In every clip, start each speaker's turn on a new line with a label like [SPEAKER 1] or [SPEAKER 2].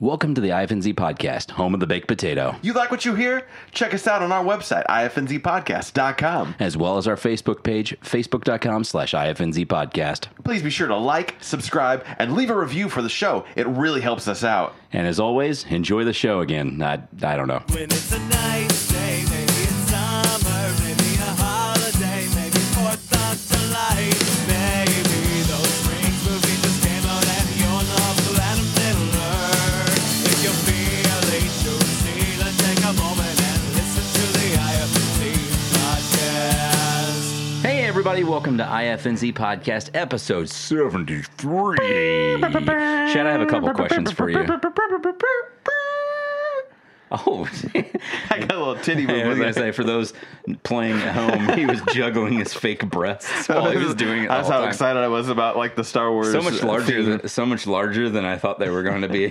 [SPEAKER 1] Welcome to the IFNZ podcast, home of the baked potato,
[SPEAKER 2] You like what you hear? Check us out on our website, ifnzpodcast.com.
[SPEAKER 1] as well as our Facebook page, facebook.com slash IFNZ podcast.
[SPEAKER 2] Please be sure to like, subscribe, and leave a review for the show. It really helps us out.
[SPEAKER 1] And as always, enjoy the show again. I, I don't know.
[SPEAKER 3] When it's a nice day, maybe it's summer, maybe a holiday, maybe Fourth of July, maybe those rings movies just came out and you're not Adam Fiddler. If you feel it, you see, then take a moment and listen to the IFC podcast.
[SPEAKER 1] Hey, everybody, welcome to IFNZ podcast episode 73. Chad, I have a couple questions for you. Oh,
[SPEAKER 2] I got a little titty
[SPEAKER 1] I was
[SPEAKER 2] movement.
[SPEAKER 1] going to say, for those playing at home, he was juggling his fake breasts while Oh, he was doing it. the
[SPEAKER 2] That's
[SPEAKER 1] whole
[SPEAKER 2] how
[SPEAKER 1] time.
[SPEAKER 2] excited I was about like the Star Wars.
[SPEAKER 1] So much
[SPEAKER 2] uh,
[SPEAKER 1] larger
[SPEAKER 2] theme.
[SPEAKER 1] than so much larger than I thought they were going to be.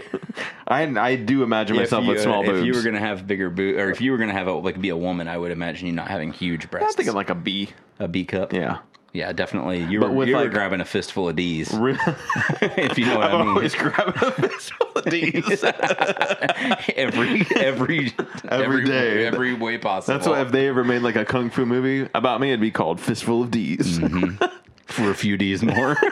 [SPEAKER 2] I, I do imagine myself
[SPEAKER 1] if you,
[SPEAKER 2] with small
[SPEAKER 1] uh,
[SPEAKER 2] boobs.
[SPEAKER 1] If you were gonna have bigger boobs, or if you were gonna have a, like be a woman, I would imagine you not having huge
[SPEAKER 2] I
[SPEAKER 1] breasts.
[SPEAKER 2] was thinking like a B.
[SPEAKER 1] a B cup.
[SPEAKER 2] Yeah.
[SPEAKER 1] yeah, definitely. You
[SPEAKER 2] But
[SPEAKER 1] were
[SPEAKER 2] with,
[SPEAKER 1] you were
[SPEAKER 2] like-
[SPEAKER 1] grabbing a fistful of D's,
[SPEAKER 2] Really?
[SPEAKER 1] if you know what
[SPEAKER 2] I'm
[SPEAKER 1] I mean.
[SPEAKER 2] always grabbing a fistful of D's.
[SPEAKER 1] every every
[SPEAKER 2] Every day.
[SPEAKER 1] every way possible.
[SPEAKER 2] That's why if they ever made like a kung fu movie about me, it'd be called Fistful of D's.
[SPEAKER 1] Mm-hmm. for a few D's more.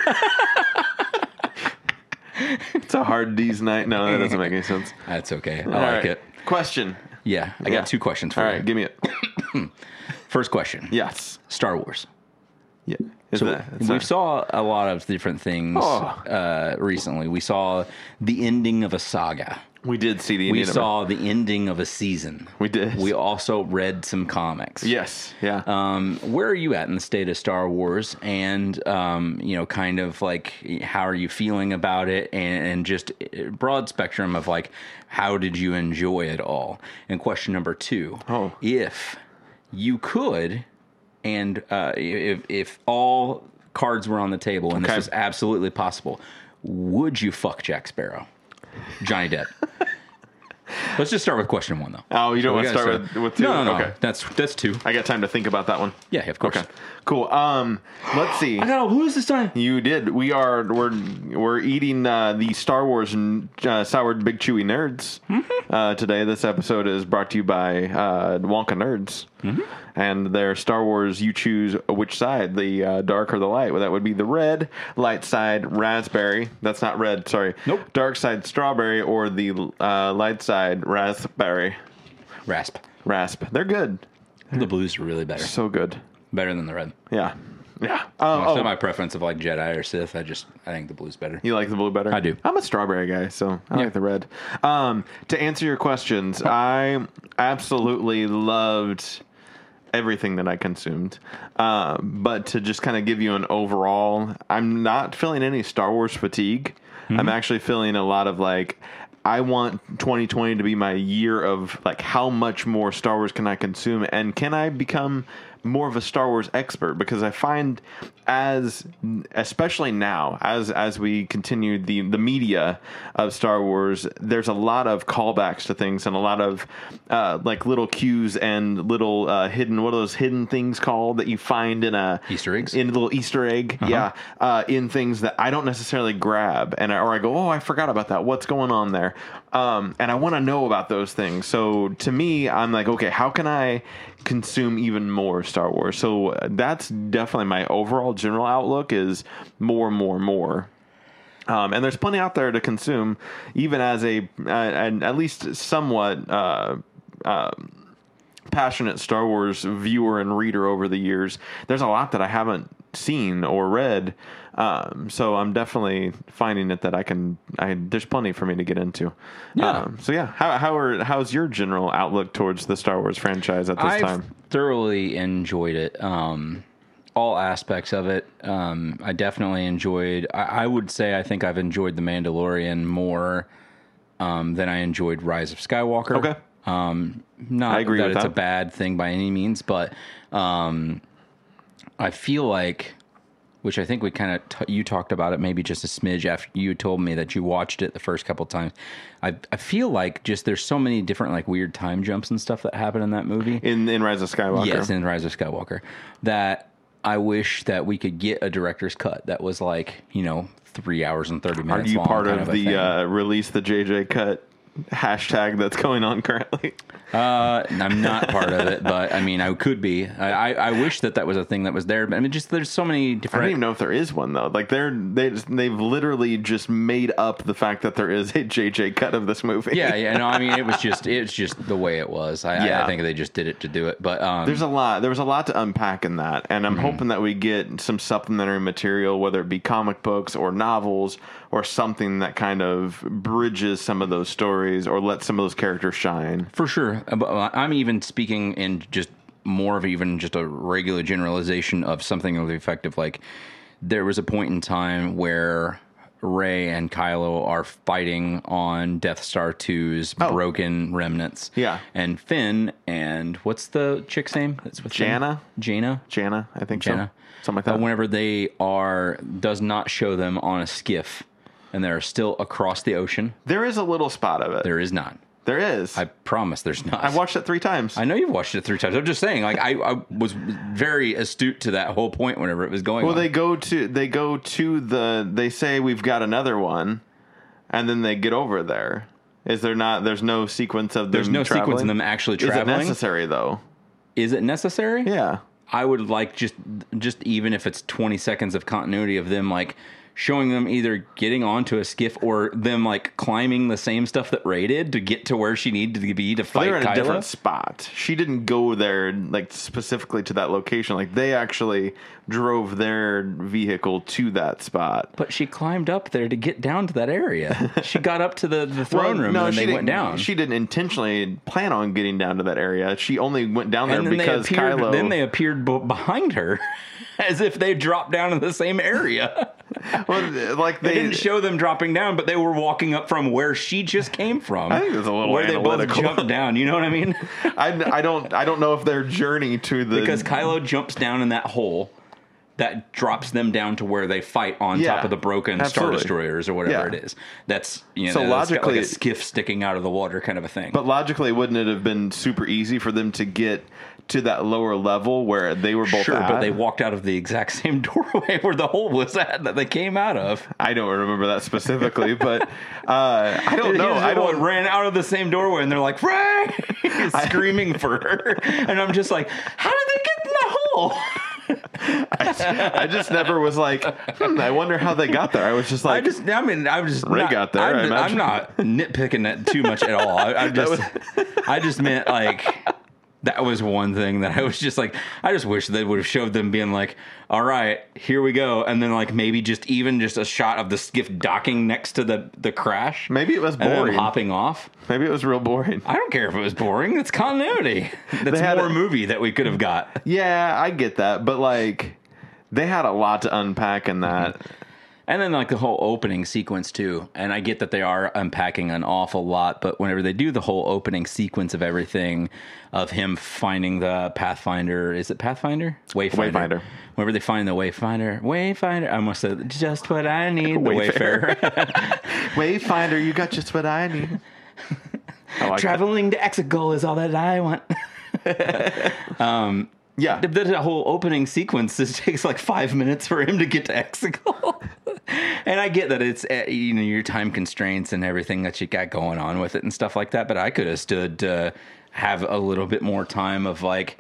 [SPEAKER 2] it's a hard D's night. No, that doesn't make any sense.
[SPEAKER 1] That's okay. I
[SPEAKER 2] All
[SPEAKER 1] like
[SPEAKER 2] right.
[SPEAKER 1] it.
[SPEAKER 2] Question.
[SPEAKER 1] Yeah, I got
[SPEAKER 2] Yeah.
[SPEAKER 1] two questions for
[SPEAKER 2] All
[SPEAKER 1] you.
[SPEAKER 2] right, give me it.
[SPEAKER 1] First question:
[SPEAKER 2] Yes.
[SPEAKER 1] Star Wars.
[SPEAKER 2] Yeah. Is
[SPEAKER 1] So
[SPEAKER 2] that-
[SPEAKER 1] we
[SPEAKER 2] it's not-
[SPEAKER 1] saw a lot of different things
[SPEAKER 2] Oh.
[SPEAKER 1] uh, recently. We saw the ending of a saga.
[SPEAKER 2] we did see the
[SPEAKER 1] We
[SPEAKER 2] Indiana Man.
[SPEAKER 1] saw the ending of a season.
[SPEAKER 2] We did.
[SPEAKER 1] We also read some comics.
[SPEAKER 2] Yes. Yeah.
[SPEAKER 1] Um, where are you at in the state of Star Wars? And um, you know, kind of like how are you feeling about it? And, and just uh, broad spectrum of like, how did you enjoy it all? And question number two:
[SPEAKER 2] Oh.
[SPEAKER 1] If you could, and uh, if if all cards were on the table, and
[SPEAKER 2] Okay.
[SPEAKER 1] this was absolutely possible, would you fuck Jack Sparrow, Johnny Depp? Let's just start with question one, though.
[SPEAKER 2] oh, you don't
[SPEAKER 1] We
[SPEAKER 2] want to
[SPEAKER 1] gotta
[SPEAKER 2] start with, with two?
[SPEAKER 1] No, no, no.
[SPEAKER 2] Okay.
[SPEAKER 1] That's that's two.
[SPEAKER 2] I got time to think about that one.
[SPEAKER 1] Yeah, of course.
[SPEAKER 2] Okay. Cool. Um, let's see.
[SPEAKER 1] I got a lose this time.
[SPEAKER 2] You did. We are we're we're eating uh, the Star Wars n- uh, soured big chewy nerds uh, today. This episode is brought to you by uh, Wonka Nerds and their Star Wars. You choose which side, the uh, dark or the light. Well, that would be the red light side raspberry. That's not red. Sorry.
[SPEAKER 1] Nope.
[SPEAKER 2] Dark side strawberry or the uh, light side raspberry.
[SPEAKER 1] Rasp.
[SPEAKER 2] Rasp. They're good.
[SPEAKER 1] The blues are really better.
[SPEAKER 2] So good.
[SPEAKER 1] Better than the red.
[SPEAKER 2] Yeah. Yeah.
[SPEAKER 1] It's
[SPEAKER 2] Uh,
[SPEAKER 1] not
[SPEAKER 2] oh,
[SPEAKER 1] my preference of like Jedi or Sith. I just I think the blues better.
[SPEAKER 2] You like the blue better?
[SPEAKER 1] I do.
[SPEAKER 2] I'm a strawberry guy, so I
[SPEAKER 1] Yeah.
[SPEAKER 2] like the red. Um, to answer your questions, I absolutely loved everything that I consumed. Uh, but to just kind of give you an overall, I'm not feeling any Star Wars fatigue.
[SPEAKER 1] Mm-hmm.
[SPEAKER 2] I'm actually feeling a lot of like, I want 2020 to be my year of like, how much more Star Wars can I consume? And can I become more of a Star Wars expert? Because I find as, especially now, as, as we continue the, the media of Star Wars, there's a lot of callbacks to things and a lot of uh, like little cues and little uh, hidden, what are those hidden things called that you find in a
[SPEAKER 1] Easter eggs?
[SPEAKER 2] in a little Easter egg, yeah, uh, in things that I don't necessarily grab, and I, or I go, oh, I forgot about that. What's going on there? Um, and I want to know about those things. So to me, I'm like, okay, how can I consume even more Star Wars? So uh, that's definitely my overall general outlook is more, more, more. Um, and there's plenty out there to consume, even as a uh, and at least somewhat. Uh, passionate Star Wars viewer and reader over the years, there's a lot that I haven't seen or read. Um, so I'm definitely finding it that I can. I there's plenty for me to get into.
[SPEAKER 1] Yeah.
[SPEAKER 2] Um, so yeah, how how are how's your general outlook towards the Star Wars franchise at this
[SPEAKER 1] I've
[SPEAKER 2] time?
[SPEAKER 1] thoroughly enjoyed it. Um, all aspects of it. Um, I definitely enjoyed. I, I would say I think I've enjoyed The Mandalorian more um, than I enjoyed Rise of Skywalker.
[SPEAKER 2] Okay.
[SPEAKER 1] Um, not
[SPEAKER 2] I agree
[SPEAKER 1] that
[SPEAKER 2] with
[SPEAKER 1] it's
[SPEAKER 2] that.
[SPEAKER 1] a bad thing by any means, but um, I feel like, which I think we kind of t- you talked about it maybe just a smidge after you told me that you watched it the first couple times. I I feel like just there's so many different like weird time jumps and stuff that happen in that movie.
[SPEAKER 2] In in Rise of Skywalker.
[SPEAKER 1] Yes, in Rise of Skywalker, that I wish that we could get a director's cut that was like you know three hours and thirty
[SPEAKER 2] are
[SPEAKER 1] minutes.
[SPEAKER 2] you
[SPEAKER 1] long
[SPEAKER 2] part
[SPEAKER 1] kind
[SPEAKER 2] of
[SPEAKER 1] a
[SPEAKER 2] the
[SPEAKER 1] thing.
[SPEAKER 2] uh, release the JJ cut hashtag that's going on currently?
[SPEAKER 1] Uh, I'm not part of it, but I mean, I could be. I, I, I wish that that was a thing that was there. But I mean, just there's so many
[SPEAKER 2] I
[SPEAKER 1] different.
[SPEAKER 2] don't even know if there is one though. Like they're they just- they've literally just made up the fact that there is a JJ cut of this movie.
[SPEAKER 1] Yeah, yeah. No, I mean, it was just it's just the way it was. I, I,
[SPEAKER 2] Yeah.
[SPEAKER 1] I think they just did it to do it. But um,
[SPEAKER 2] There's a lot. There was a lot to unpack in that, and
[SPEAKER 1] Mm-hmm.
[SPEAKER 2] I'm hoping that we get some supplementary material, whether it be comic books or novels or something that kind of bridges some of those stories or lets some of those characters shine.
[SPEAKER 1] For sure. Uh, but I'm even speaking in just more of even just a regular generalization of something of the effect of like there was a point in time where Ray and Kylo are fighting on Death Star 2's broken remnants.
[SPEAKER 2] Oh. Yeah.
[SPEAKER 1] And Finn and what's the chick's name? That's with Finn?
[SPEAKER 2] Janna?
[SPEAKER 1] Jana.
[SPEAKER 2] Jana, I think
[SPEAKER 1] Jana.
[SPEAKER 2] so. Something like that.
[SPEAKER 1] Uh, whenever they are does not show them on a skiff and they're still across the ocean.
[SPEAKER 2] there is a little spot of it.
[SPEAKER 1] There is not.
[SPEAKER 2] there is.
[SPEAKER 1] I
[SPEAKER 2] I,
[SPEAKER 1] promise there's not.
[SPEAKER 2] watched it three times.
[SPEAKER 1] I know you've watched it three times. I'm just saying, like I, I was very astute to that whole point whenever it was going.
[SPEAKER 2] Well,
[SPEAKER 1] on.
[SPEAKER 2] they go to they go to the they say we've got another one, and then they get over there. Is there not? There's no sequence of them
[SPEAKER 1] there's no sequence
[SPEAKER 2] traveling?
[SPEAKER 1] in them actually
[SPEAKER 2] Is it
[SPEAKER 1] traveling.
[SPEAKER 2] necessary though?
[SPEAKER 1] Is it necessary?
[SPEAKER 2] Yeah.
[SPEAKER 1] I would like just just even if it's 20 seconds of continuity of them like showing them either getting onto a skiff or them like climbing the same stuff that Ray did to get to where she needed to be to
[SPEAKER 2] But
[SPEAKER 1] fight
[SPEAKER 2] they were in a different
[SPEAKER 1] Kylo.
[SPEAKER 2] spot. She didn't go there like specifically to that location. Like they actually drove their vehicle to that spot.
[SPEAKER 1] But she climbed up there to get down to that area. She got up to the, the throne
[SPEAKER 2] Well,
[SPEAKER 1] room and
[SPEAKER 2] she
[SPEAKER 1] then they went
[SPEAKER 2] didn't-
[SPEAKER 1] down.
[SPEAKER 2] She didn't intentionally plan on getting down to that area. She only went down there
[SPEAKER 1] and then
[SPEAKER 2] because
[SPEAKER 1] they appeared,
[SPEAKER 2] Kylo.
[SPEAKER 1] Then they appeared b- behind her, as if they dropped down in the same area.
[SPEAKER 2] well, like
[SPEAKER 1] They
[SPEAKER 2] they
[SPEAKER 1] didn't show them dropping down, but they were walking up from where she just came from.
[SPEAKER 2] I think it's a little
[SPEAKER 1] where they both
[SPEAKER 2] analytical.
[SPEAKER 1] jumped down. You know what I mean?
[SPEAKER 2] I, I don't I don't know if their journey to the
[SPEAKER 1] Because Kylo jumps down in that hole. That drops them down to where they fight on
[SPEAKER 2] Yeah,
[SPEAKER 1] top of the broken
[SPEAKER 2] absolutely.
[SPEAKER 1] star destroyers or whatever
[SPEAKER 2] Yeah.
[SPEAKER 1] it is. That's you
[SPEAKER 2] So
[SPEAKER 1] know, that's got
[SPEAKER 2] logically-
[SPEAKER 1] like a skiff sticking out of the water kind of a thing.
[SPEAKER 2] but logically wouldn't it have been super easy for them to get to that lower level where they were both
[SPEAKER 1] sure, but
[SPEAKER 2] at?
[SPEAKER 1] they walked out of the exact same doorway where the hole was at that they came out of.
[SPEAKER 2] I don't remember that specifically, but uh, I don't know. I don't.
[SPEAKER 1] ran out of the same doorway, and they're like, "Ray!" screaming for her, and I'm just like, "How did they get in the hole?"
[SPEAKER 2] I just never was like. Hmm, I wonder how they got there. I was just
[SPEAKER 1] I
[SPEAKER 2] like,
[SPEAKER 1] just, I mean, I was just
[SPEAKER 2] Ray
[SPEAKER 1] not-
[SPEAKER 2] got there, I
[SPEAKER 1] I'm, I'm
[SPEAKER 2] imagine.
[SPEAKER 1] not nitpicking that too much at all. I, I just, I just meant like. That was one thing that I was just like, I just wish they would have showed them being like, all right, here we go. And then like maybe just even just a shot of the skiff docking next to the, the crash.
[SPEAKER 2] maybe it was
[SPEAKER 1] and then
[SPEAKER 2] boring.
[SPEAKER 1] hopping off.
[SPEAKER 2] Maybe it was real boring.
[SPEAKER 1] I don't care if it was boring. It's continuity. That's
[SPEAKER 2] They had
[SPEAKER 1] more
[SPEAKER 2] a-
[SPEAKER 1] movie that we could have got.
[SPEAKER 2] Yeah, I get that, but like, they had a lot to unpack in that.
[SPEAKER 1] And then like the whole opening sequence too. And I get that they are unpacking an awful lot, but whenever they do the whole opening sequence of everything, of him finding the Pathfinder, is it Pathfinder? Wayfinder.
[SPEAKER 2] Wayfinder.
[SPEAKER 1] Whenever they find the Wayfinder, Wayfinder. I almost said just what I need. The
[SPEAKER 2] Wayfarer.
[SPEAKER 1] Wayfarer.
[SPEAKER 2] Wayfinder, you got just what I need. Oh, I like that.
[SPEAKER 1] Traveling to Exegol is all that I want.
[SPEAKER 2] Yeah,
[SPEAKER 1] The, the whole opening sequence just takes like five minutes for him to get to Exegol, and I get that it's uh, you know your time constraints and everything that you got going on with it and stuff like that. But I could have stood to have a little bit more time of like,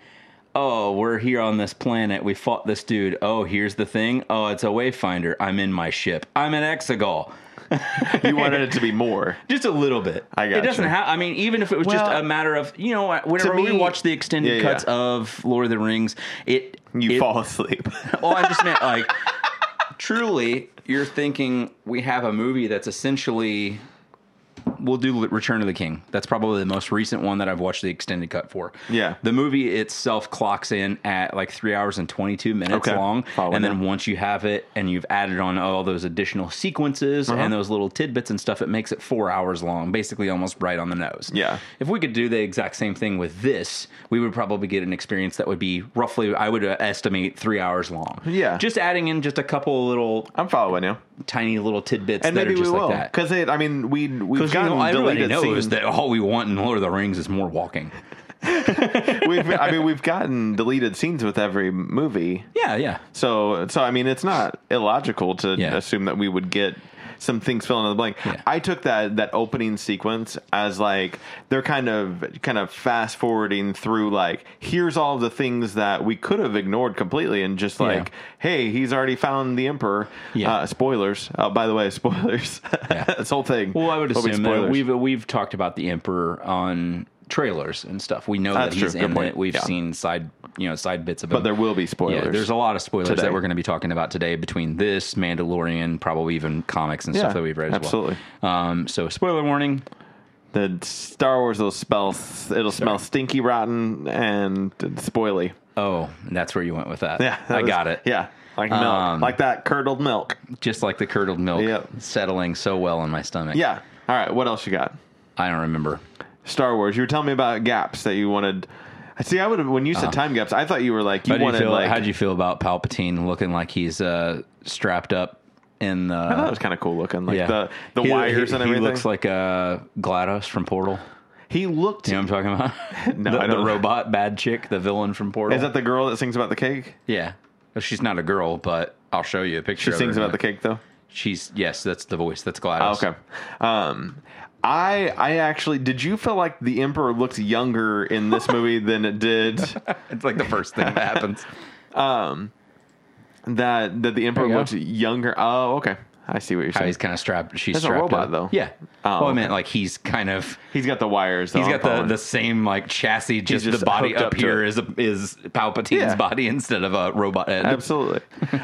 [SPEAKER 1] oh, we're here on this planet. We fought this dude. Oh, here's the thing. Oh, it's a wayfinder. I'm in my ship. I'm in Exegol.
[SPEAKER 2] you wanted it to be more.
[SPEAKER 1] Just a little bit.
[SPEAKER 2] I
[SPEAKER 1] It
[SPEAKER 2] gotcha.
[SPEAKER 1] doesn't have. I mean, even if it was just
[SPEAKER 2] Well,
[SPEAKER 1] a matter of you know, whenever we
[SPEAKER 2] me-
[SPEAKER 1] watch the extended
[SPEAKER 2] Yeah, yeah.
[SPEAKER 1] cuts of Lord of the Rings, it
[SPEAKER 2] You
[SPEAKER 1] it-
[SPEAKER 2] fall asleep.
[SPEAKER 1] well, Oh, I just meant like truly, you're thinking we have a movie that's essentially we'll do Return of the King. That's probably the most recent one that I've watched the extended cut for.
[SPEAKER 2] Yeah.
[SPEAKER 1] The movie itself clocks in at like three hours and 22 minutes
[SPEAKER 2] Okay.
[SPEAKER 1] long.
[SPEAKER 2] Following
[SPEAKER 1] and then
[SPEAKER 2] that.
[SPEAKER 1] once you have it and you've added on all those additional sequences
[SPEAKER 2] Uh-huh.
[SPEAKER 1] and those little tidbits and stuff, it makes it four hours long, basically almost right on the nose.
[SPEAKER 2] Yeah.
[SPEAKER 1] If we could do the exact same thing with this, we would probably get an experience that would be roughly, I would uh, estimate, three hours long.
[SPEAKER 2] Yeah.
[SPEAKER 1] Just adding in just a couple little
[SPEAKER 2] I'm following you.
[SPEAKER 1] tiny little tidbits
[SPEAKER 2] and
[SPEAKER 1] that
[SPEAKER 2] maybe
[SPEAKER 1] are just
[SPEAKER 2] we
[SPEAKER 1] like
[SPEAKER 2] will
[SPEAKER 1] that.
[SPEAKER 2] because I mean we we've
[SPEAKER 1] Because you
[SPEAKER 2] gotten
[SPEAKER 1] know, everybody
[SPEAKER 2] deleted
[SPEAKER 1] knows
[SPEAKER 2] scenes.
[SPEAKER 1] that all we want in Lord of the Rings is more walking.
[SPEAKER 2] we've, I mean we've gotten deleted scenes with every movie.
[SPEAKER 1] Yeah, yeah.
[SPEAKER 2] So so I mean it's not illogical to
[SPEAKER 1] Yeah.
[SPEAKER 2] assume that we would get some things fill in the blank. I took that that opening sequence as like they're kind of kind of fast forwarding through like here's all the things that we could have ignored completely and just like hey he's already found the emperor.
[SPEAKER 1] Yeah.
[SPEAKER 2] Uh, spoilers. Uh, by the way, spoilers.
[SPEAKER 1] Yeah.
[SPEAKER 2] this whole thing.
[SPEAKER 1] Well, I would
[SPEAKER 2] will be
[SPEAKER 1] assume that
[SPEAKER 2] spoilers.
[SPEAKER 1] we've we've talked about the emperor on trailers and stuff. We know
[SPEAKER 2] That's
[SPEAKER 1] that he's
[SPEAKER 2] true. Good
[SPEAKER 1] in
[SPEAKER 2] point.
[SPEAKER 1] it. We've
[SPEAKER 2] Yeah.
[SPEAKER 1] seen side you know side bits of him.
[SPEAKER 2] But there will be spoilers.
[SPEAKER 1] Yeah, there's a lot of spoilers
[SPEAKER 2] today.
[SPEAKER 1] that we're going to be talking about today between this Mandalorian, probably even comics and
[SPEAKER 2] Yeah,
[SPEAKER 1] stuff that we've read as
[SPEAKER 2] absolutely.
[SPEAKER 1] well. Um, so spoiler warning.
[SPEAKER 2] The Star Wars will spell it'll smell stinky, rotten, and spoily.
[SPEAKER 1] Oh, that's where you went with that.
[SPEAKER 2] Yeah, that
[SPEAKER 1] I
[SPEAKER 2] was-
[SPEAKER 1] got it.
[SPEAKER 2] Yeah, like milk,
[SPEAKER 1] Um,
[SPEAKER 2] like that curdled milk.
[SPEAKER 1] Just like the curdled milk
[SPEAKER 2] Yep.
[SPEAKER 1] settling so well in my stomach.
[SPEAKER 2] Yeah. All right. What else you got?
[SPEAKER 1] I don't remember.
[SPEAKER 2] Star Wars. You were telling me about gaps that you wanted. I See, I would have when you said time gaps. I thought you were like you
[SPEAKER 1] Uh-huh. How do you
[SPEAKER 2] wanted
[SPEAKER 1] feel,
[SPEAKER 2] like.
[SPEAKER 1] how'd you feel about Palpatine looking like he's uh, strapped up in the
[SPEAKER 2] I thought it was kind of cool looking, like the the
[SPEAKER 1] He-
[SPEAKER 2] wires
[SPEAKER 1] he,
[SPEAKER 2] and
[SPEAKER 1] he
[SPEAKER 2] everything.
[SPEAKER 1] looks like uh, GLaDOS from Portal.
[SPEAKER 2] he looked.
[SPEAKER 1] You know what I'm talking about?
[SPEAKER 2] No,
[SPEAKER 1] the,
[SPEAKER 2] I
[SPEAKER 1] the
[SPEAKER 2] don't.
[SPEAKER 1] robot bad chick, the villain from Portal.
[SPEAKER 2] Is that the girl that sings about the cake?
[SPEAKER 1] yeah. Well, She's not a girl, but I'll show you a picture
[SPEAKER 2] She
[SPEAKER 1] of
[SPEAKER 2] sings
[SPEAKER 1] her.
[SPEAKER 2] about the cake though.
[SPEAKER 1] She's yes, that's the voice. That's
[SPEAKER 2] Oh,
[SPEAKER 1] GLaDOS.
[SPEAKER 2] okay. Um, I I actually did. You feel like the Emperor looks younger in this movie than it did
[SPEAKER 1] It's like the first thing that happens.
[SPEAKER 2] that that the Emperor
[SPEAKER 1] you go.
[SPEAKER 2] looks younger. Oh, okay. I see what you're
[SPEAKER 1] How
[SPEAKER 2] saying.
[SPEAKER 1] Uh, he's kind of strapped. She's
[SPEAKER 2] That's a
[SPEAKER 1] strapped
[SPEAKER 2] robot,
[SPEAKER 1] up.
[SPEAKER 2] though.
[SPEAKER 1] Yeah.
[SPEAKER 2] Oh,
[SPEAKER 1] well, I
[SPEAKER 2] okay.
[SPEAKER 1] meant like he's kind of.
[SPEAKER 2] he's got the wires. Though,
[SPEAKER 1] He's got
[SPEAKER 2] I'm
[SPEAKER 1] the,
[SPEAKER 2] following.
[SPEAKER 1] the same like chassis, just,
[SPEAKER 2] just
[SPEAKER 1] the body
[SPEAKER 2] hooked
[SPEAKER 1] up,
[SPEAKER 2] up to
[SPEAKER 1] here
[SPEAKER 2] it.
[SPEAKER 1] is a, is Palpatine's
[SPEAKER 2] Yeah.
[SPEAKER 1] body instead of a robot head.
[SPEAKER 2] Absolutely.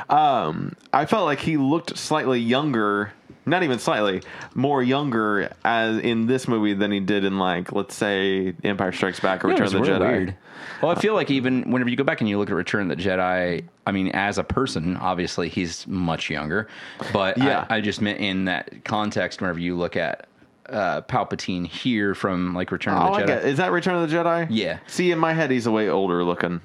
[SPEAKER 2] um, I felt like he looked slightly younger, not even slightly, more younger as in this movie than he did in like let's say Empire Strikes Back or
[SPEAKER 1] Yeah,
[SPEAKER 2] Return
[SPEAKER 1] it's
[SPEAKER 2] of the
[SPEAKER 1] real
[SPEAKER 2] Jedi.
[SPEAKER 1] weird. Well, I feel like even whenever you go back and you look at Return of the Jedi, I mean, as a person, obviously he's much younger, but
[SPEAKER 2] Yeah.
[SPEAKER 1] I, I just meant in that context. Whenever you look at uh, Palpatine here from like Return
[SPEAKER 2] Oh,
[SPEAKER 1] of the
[SPEAKER 2] I
[SPEAKER 1] Jedi,
[SPEAKER 2] get. Is that Return of the Jedi?
[SPEAKER 1] Yeah.
[SPEAKER 2] See, in my head, he's way older looking.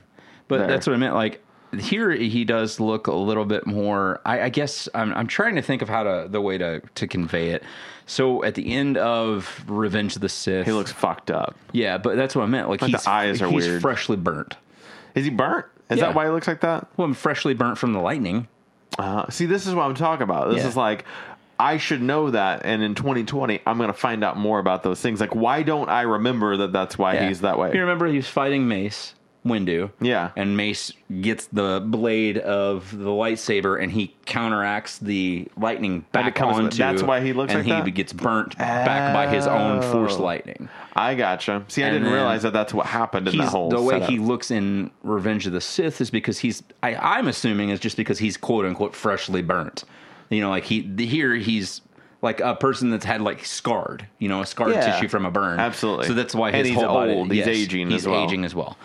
[SPEAKER 1] but
[SPEAKER 2] there.
[SPEAKER 1] that's what I meant. Like here, he does look a little bit more. I, I guess I'm, I'm trying to think of how to the way to to convey it. So at the end of Revenge of the Sith,
[SPEAKER 2] He looks fucked up.
[SPEAKER 1] yeah, but that's what I meant. Like
[SPEAKER 2] the
[SPEAKER 1] he's,
[SPEAKER 2] eyes are
[SPEAKER 1] he's
[SPEAKER 2] weird.
[SPEAKER 1] freshly burnt.
[SPEAKER 2] Is he burnt? Is
[SPEAKER 1] Yeah.
[SPEAKER 2] that why he looks like that?
[SPEAKER 1] Well, I'm freshly burnt from the lightning.
[SPEAKER 2] Uh, see, this is what I'm talking about. This
[SPEAKER 1] Yeah.
[SPEAKER 2] is like I should know that, and in 2020, I'm going to find out more about those things. Like, why don't I remember that? That's why
[SPEAKER 1] Yeah.
[SPEAKER 2] he's that way.
[SPEAKER 1] You remember he was fighting Mace Windu.
[SPEAKER 2] Yeah.
[SPEAKER 1] And Mace gets the blade of the lightsaber and he counteracts the lightning back
[SPEAKER 2] comes-
[SPEAKER 1] onto
[SPEAKER 2] that's why he looks
[SPEAKER 1] and
[SPEAKER 2] like
[SPEAKER 1] he
[SPEAKER 2] that?
[SPEAKER 1] be- gets burnt back by his own force
[SPEAKER 2] Oh.
[SPEAKER 1] lightning.
[SPEAKER 2] I gotcha. See, I
[SPEAKER 1] And
[SPEAKER 2] didn't
[SPEAKER 1] then
[SPEAKER 2] realize that that's what happened in that
[SPEAKER 1] He's,
[SPEAKER 2] whole.
[SPEAKER 1] the way
[SPEAKER 2] setup.
[SPEAKER 1] he looks in Revenge of the Sith is because he's I, I'm assuming is just because he's quote unquote freshly burnt. You know, like he here he's like a person that's had like scarred, you know, a scarred
[SPEAKER 2] Yeah.
[SPEAKER 1] tissue from a burn.
[SPEAKER 2] Absolutely.
[SPEAKER 1] So that's why his
[SPEAKER 2] And he's
[SPEAKER 1] whole body-
[SPEAKER 2] old. He's
[SPEAKER 1] yes,
[SPEAKER 2] aging
[SPEAKER 1] He's
[SPEAKER 2] as well.
[SPEAKER 1] aging as well.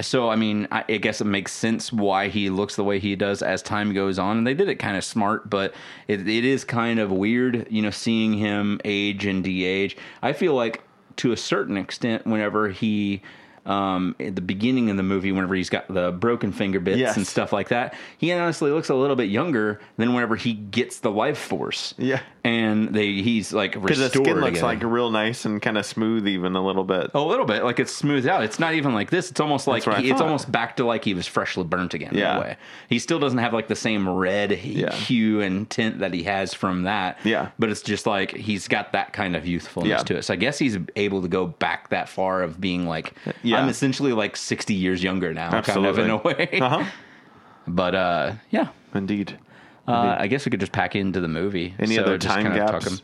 [SPEAKER 1] So I mean, I, I guess it makes sense why he looks the way he does as time goes on. And they did it kind of smart, but it, it is kind of weird, you know, seeing him age and de-age. I feel like to a certain extent, whenever he um at the beginning of the movie whenever he's got the broken finger bits
[SPEAKER 2] Yes.
[SPEAKER 1] and stuff like that he honestly looks a little bit younger than whenever he gets the life force
[SPEAKER 2] Yeah.
[SPEAKER 1] and they he's like restored
[SPEAKER 2] because his skin looks
[SPEAKER 1] again. Oh.
[SPEAKER 2] like real nice and kind of smooth, even a little bit.
[SPEAKER 1] A little bit, like it's smoothed out. It's not even like this. It's almost like
[SPEAKER 2] what I
[SPEAKER 1] he- it's
[SPEAKER 2] thought.
[SPEAKER 1] almost back to like he was freshly burnt again. Yeah.
[SPEAKER 2] Yeah.
[SPEAKER 1] In a way. He still doesn't have like the same red he-
[SPEAKER 2] Yeah.
[SPEAKER 1] hue and tint that he has from that.
[SPEAKER 2] Yeah.
[SPEAKER 1] But it's just like he's got that kind of youthfulness
[SPEAKER 2] Yeah.
[SPEAKER 1] to it. So I guess he's able to go back that far of being like
[SPEAKER 2] Yeah.
[SPEAKER 1] I'm essentially like 60 years younger now,
[SPEAKER 2] Absolutely.
[SPEAKER 1] kind of in a way.
[SPEAKER 2] Uh huh.
[SPEAKER 1] But uh, yeah,
[SPEAKER 2] Indeed.
[SPEAKER 1] uh, I guess we could just pack into the movie.
[SPEAKER 2] Any other time
[SPEAKER 1] kinda
[SPEAKER 2] gaps?
[SPEAKER 1] talk 'em.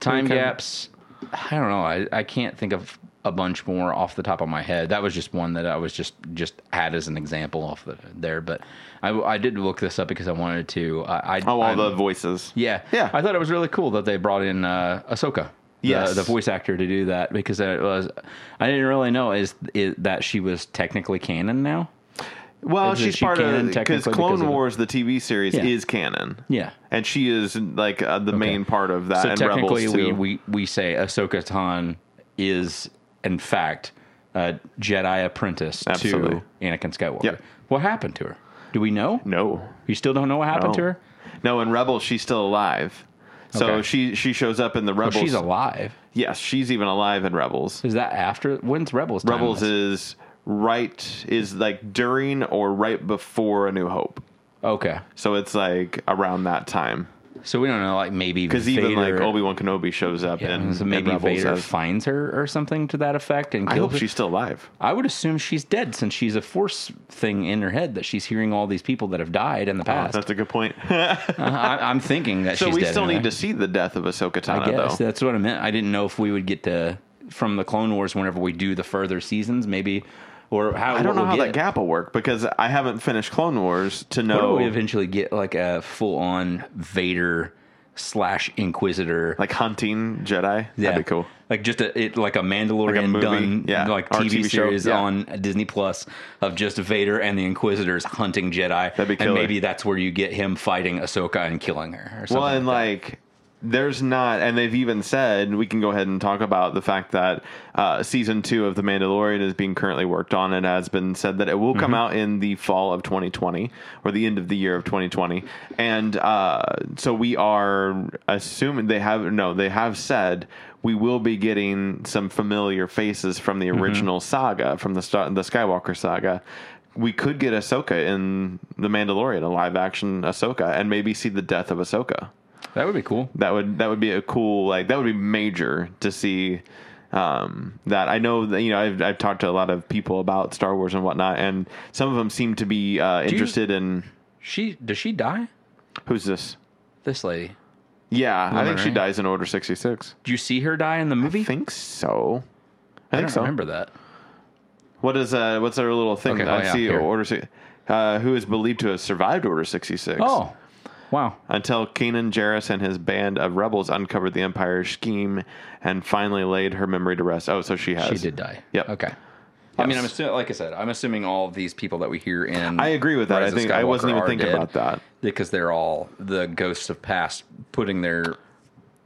[SPEAKER 1] Time
[SPEAKER 2] Okay.
[SPEAKER 1] gaps. I don't know. I, I can't think of a bunch more off the top of my head. That was just one that I was just just had as an example off the, there. But I, I did look this up because I wanted to. I, I
[SPEAKER 2] Oh, all
[SPEAKER 1] I'm-
[SPEAKER 2] the voices.
[SPEAKER 1] yeah,
[SPEAKER 2] Yeah.
[SPEAKER 1] I thought it was really cool that they brought in uh, Ahsoka, the-
[SPEAKER 2] Yes.
[SPEAKER 1] the, voice actor, to do that because it was. I didn't really know is, is that she was technically canon now.
[SPEAKER 2] Well,
[SPEAKER 1] Is it
[SPEAKER 2] she's
[SPEAKER 1] she
[SPEAKER 2] part
[SPEAKER 1] canon
[SPEAKER 2] of because
[SPEAKER 1] technically
[SPEAKER 2] Clone
[SPEAKER 1] because of-
[SPEAKER 2] Wars, the TV series,
[SPEAKER 1] Yeah.
[SPEAKER 2] is canon.
[SPEAKER 1] Yeah.
[SPEAKER 2] and she is like uh, the main part of that.
[SPEAKER 1] So
[SPEAKER 2] and
[SPEAKER 1] technically,
[SPEAKER 2] Rebels
[SPEAKER 1] we,
[SPEAKER 2] too.
[SPEAKER 1] we we say Ahsoka Tan is in fact a Jedi apprentice
[SPEAKER 2] Absolutely.
[SPEAKER 1] to Anakin Skywalker.
[SPEAKER 2] Yep.
[SPEAKER 1] What happened to her? Do we know?
[SPEAKER 2] no
[SPEAKER 1] You still don't know what happened to
[SPEAKER 2] No.
[SPEAKER 1] her? Oh,
[SPEAKER 2] No, in Rebels she's still alive. So
[SPEAKER 1] Okay.
[SPEAKER 2] she she shows up in the
[SPEAKER 1] Well,
[SPEAKER 2] Rebels.
[SPEAKER 1] she's alive.
[SPEAKER 2] Yes, she's even alive in Rebels.
[SPEAKER 1] Is that after? When's Rebels? Time
[SPEAKER 2] Rebels
[SPEAKER 1] was?
[SPEAKER 2] is right is like during or right before A New Hope.
[SPEAKER 1] okay.
[SPEAKER 2] So it's like around that time.
[SPEAKER 1] So we don't know, like maybe
[SPEAKER 2] Because even like
[SPEAKER 1] Vader-
[SPEAKER 2] Obi Wan Kenobi shows up
[SPEAKER 1] Yeah,
[SPEAKER 2] and
[SPEAKER 1] so maybe
[SPEAKER 2] and Rebels
[SPEAKER 1] Vader
[SPEAKER 2] as-
[SPEAKER 1] finds her or something to that effect and
[SPEAKER 2] I
[SPEAKER 1] kills
[SPEAKER 2] hope
[SPEAKER 1] her.
[SPEAKER 2] she's still alive.
[SPEAKER 1] I would assume she's dead since she's a force thing in her head that she's hearing all these people that have died in the past.
[SPEAKER 2] Oh, That's a good point.
[SPEAKER 1] I, I'm thinking that
[SPEAKER 2] so
[SPEAKER 1] she's
[SPEAKER 2] we
[SPEAKER 1] dead
[SPEAKER 2] still
[SPEAKER 1] anyway.
[SPEAKER 2] need to see the death of Ahsoka
[SPEAKER 1] I
[SPEAKER 2] Tano,
[SPEAKER 1] guess
[SPEAKER 2] though.
[SPEAKER 1] that's what I meant. I didn't know if we would get to from the Clone Wars whenever we do the further seasons, maybe, or how
[SPEAKER 2] I don't know
[SPEAKER 1] we'll
[SPEAKER 2] how
[SPEAKER 1] get.
[SPEAKER 2] that gap will work because I haven't finished Clone Wars to
[SPEAKER 1] What
[SPEAKER 2] know
[SPEAKER 1] do we eventually get like a full on Vader slash Inquisitor?
[SPEAKER 2] like hunting Jedi.
[SPEAKER 1] Yeah.
[SPEAKER 2] That'd be cool.
[SPEAKER 1] Like just a it, like a Mandalorian
[SPEAKER 2] movie,
[SPEAKER 1] done
[SPEAKER 2] yeah,
[SPEAKER 1] like
[SPEAKER 2] or
[SPEAKER 1] TV,
[SPEAKER 2] TV show,
[SPEAKER 1] series
[SPEAKER 2] yeah.
[SPEAKER 1] on Disney Plus of just Vader and the Inquisitors hunting Jedi.
[SPEAKER 2] That'd be
[SPEAKER 1] and
[SPEAKER 2] killer.
[SPEAKER 1] maybe that's where you get him fighting Ahsoka and killing her. Or something
[SPEAKER 2] Well, and
[SPEAKER 1] like,
[SPEAKER 2] like there's not, and they've even said we can go ahead and talk about the fact that uh, season two of The Mandalorian is being currently worked on, and has been said that it will come out in the fall of 2020 or the end of the year of 2020, and uh, so we are assuming they have no, they have said. We will be getting some familiar faces from the original saga, from the Star- the Skywalker saga, we could get Ahsoka in The Mandalorian, a live action Ahsoka, and maybe see the death of Ahsoka.
[SPEAKER 1] that. that would be cool.
[SPEAKER 2] That would that would be a cool like that would be major to see um, that. I know that you know I've I've talked to a lot of people about Star Wars and whatnot, and some of them seem to be uh,
[SPEAKER 1] you-
[SPEAKER 2] interested in
[SPEAKER 1] She does she die?
[SPEAKER 2] who's this?
[SPEAKER 1] This lady.
[SPEAKER 2] Yeah, I
[SPEAKER 1] Woman,
[SPEAKER 2] think she
[SPEAKER 1] right?
[SPEAKER 2] dies in Order sixty six.
[SPEAKER 1] Do you see her die in the movie?
[SPEAKER 2] I think so. I,
[SPEAKER 1] I
[SPEAKER 2] think
[SPEAKER 1] don't
[SPEAKER 2] so.
[SPEAKER 1] remember that.
[SPEAKER 2] What is uh what's our little thing?
[SPEAKER 1] Okay,
[SPEAKER 2] I
[SPEAKER 1] oh, yeah,
[SPEAKER 2] see
[SPEAKER 1] here.
[SPEAKER 2] Order six. Uh, who is believed to have survived Order sixty six?
[SPEAKER 1] Oh, wow.
[SPEAKER 2] until Kanan Jarrus and his band of rebels uncovered the Empire's scheme and finally laid her memory to rest. Oh, so she has.
[SPEAKER 1] She did die.
[SPEAKER 2] Yep.
[SPEAKER 1] Okay. I mean, I'm assuming, like I said, I'm assuming all of these people that we hear in.
[SPEAKER 2] I agree with that.
[SPEAKER 1] Rise
[SPEAKER 2] I
[SPEAKER 1] of
[SPEAKER 2] think I wasn't
[SPEAKER 1] Skywalker
[SPEAKER 2] even
[SPEAKER 1] are
[SPEAKER 2] thinking
[SPEAKER 1] dead
[SPEAKER 2] about that.
[SPEAKER 1] because they're all the ghosts of past putting their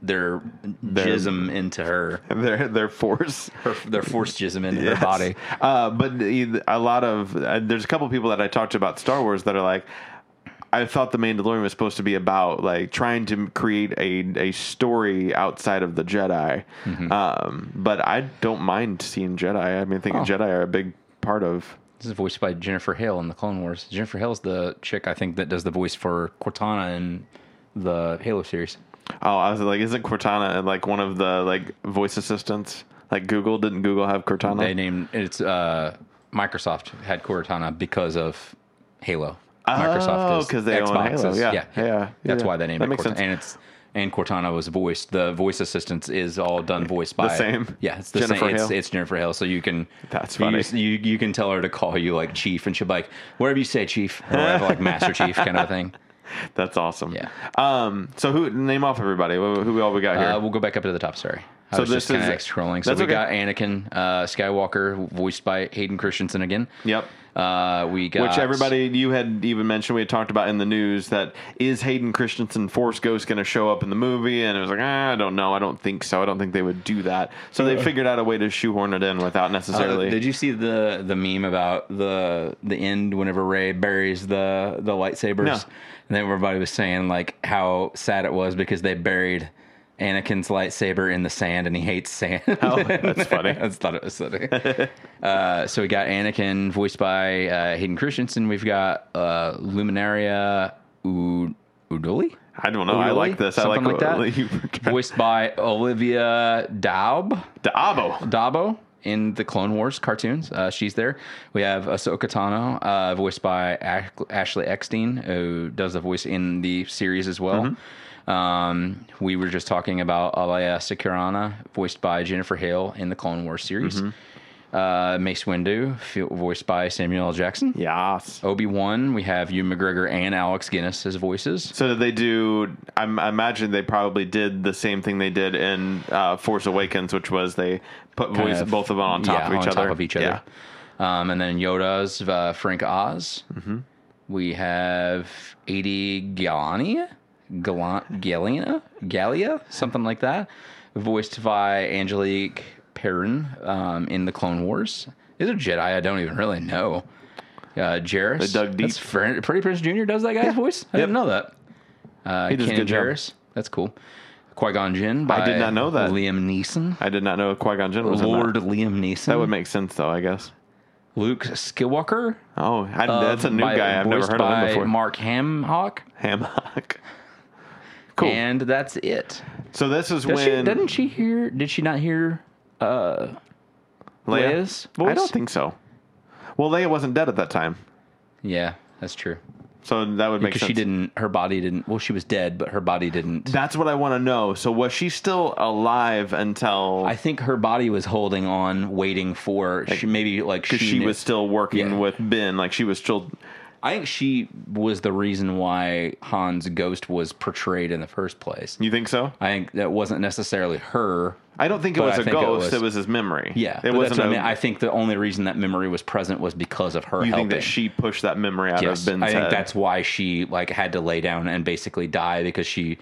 [SPEAKER 1] their, jism into her,
[SPEAKER 2] Their their force.
[SPEAKER 1] her their force jism into her body.
[SPEAKER 2] Uh, but the- a lot of uh, there's a couple people that I talked to about Star Wars that are like, I thought the Mandalorian was supposed to be about like trying to create a a story outside of the Jedi.
[SPEAKER 1] Mm-hmm.
[SPEAKER 2] Um, but I don't mind seeing Jedi. I mean, I
[SPEAKER 1] Oh.
[SPEAKER 2] think Jedi are a big part of.
[SPEAKER 1] This is voiced by Jennifer Hale in the Clone Wars. Jennifer Hale's the chick I think that does the voice for Cortana in the Halo series.
[SPEAKER 2] Oh, I was like, isn't Cortana like one of the like voice assistants? Like Google didn't Google have Cortana?
[SPEAKER 1] They named it's uh, Microsoft had Cortana because of Halo.
[SPEAKER 2] Oh,
[SPEAKER 1] is
[SPEAKER 2] 'cause they own
[SPEAKER 1] Xbox
[SPEAKER 2] Halo.
[SPEAKER 1] is-
[SPEAKER 2] Yeah, yeah,
[SPEAKER 1] That's
[SPEAKER 2] yeah.
[SPEAKER 1] why they named
[SPEAKER 2] That
[SPEAKER 1] it
[SPEAKER 2] makes
[SPEAKER 1] Cortana.
[SPEAKER 2] sense.
[SPEAKER 1] And it's and Cortana was voiced. The voice assistance is all done voiced by
[SPEAKER 2] same?
[SPEAKER 1] Yeah, it's the
[SPEAKER 2] Jennifer
[SPEAKER 1] same. It's,
[SPEAKER 2] Hale?
[SPEAKER 1] it's Jennifer Hale. So you can
[SPEAKER 2] That's
[SPEAKER 1] you-
[SPEAKER 2] funny.
[SPEAKER 1] You, you can tell her to call you like Chief, and she'll be like whatever you say, Chief, or whatever, like Master Chief kind of thing.
[SPEAKER 2] That's awesome.
[SPEAKER 1] Yeah.
[SPEAKER 2] Um. So who name off everybody? Who, who all we got here?
[SPEAKER 1] Uh, we'll go back up to the top. Sorry. I
[SPEAKER 2] So
[SPEAKER 1] was
[SPEAKER 2] this
[SPEAKER 1] just kind of
[SPEAKER 2] is-
[SPEAKER 1] scrolling. So
[SPEAKER 2] that's
[SPEAKER 1] we
[SPEAKER 2] okay.
[SPEAKER 1] got Anakin uh, Skywalker, voiced by Hayden Christensen again.
[SPEAKER 2] Yep.
[SPEAKER 1] Uh, we got
[SPEAKER 2] Which everybody you had even mentioned we had talked about in the news that is Hayden Christensen Force Ghost going to show up in the movie? And it was like, ah, I don't know. I don't think so. I don't think they would do that. So they figured out a way to shoehorn it in without necessarily.
[SPEAKER 1] Uh, did you see the the meme about the the end whenever Ray buries the the lightsabers?
[SPEAKER 2] No.
[SPEAKER 1] And then everybody was saying like how sad it was because they buried Anakin's lightsaber in the sand and he hates sand.
[SPEAKER 2] Oh, that's funny.
[SPEAKER 1] I just thought it was funny. uh, so we got Anakin voiced by uh, Hayden Christensen. We've got uh, Luminaria U- Udoli.
[SPEAKER 2] I don't know. Oh, I
[SPEAKER 1] Udoli?
[SPEAKER 2] like this.
[SPEAKER 1] Something
[SPEAKER 2] I like,
[SPEAKER 1] like,
[SPEAKER 2] what- you were
[SPEAKER 1] that.
[SPEAKER 2] trying-
[SPEAKER 1] voiced by Olivia Daub.
[SPEAKER 2] Dabo.
[SPEAKER 1] Dabo in the Clone Wars cartoons. Uh, she's there. We have Ahsoka Tano, uh, voiced by Ash- Ashley Eckstein, who does the voice in the series as well. Um, we were just talking about Alaya Sekirana, voiced by Jennifer Hale in the Clone Wars series. Uh, Mace Windu, fe- voiced by Samuel L. Jackson.
[SPEAKER 2] Yes.
[SPEAKER 1] Obi Wan, we have Ewan McGregor and Alex Guinness as voices.
[SPEAKER 2] So did they do? I'm, I imagine they probably did the same thing they did in uh, Force Awakens, which was they put
[SPEAKER 1] Kind
[SPEAKER 2] voice,
[SPEAKER 1] of-
[SPEAKER 2] both of them on top
[SPEAKER 1] yeah,
[SPEAKER 2] of each
[SPEAKER 1] on
[SPEAKER 2] other.
[SPEAKER 1] top of each other.
[SPEAKER 2] Yeah.
[SPEAKER 1] Um, and then Yoda's uh, Frank Oz.
[SPEAKER 2] Mm-hmm.
[SPEAKER 1] We have 80 Galania, Galan- Galena, Gallia, something like that, voiced by Angelique Perrin um, in the Clone Wars. Is a Jedi I don't even really know. Uh, Jarrus.
[SPEAKER 2] They dug deep.
[SPEAKER 1] That's Fern- Pretty Prince Jr. does that guy's voice? I didn't know that. Uh,
[SPEAKER 2] He does a
[SPEAKER 1] Kanan
[SPEAKER 2] good job.
[SPEAKER 1] Jarrus. That's cool. Qui Gon Jinn.
[SPEAKER 2] I did
[SPEAKER 1] by
[SPEAKER 2] not know that.
[SPEAKER 1] Liam Neeson.
[SPEAKER 2] I did not know Qui Gon Jinn was
[SPEAKER 1] Lord
[SPEAKER 2] In that.
[SPEAKER 1] Liam Neeson.
[SPEAKER 2] that would make sense, though. I guess.
[SPEAKER 1] Luke Skywalker. um,
[SPEAKER 2] Oh, I, that's a new
[SPEAKER 1] by-
[SPEAKER 2] guy. I've never
[SPEAKER 1] voiced
[SPEAKER 2] heard of him
[SPEAKER 1] by
[SPEAKER 2] before.
[SPEAKER 1] Mark Hamhock.
[SPEAKER 2] Hammock. Cool.
[SPEAKER 1] And that's it.
[SPEAKER 2] So this is
[SPEAKER 1] Does she,
[SPEAKER 2] when
[SPEAKER 1] doesn't she hear? Did she not hear uh,
[SPEAKER 2] Leia-
[SPEAKER 1] Leia's voice?
[SPEAKER 2] Oh, I don't think so. Well, Leia wasn't dead at that time,
[SPEAKER 1] Yeah, that's true.
[SPEAKER 2] so that would make
[SPEAKER 1] Because
[SPEAKER 2] sense.
[SPEAKER 1] she didn't. Her body didn't. Well, she was dead, but her body didn't.
[SPEAKER 2] That's what I want to know. So was she still alive until?
[SPEAKER 1] I think her body was holding on, waiting for she maybe like she,
[SPEAKER 2] because she
[SPEAKER 1] knew-
[SPEAKER 2] was still working
[SPEAKER 1] Yeah.
[SPEAKER 2] with Ben. Like she was still.
[SPEAKER 1] I think she was the reason why Han's ghost was portrayed in the first place.
[SPEAKER 2] You think so?
[SPEAKER 1] I think that wasn't necessarily her.
[SPEAKER 2] I don't think it
[SPEAKER 1] But
[SPEAKER 2] was
[SPEAKER 1] I
[SPEAKER 2] a
[SPEAKER 1] think it
[SPEAKER 2] ghost. It was,
[SPEAKER 1] was-
[SPEAKER 2] his memory.
[SPEAKER 1] Yeah,
[SPEAKER 2] it
[SPEAKER 1] but that's
[SPEAKER 2] wasn't.
[SPEAKER 1] what
[SPEAKER 2] a-
[SPEAKER 1] I mean. I think the only reason that memory was present was because of her
[SPEAKER 2] you
[SPEAKER 1] helping.
[SPEAKER 2] think that she pushed that memory out
[SPEAKER 1] yes,
[SPEAKER 2] of Ben's
[SPEAKER 1] I think
[SPEAKER 2] head?
[SPEAKER 1] that's why she like had to lay down and basically die because she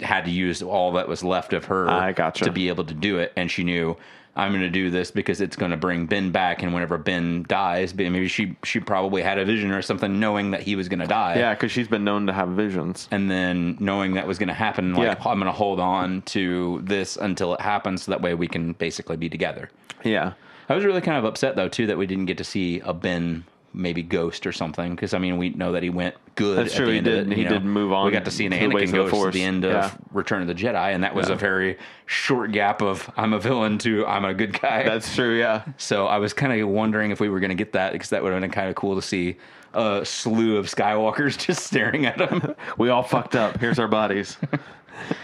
[SPEAKER 1] had to use all that was left of her
[SPEAKER 2] I gotcha.
[SPEAKER 1] to be able to do it, and she knew I'm going to do this because it's going to bring Ben back, and whenever Ben dies, Ben- maybe she she probably had a vision or something, knowing that he was going to die.
[SPEAKER 2] yeah, because she's been known to have visions.
[SPEAKER 1] And then knowing that was going to happen, like
[SPEAKER 2] Yeah.
[SPEAKER 1] I'm going to hold on to this until it happens, so that way we can basically be together.
[SPEAKER 2] Yeah,
[SPEAKER 1] I was really kind of upset though too that we didn't get to see a Ben maybe ghost or something because I mean we know that he went good.
[SPEAKER 2] That's
[SPEAKER 1] at
[SPEAKER 2] true,
[SPEAKER 1] the
[SPEAKER 2] he
[SPEAKER 1] end
[SPEAKER 2] did-
[SPEAKER 1] Of it,
[SPEAKER 2] he
[SPEAKER 1] you know.
[SPEAKER 2] did move on
[SPEAKER 1] We got to see an
[SPEAKER 2] to the ways
[SPEAKER 1] Anakin
[SPEAKER 2] of the
[SPEAKER 1] ghost at
[SPEAKER 2] Force,
[SPEAKER 1] the end of
[SPEAKER 2] yeah.
[SPEAKER 1] Return of the Jedi, and that was
[SPEAKER 2] Yeah.
[SPEAKER 1] a very short gap of I'm a villain to I'm a good guy.
[SPEAKER 2] that's true. Yeah,
[SPEAKER 1] so I was kind of wondering if we were going to get that because that would have been kind of cool to see a slew of Skywalkers just staring at him.
[SPEAKER 2] we all fucked up. Here's our bodies.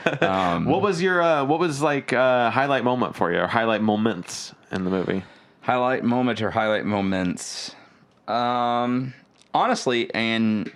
[SPEAKER 2] what was your uh, what was like uh, highlight moment for you or highlight moments in the movie?
[SPEAKER 1] highlight moment or highlight moments um honestly and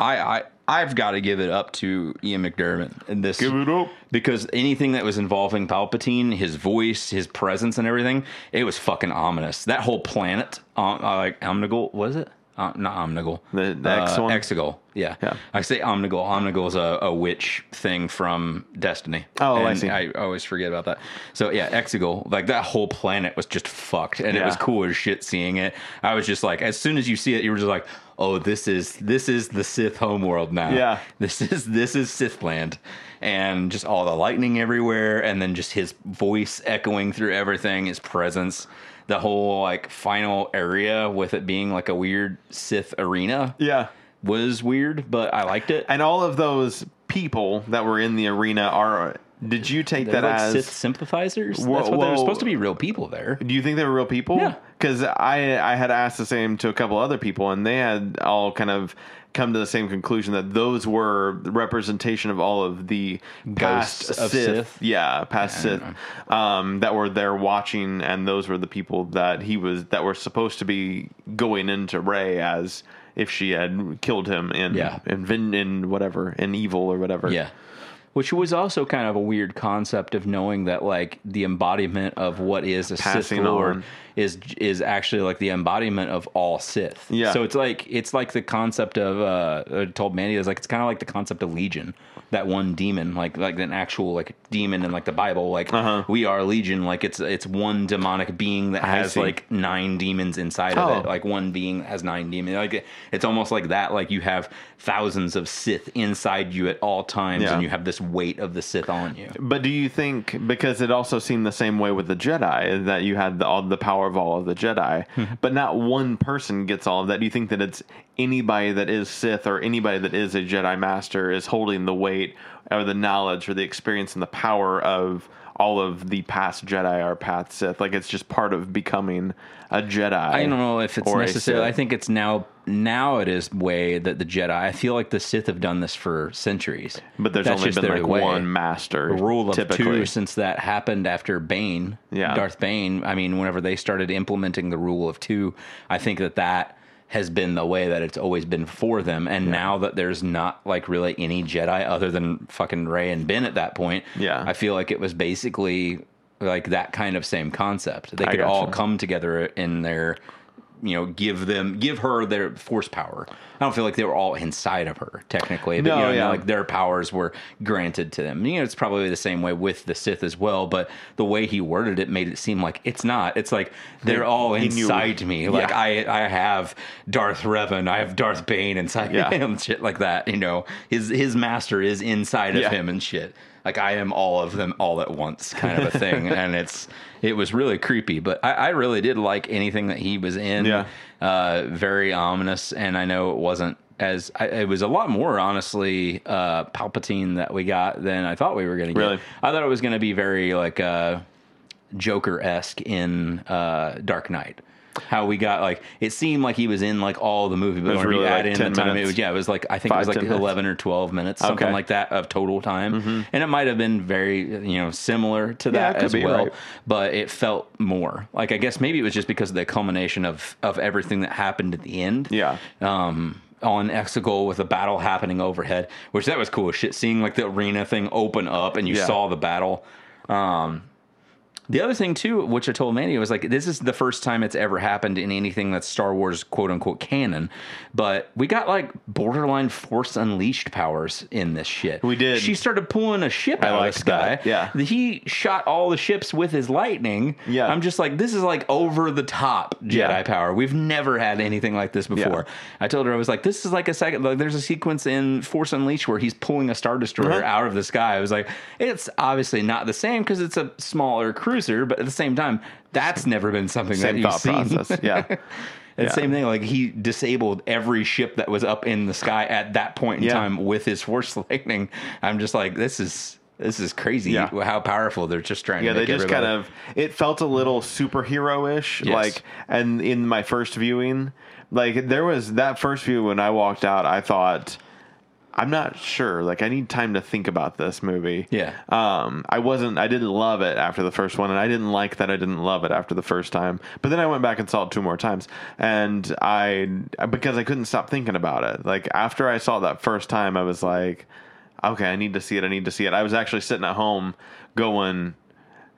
[SPEAKER 1] i i i've got to give it up to ian mcdermott in this
[SPEAKER 2] up.
[SPEAKER 1] because anything that was involving palpatine his voice his presence and everything it was fucking ominous that whole planet um, uh, like omnigul was it uh, not Omnigul.
[SPEAKER 2] The- the X
[SPEAKER 1] uh,
[SPEAKER 2] one?
[SPEAKER 1] Exegol. Yeah.
[SPEAKER 2] Yeah.
[SPEAKER 1] I say Omnigul. Omnigul is a, a witch thing from Destiny.
[SPEAKER 2] Oh, I
[SPEAKER 1] And
[SPEAKER 2] see.
[SPEAKER 1] I always forget about that. So yeah, Exegol, like that whole planet was just fucked, and
[SPEAKER 2] Yeah.
[SPEAKER 1] it was cool as shit seeing it. I was just like, as soon as you see it, you were just like, oh, this is this is the Sith homeworld now.
[SPEAKER 2] Yeah.
[SPEAKER 1] this is this is Sithland, and just all the lightning everywhere, and then just his voice echoing through everything, his presence. The whole like final area with it being like a weird Sith arena
[SPEAKER 2] Yeah,
[SPEAKER 1] was weird, but I liked it.
[SPEAKER 2] and all of those people that were in the arena are. Did you take
[SPEAKER 1] They're
[SPEAKER 2] that
[SPEAKER 1] like
[SPEAKER 2] as
[SPEAKER 1] Sith sympathizers.
[SPEAKER 2] Whoa,
[SPEAKER 1] That's what they're
[SPEAKER 2] whoa.
[SPEAKER 1] supposed to be real people there.
[SPEAKER 2] Do you think they were real people?
[SPEAKER 1] Yeah.
[SPEAKER 2] Because I I had asked the same to a couple other people, and they had all kind of come to the same conclusion that those were the representation of all of the past
[SPEAKER 1] Ghosts of Sith.
[SPEAKER 2] yeah, past Sith, um, that were there watching, and those were the people that he was that were supposed to be going into Ray as if she had killed him in
[SPEAKER 1] Yeah.
[SPEAKER 2] in, vin- in whatever in evil or whatever.
[SPEAKER 1] Yeah. Which was also kind of a weird concept of knowing that like the embodiment of what is a
[SPEAKER 2] Passing
[SPEAKER 1] Sith Lord
[SPEAKER 2] on.
[SPEAKER 1] is is actually like the embodiment of all Sith.
[SPEAKER 2] Yeah.
[SPEAKER 1] So it's like it's like the concept of uh I told Mandy it was like it's kind of like the concept of Legion, that one demon, like like an actual like demon in like the Bible, like
[SPEAKER 2] Uh-huh.
[SPEAKER 1] we are Legion, like it's it's one demonic being that has
[SPEAKER 2] see.
[SPEAKER 1] like nine demons inside of
[SPEAKER 2] Oh.
[SPEAKER 1] it, like one being has nine demons. Like it's almost like that. Like you have thousands of Sith inside you at all times,
[SPEAKER 2] Yeah.
[SPEAKER 1] and you have this weight of the Sith on you.
[SPEAKER 2] But do you think because it also seemed the same way with the Jedi that you had the, all the power of all of the Jedi,
[SPEAKER 1] Hmm.
[SPEAKER 2] but not one person gets all of that? Do you think that it's anybody that is Sith or anybody that is a Jedi Master is holding the weight or the knowledge or the experience and the power of all of the past Jedi or past Sith? Like it's just part of becoming a Jedi.
[SPEAKER 1] I don't know if it's
[SPEAKER 2] or a
[SPEAKER 1] necessarily. I
[SPEAKER 2] Sith.
[SPEAKER 1] think it's now now it is way that the Jedi. I feel like the Sith have done this for centuries,
[SPEAKER 2] but there's
[SPEAKER 1] That's
[SPEAKER 2] only
[SPEAKER 1] just
[SPEAKER 2] been
[SPEAKER 1] their
[SPEAKER 2] like
[SPEAKER 1] way.
[SPEAKER 2] one master.
[SPEAKER 1] The rule of
[SPEAKER 2] typically.
[SPEAKER 1] two since that happened after Bane,
[SPEAKER 2] Yeah.
[SPEAKER 1] Darth Bane. I mean, whenever they started implementing the rule of two, I think that that has been the way that it's always been for them. And now that there's not like really any Jedi other than fucking Ray and Ben at that point,
[SPEAKER 2] Yeah.
[SPEAKER 1] I feel like it was basically like that kind of same concept. They
[SPEAKER 2] I
[SPEAKER 1] could all
[SPEAKER 2] gotcha.
[SPEAKER 1] come together in their you know, give them, give her their force power. I don't feel like they were all inside of her technically. But,
[SPEAKER 2] No,
[SPEAKER 1] you know, what I mean?
[SPEAKER 2] yeah.
[SPEAKER 1] like their powers were granted to them. You know, it's probably the same way with the Sith as well, but the way he worded it made it seem like it's not. It's like they're all
[SPEAKER 2] in you.
[SPEAKER 1] inside me. Like I I have Darth Revan, I have Darth Bane inside
[SPEAKER 2] Yeah.
[SPEAKER 1] him, shit like that. You know, his his master is inside of
[SPEAKER 2] Yeah.
[SPEAKER 1] him and shit. Like I am all of them all at once, kind of a thing, and it's it was really creepy. But I, I really did like anything that he was in.
[SPEAKER 2] Yeah.
[SPEAKER 1] uh, very ominous, and I know it wasn't as I, it was a lot more honestly uh, Palpatine that we got than I thought we were going to get.
[SPEAKER 2] Really?
[SPEAKER 1] I thought it was going to be very like uh, Joker esque in uh, Dark Knight. How we got like it seemed like he was in like all the movie, but
[SPEAKER 2] was
[SPEAKER 1] when you
[SPEAKER 2] really, like,
[SPEAKER 1] add in
[SPEAKER 2] 10
[SPEAKER 1] the time, it
[SPEAKER 2] minutes.
[SPEAKER 1] was yeah, it was like I think
[SPEAKER 2] Five,
[SPEAKER 1] it was like
[SPEAKER 2] 10 minutes.
[SPEAKER 1] eleven or twelve minutes, something
[SPEAKER 2] Okay. Mm-hmm.
[SPEAKER 1] like that of total time, and it might have been very you know similar to
[SPEAKER 2] Yeah, it
[SPEAKER 1] that
[SPEAKER 2] could
[SPEAKER 1] as
[SPEAKER 2] be,
[SPEAKER 1] well
[SPEAKER 2] right.
[SPEAKER 1] but it felt more like I guess maybe it was just because of the culmination of of everything that happened at the end.
[SPEAKER 2] Yeah.
[SPEAKER 1] Um, on Exegol with a battle happening overhead, which that was cool as shit. Seeing like the arena thing open up and you
[SPEAKER 2] Yeah.
[SPEAKER 1] saw the battle. Um, the other thing too, which I told Mandy was like, this is the first time it's ever happened in anything that's Star Wars quote unquote canon. But we got like borderline Force Unleashed powers in this shit.
[SPEAKER 2] We did.
[SPEAKER 1] She started pulling a ship out of
[SPEAKER 2] liked
[SPEAKER 1] the sky.
[SPEAKER 2] that. Yeah.
[SPEAKER 1] he shot all the ships with his lightning.
[SPEAKER 2] Yeah.
[SPEAKER 1] I'm just like, this is like over the top Jedi
[SPEAKER 2] Yeah.
[SPEAKER 1] power. We've never had anything like this before. I told her I was like, this is like a second. Like, there's a sequence in Force Unleashed where he's pulling a star destroyer
[SPEAKER 2] Uh-huh.
[SPEAKER 1] out of the sky. I was like, it's obviously not the same because it's a smaller cruiser, but at the same time, that's never been something that
[SPEAKER 2] Same
[SPEAKER 1] you've
[SPEAKER 2] thought
[SPEAKER 1] seen.
[SPEAKER 2] process. Yeah.
[SPEAKER 1] And
[SPEAKER 2] Yeah.
[SPEAKER 1] same thing, like he disabled every ship that was up in the sky at that point in
[SPEAKER 2] Yeah.
[SPEAKER 1] time with his force lightning. I'm just like, this is this is crazy
[SPEAKER 2] Yeah.
[SPEAKER 1] how powerful they're just trying to
[SPEAKER 2] Yeah, they
[SPEAKER 1] make
[SPEAKER 2] just
[SPEAKER 1] everybody.
[SPEAKER 2] kind of it felt a little superhero-ish
[SPEAKER 1] Yes.
[SPEAKER 2] like and in my first viewing, like there was that first view when I walked out, I thought I'm not sure. Like I need time to think about this movie.
[SPEAKER 1] Yeah.
[SPEAKER 2] Um I wasn't I didn't love it after the first one and I didn't like that I didn't love it after the first time. But then I went back and saw it two more times and I because I couldn't stop thinking about it. Like after I saw it that first time I was like okay, I need to see it. I need to see it. I was actually sitting at home going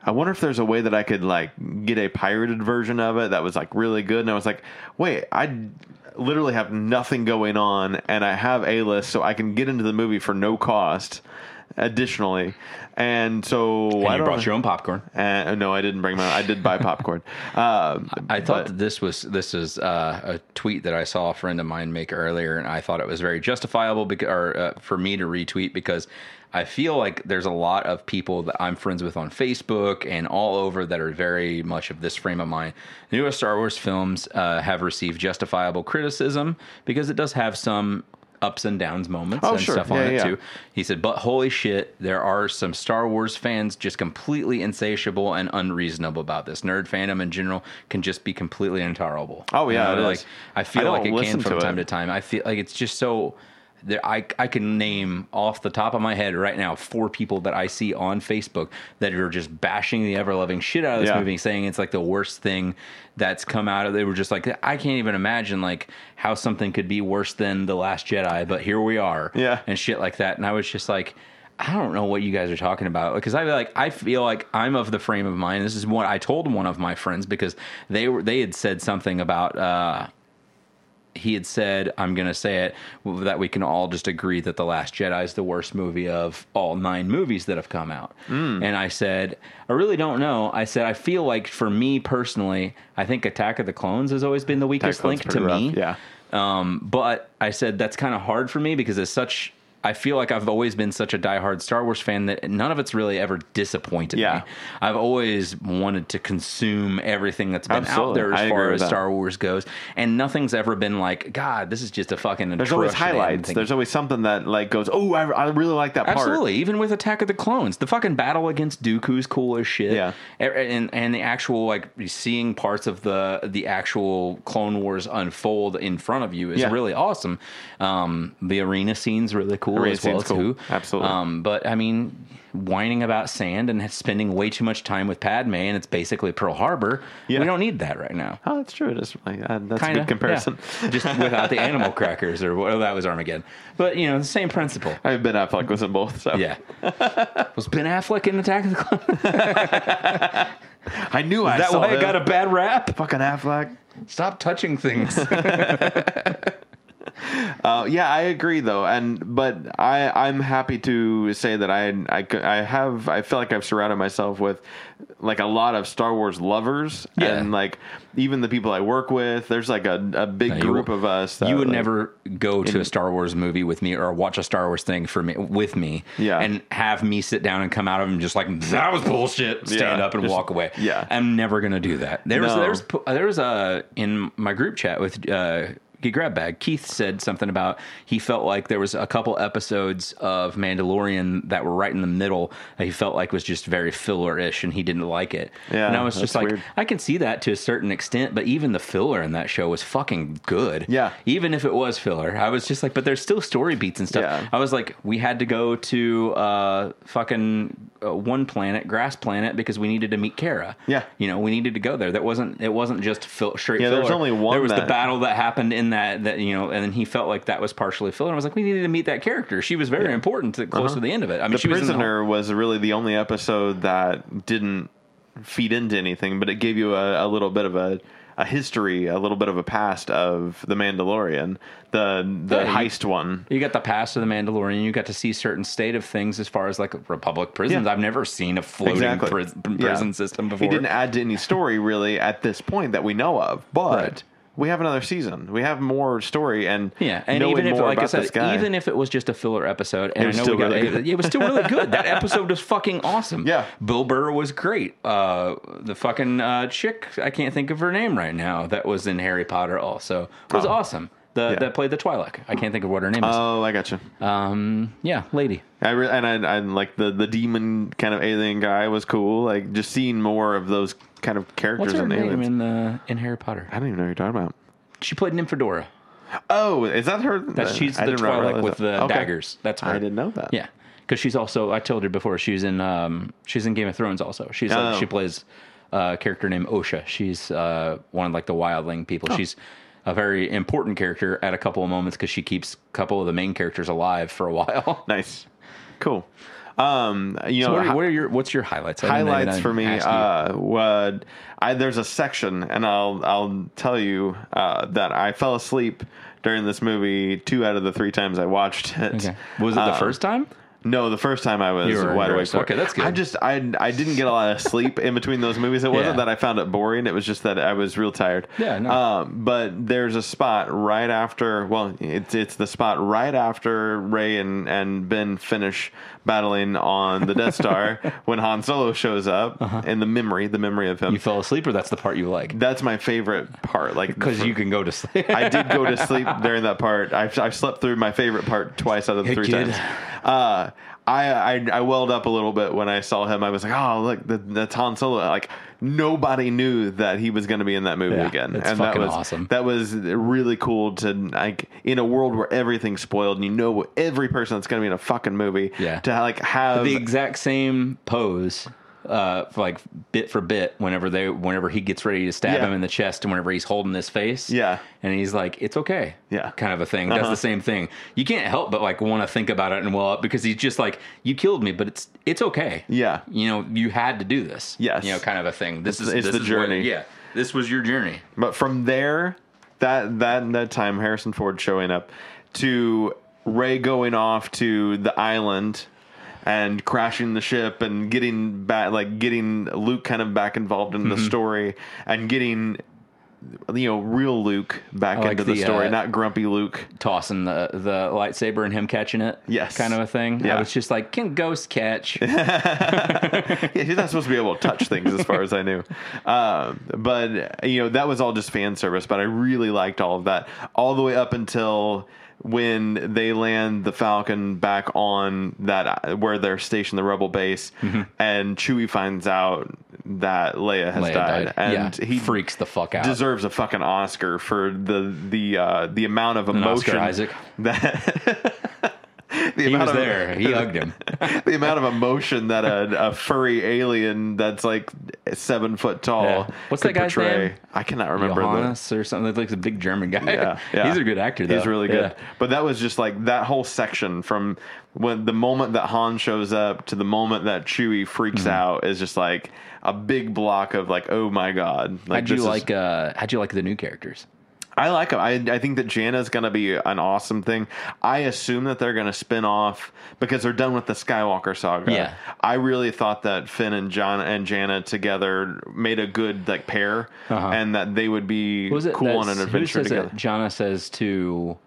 [SPEAKER 2] I wonder if there's a way that I could like get a pirated version of it that was like really good. And I was like, wait, I literally have nothing going on and I have A list so I can get into the movie for no cost additionally. And so
[SPEAKER 1] And
[SPEAKER 2] I
[SPEAKER 1] you
[SPEAKER 2] don't-
[SPEAKER 1] brought your own Uh, popcorn.
[SPEAKER 2] Uh, no, I didn't bring my. I did buy popcorn. Um
[SPEAKER 1] I thought that this was this is uh, a tweet that I saw a friend of mine make earlier, and I thought it was very justifiable because, or, uh, for me to retweet because I feel like there's a lot of people that I'm friends with on Facebook and all over that are very much of this frame of mind. The newest Star Wars films uh, have received justifiable criticism because it does have some ups and downs moments
[SPEAKER 2] Oh,
[SPEAKER 1] and
[SPEAKER 2] sure.
[SPEAKER 1] stuff on
[SPEAKER 2] Yeah,
[SPEAKER 1] it
[SPEAKER 2] yeah.
[SPEAKER 1] too. He said, "But holy shit, there are some Star Wars fans just completely insatiable and unreasonable about this. Nerd fandom in general can just be completely intolerable."
[SPEAKER 2] Oh, yeah, it
[SPEAKER 1] like
[SPEAKER 2] is.
[SPEAKER 1] I
[SPEAKER 2] I
[SPEAKER 1] feel
[SPEAKER 2] don't
[SPEAKER 1] like it
[SPEAKER 2] listen
[SPEAKER 1] can from
[SPEAKER 2] to
[SPEAKER 1] time
[SPEAKER 2] it.
[SPEAKER 1] to time. I feel like it's just so. There, I I can name off the top of my head right now four people that I see on Facebook that are just bashing the ever loving shit out of this
[SPEAKER 2] Yeah.
[SPEAKER 1] movie, saying it's like the worst thing that's come out of. They were just like, I can't even imagine like how something could be worse than the Last Jedi, but here we are
[SPEAKER 2] Yeah.
[SPEAKER 1] and shit like that. And I was just like, I don't know what you guys are talking about because I feel like I feel like I'm of the frame of mind. This is what I told one of my friends because they were they had said something about uh, he had said I'm gonna say it that we can all just agree that the Last Jedi is the worst movie of all nine movies that have come out.
[SPEAKER 2] Hmm.
[SPEAKER 1] And I said I really don't know. I said I feel like for me personally, I think Attack of the Clones has always been the weakest
[SPEAKER 2] That one's
[SPEAKER 1] link to
[SPEAKER 2] pretty
[SPEAKER 1] me.
[SPEAKER 2] rough. Yeah.
[SPEAKER 1] Um, but I said that's kind of hard for me because it's such. I feel like I've always been such a diehard Star Wars fan that none of it's really ever disappointed
[SPEAKER 2] Yeah.
[SPEAKER 1] me. I've always wanted to consume everything that's been out
[SPEAKER 2] Absolutely.
[SPEAKER 1] there as
[SPEAKER 2] I
[SPEAKER 1] far
[SPEAKER 2] agree
[SPEAKER 1] as
[SPEAKER 2] with that.
[SPEAKER 1] Star Wars goes, and nothing's ever been like, God, this is just a fucking.
[SPEAKER 2] There's always highlights. There's always something that like goes, oh, I, I really like that part.
[SPEAKER 1] Absolutely, even with Attack of the Clones, the fucking battle against Dooku's cool as shit.
[SPEAKER 2] Yeah.
[SPEAKER 1] E- and and the actual like seeing parts of the the actual Clone Wars unfold in front of you is
[SPEAKER 2] Yeah.
[SPEAKER 1] really awesome. Um, the arena scene's really cool
[SPEAKER 2] Arena
[SPEAKER 1] as well
[SPEAKER 2] scene's cool.
[SPEAKER 1] too.
[SPEAKER 2] Absolutely.
[SPEAKER 1] Um, but I mean, whining about sand and spending way too much time with Padme, and it's basically Pearl Harbor.
[SPEAKER 2] Yeah.
[SPEAKER 1] We don't need that right now.
[SPEAKER 2] Oh, that's true. It is. Like, uh, that's
[SPEAKER 1] Kinda,
[SPEAKER 2] a good comparison.
[SPEAKER 1] yeah. Just without the animal crackers or well, that was Armageddon. But you know, the same principle.
[SPEAKER 2] I've been Affleck was in both. So
[SPEAKER 1] Yeah. Was Ben Affleck in Attack of the Clones? Is
[SPEAKER 2] I knew I
[SPEAKER 1] that
[SPEAKER 2] saw
[SPEAKER 1] why
[SPEAKER 2] him.
[SPEAKER 1] I got a bad rap?
[SPEAKER 2] fucking Affleck.
[SPEAKER 1] Stop touching things.
[SPEAKER 2] Uh, yeah, I agree though, and but I I'm happy to say that I, I c- I have I feel like I've surrounded myself with like a lot of Star Wars lovers
[SPEAKER 1] Yeah.
[SPEAKER 2] and like even the people I work with. There's like a, a big
[SPEAKER 1] you
[SPEAKER 2] group
[SPEAKER 1] will-
[SPEAKER 2] of us. That,
[SPEAKER 1] you would
[SPEAKER 2] like-
[SPEAKER 1] never go to a Star Wars movie with me or watch a Star Wars thing for me with me
[SPEAKER 2] Yeah.
[SPEAKER 1] and have me sit down and come out of them just like that was bullshit stand
[SPEAKER 2] Yeah,
[SPEAKER 1] up and
[SPEAKER 2] just-
[SPEAKER 1] walk away
[SPEAKER 2] yeah.
[SPEAKER 1] I'm never gonna do that there was
[SPEAKER 2] No.
[SPEAKER 1] there was there was a in my group chat with uh grab bag. Keith said something about he felt like there was a couple episodes of Mandalorian that were right in the middle that he felt like was just very filler-ish, and he didn't like it.
[SPEAKER 2] Yeah,
[SPEAKER 1] and I was
[SPEAKER 2] that's
[SPEAKER 1] just like,
[SPEAKER 2] weird.
[SPEAKER 1] I can see that to a certain extent, but even the filler in that show was fucking good.
[SPEAKER 2] Yeah.
[SPEAKER 1] even if it was filler, I was just like, but there's still story beats and stuff.
[SPEAKER 2] Yeah.
[SPEAKER 1] I was like, we had to go to uh, fucking uh, one planet, grass planet, because we needed to meet Kara.
[SPEAKER 2] Yeah.
[SPEAKER 1] you know, we needed to go there. That wasn't it wasn't just fill, straight.
[SPEAKER 2] Yeah, there
[SPEAKER 1] filler.
[SPEAKER 2] was only one
[SPEAKER 1] There was the
[SPEAKER 2] that-
[SPEAKER 1] battle that happened in that that you know, and then he felt like that was partially filler. I was like, we needed to meet that character. She was very important to close to the end of it. I mean,
[SPEAKER 2] Uh-huh. The
[SPEAKER 1] she was in the
[SPEAKER 2] Prisoner was really the only episode that didn't feed into anything, but it gave you a, a little bit of a, a history, a little bit of a past of the Mandalorian, the the
[SPEAKER 1] Yeah, you-
[SPEAKER 2] heist one.
[SPEAKER 1] You got the past of the Mandalorian. You got to see certain state of things as far as like Republic prisons.
[SPEAKER 2] Yeah.
[SPEAKER 1] I've never seen a floating
[SPEAKER 2] Exactly.
[SPEAKER 1] pris- prison
[SPEAKER 2] Yeah.
[SPEAKER 1] system before.
[SPEAKER 2] He didn't add to any story really at this point that we know of, but.
[SPEAKER 1] Right.
[SPEAKER 2] We have another season. We have more story, and
[SPEAKER 1] Yeah, and
[SPEAKER 2] knowing
[SPEAKER 1] even if,
[SPEAKER 2] more
[SPEAKER 1] like I
[SPEAKER 2] about this
[SPEAKER 1] said,
[SPEAKER 2] guy-
[SPEAKER 1] even if it was just a filler episode, and I
[SPEAKER 2] was
[SPEAKER 1] know we
[SPEAKER 2] still
[SPEAKER 1] got
[SPEAKER 2] really good.
[SPEAKER 1] it was still really good. That episode was fucking awesome.
[SPEAKER 2] Yeah.
[SPEAKER 1] Bill Burr was great. Uh, the fucking uh, chick, I can't think of her name right now. That was in Harry Potter. Also, was
[SPEAKER 2] Oh.
[SPEAKER 1] awesome. The
[SPEAKER 2] Yeah.
[SPEAKER 1] that played the Twi'lek. I can't think of what her name is.
[SPEAKER 2] oh, I got you.
[SPEAKER 1] um, yeah, lady.
[SPEAKER 2] I re- and I, I like the the demon kind of alien guy was cool. Like just seeing more of those kind of characters
[SPEAKER 1] What's her
[SPEAKER 2] and
[SPEAKER 1] name
[SPEAKER 2] aliens.
[SPEAKER 1] in the in Harry Potter?
[SPEAKER 2] I don't even know who you're talking about.
[SPEAKER 1] She played Nymphadora.
[SPEAKER 2] Oh, is that her?
[SPEAKER 1] That's she's
[SPEAKER 2] I
[SPEAKER 1] the
[SPEAKER 2] didn't realize
[SPEAKER 1] Twi'lek with
[SPEAKER 2] that.
[SPEAKER 1] the
[SPEAKER 2] Okay.
[SPEAKER 1] daggers. That's her.
[SPEAKER 2] I didn't know that.
[SPEAKER 1] Yeah, because she's also I told her before she's in um she's in Game of Thrones also. She's like,
[SPEAKER 2] Oh.
[SPEAKER 1] she plays a character named Osha. She's uh one of like the wildling people.
[SPEAKER 2] Oh.
[SPEAKER 1] She's a very important character at a couple of moments because she keeps a couple of the main characters alive for a while.
[SPEAKER 2] Nice, cool. Um, you know,
[SPEAKER 1] what,
[SPEAKER 2] hi-
[SPEAKER 1] are, what are your what's your highlights? I didn't even
[SPEAKER 2] highlights for me.
[SPEAKER 1] ask you.
[SPEAKER 2] Uh, what I there's a section, and I'll I'll tell you uh, that I fell asleep during this movie two out of the three times I watched it.
[SPEAKER 1] okay. was it the
[SPEAKER 2] Um,
[SPEAKER 1] first time?
[SPEAKER 2] No, the first time I was
[SPEAKER 1] You were-
[SPEAKER 2] wide
[SPEAKER 1] you were-
[SPEAKER 2] awake. for it.
[SPEAKER 1] okay, that's good.
[SPEAKER 2] I just I I didn't get a lot of sleep in between those movies. It wasn't
[SPEAKER 1] Yeah.
[SPEAKER 2] that I found it boring. It was just that I was real tired.
[SPEAKER 1] Yeah, no.
[SPEAKER 2] Um, but there's a spot right after. Well, it's it's the spot right after Ray and and Ben finish battling on the Death Star when Han Solo shows up and the memory, the memory of him.
[SPEAKER 1] Uh-huh. You fell asleep, or that's the part you like?
[SPEAKER 2] that's my favorite part. Like
[SPEAKER 1] Because you can go to sleep.
[SPEAKER 2] I did go to sleep during that part. I've, I've slept through my favorite part twice out of the
[SPEAKER 1] Hey,
[SPEAKER 2] three
[SPEAKER 1] kid.
[SPEAKER 2] times. Uh, I, I I welled up a little bit when I saw him. I was like, oh look, the, that's Han Solo. Like nobody knew that he was going to be in that movie
[SPEAKER 1] Yeah,
[SPEAKER 2] again,
[SPEAKER 1] that's
[SPEAKER 2] that
[SPEAKER 1] fucking
[SPEAKER 2] was
[SPEAKER 1] awesome.
[SPEAKER 2] That was really cool to like in a world where everything's spoiled and you know every person that's going to be in a fucking movie.
[SPEAKER 1] Yeah.
[SPEAKER 2] to like have
[SPEAKER 1] the exact same pose uh for, like bit for bit whenever they whenever he gets ready to stab
[SPEAKER 2] Yeah.
[SPEAKER 1] him in the chest and whenever he's holding his face
[SPEAKER 2] Yeah.
[SPEAKER 1] and he's like it's okay
[SPEAKER 2] Yeah.
[SPEAKER 1] kind of a thing that's
[SPEAKER 2] Uh-huh.
[SPEAKER 1] the same thing you can't help but like want to think about it and well up because he's just like you killed me but it's it's okay
[SPEAKER 2] Yeah.
[SPEAKER 1] you know you had to do this
[SPEAKER 2] Yes.
[SPEAKER 1] you know kind of a thing this
[SPEAKER 2] It's-
[SPEAKER 1] is
[SPEAKER 2] it's
[SPEAKER 1] this
[SPEAKER 2] the
[SPEAKER 1] is
[SPEAKER 2] journey.
[SPEAKER 1] what, yeah this was your journey
[SPEAKER 2] But from there, that that that time Harrison Ford showing up to Ray going off to the island and crashing the ship and getting back like getting Luke kind of back involved in
[SPEAKER 1] Mm-hmm.
[SPEAKER 2] the story and getting you know real Luke back
[SPEAKER 1] like
[SPEAKER 2] into the,
[SPEAKER 1] the,
[SPEAKER 2] story,
[SPEAKER 1] uh,
[SPEAKER 2] not grumpy Luke.
[SPEAKER 1] tossing the the lightsaber and him catching it
[SPEAKER 2] Yes.
[SPEAKER 1] kind of a thing
[SPEAKER 2] Yeah.
[SPEAKER 1] i was just like can ghost catch
[SPEAKER 2] yeah, he's not supposed to be able to touch things, as far as I knew. Um, but you know, that was all just fan service. But I really liked all of that, all the way up until when they land the Falcon back on that uh, where they're stationed, the Rebel base,
[SPEAKER 1] Mm-hmm.
[SPEAKER 2] and Chewie finds out that Leia has
[SPEAKER 1] Leia
[SPEAKER 2] died, and
[SPEAKER 1] yeah.
[SPEAKER 2] he
[SPEAKER 1] freaks the fuck out
[SPEAKER 2] deserves a fucking Oscar for the the uh, the amount of
[SPEAKER 1] Oscar
[SPEAKER 2] emotion
[SPEAKER 1] Isaac.
[SPEAKER 2] that. The
[SPEAKER 1] he
[SPEAKER 2] amount
[SPEAKER 1] was
[SPEAKER 2] of-
[SPEAKER 1] there he hugged him
[SPEAKER 2] the amount of emotion that a, a furry alien that's like seven foot tall.
[SPEAKER 1] Yeah. What's
[SPEAKER 2] could
[SPEAKER 1] that guy's
[SPEAKER 2] portray.
[SPEAKER 1] name?
[SPEAKER 2] I cannot remember the.
[SPEAKER 1] Johannes or something. Like a big German guy.
[SPEAKER 2] Yeah, yeah.
[SPEAKER 1] he's a good actor. Though.
[SPEAKER 2] He's really good.
[SPEAKER 1] Yeah.
[SPEAKER 2] But that was just like that whole section from when the moment that Han shows up to the moment that Chewie freaks
[SPEAKER 1] Mm-hmm.
[SPEAKER 2] out is just like a big block of like, oh my god. Like,
[SPEAKER 1] How'd you
[SPEAKER 2] this is-
[SPEAKER 1] like? Uh, how'd you like the new characters?
[SPEAKER 2] I like them. I, I think that Janna's going to be an awesome thing. I assume that they're going to spin off because they're done with the Skywalker saga.
[SPEAKER 1] Yeah.
[SPEAKER 2] I really thought that Finn and John and Janna together made a good like pair, and that they would be
[SPEAKER 1] Uh-huh. What was it?
[SPEAKER 2] cool on
[SPEAKER 1] that's-
[SPEAKER 2] an adventure
[SPEAKER 1] Who says
[SPEAKER 2] together.
[SPEAKER 1] it? Jonna says to,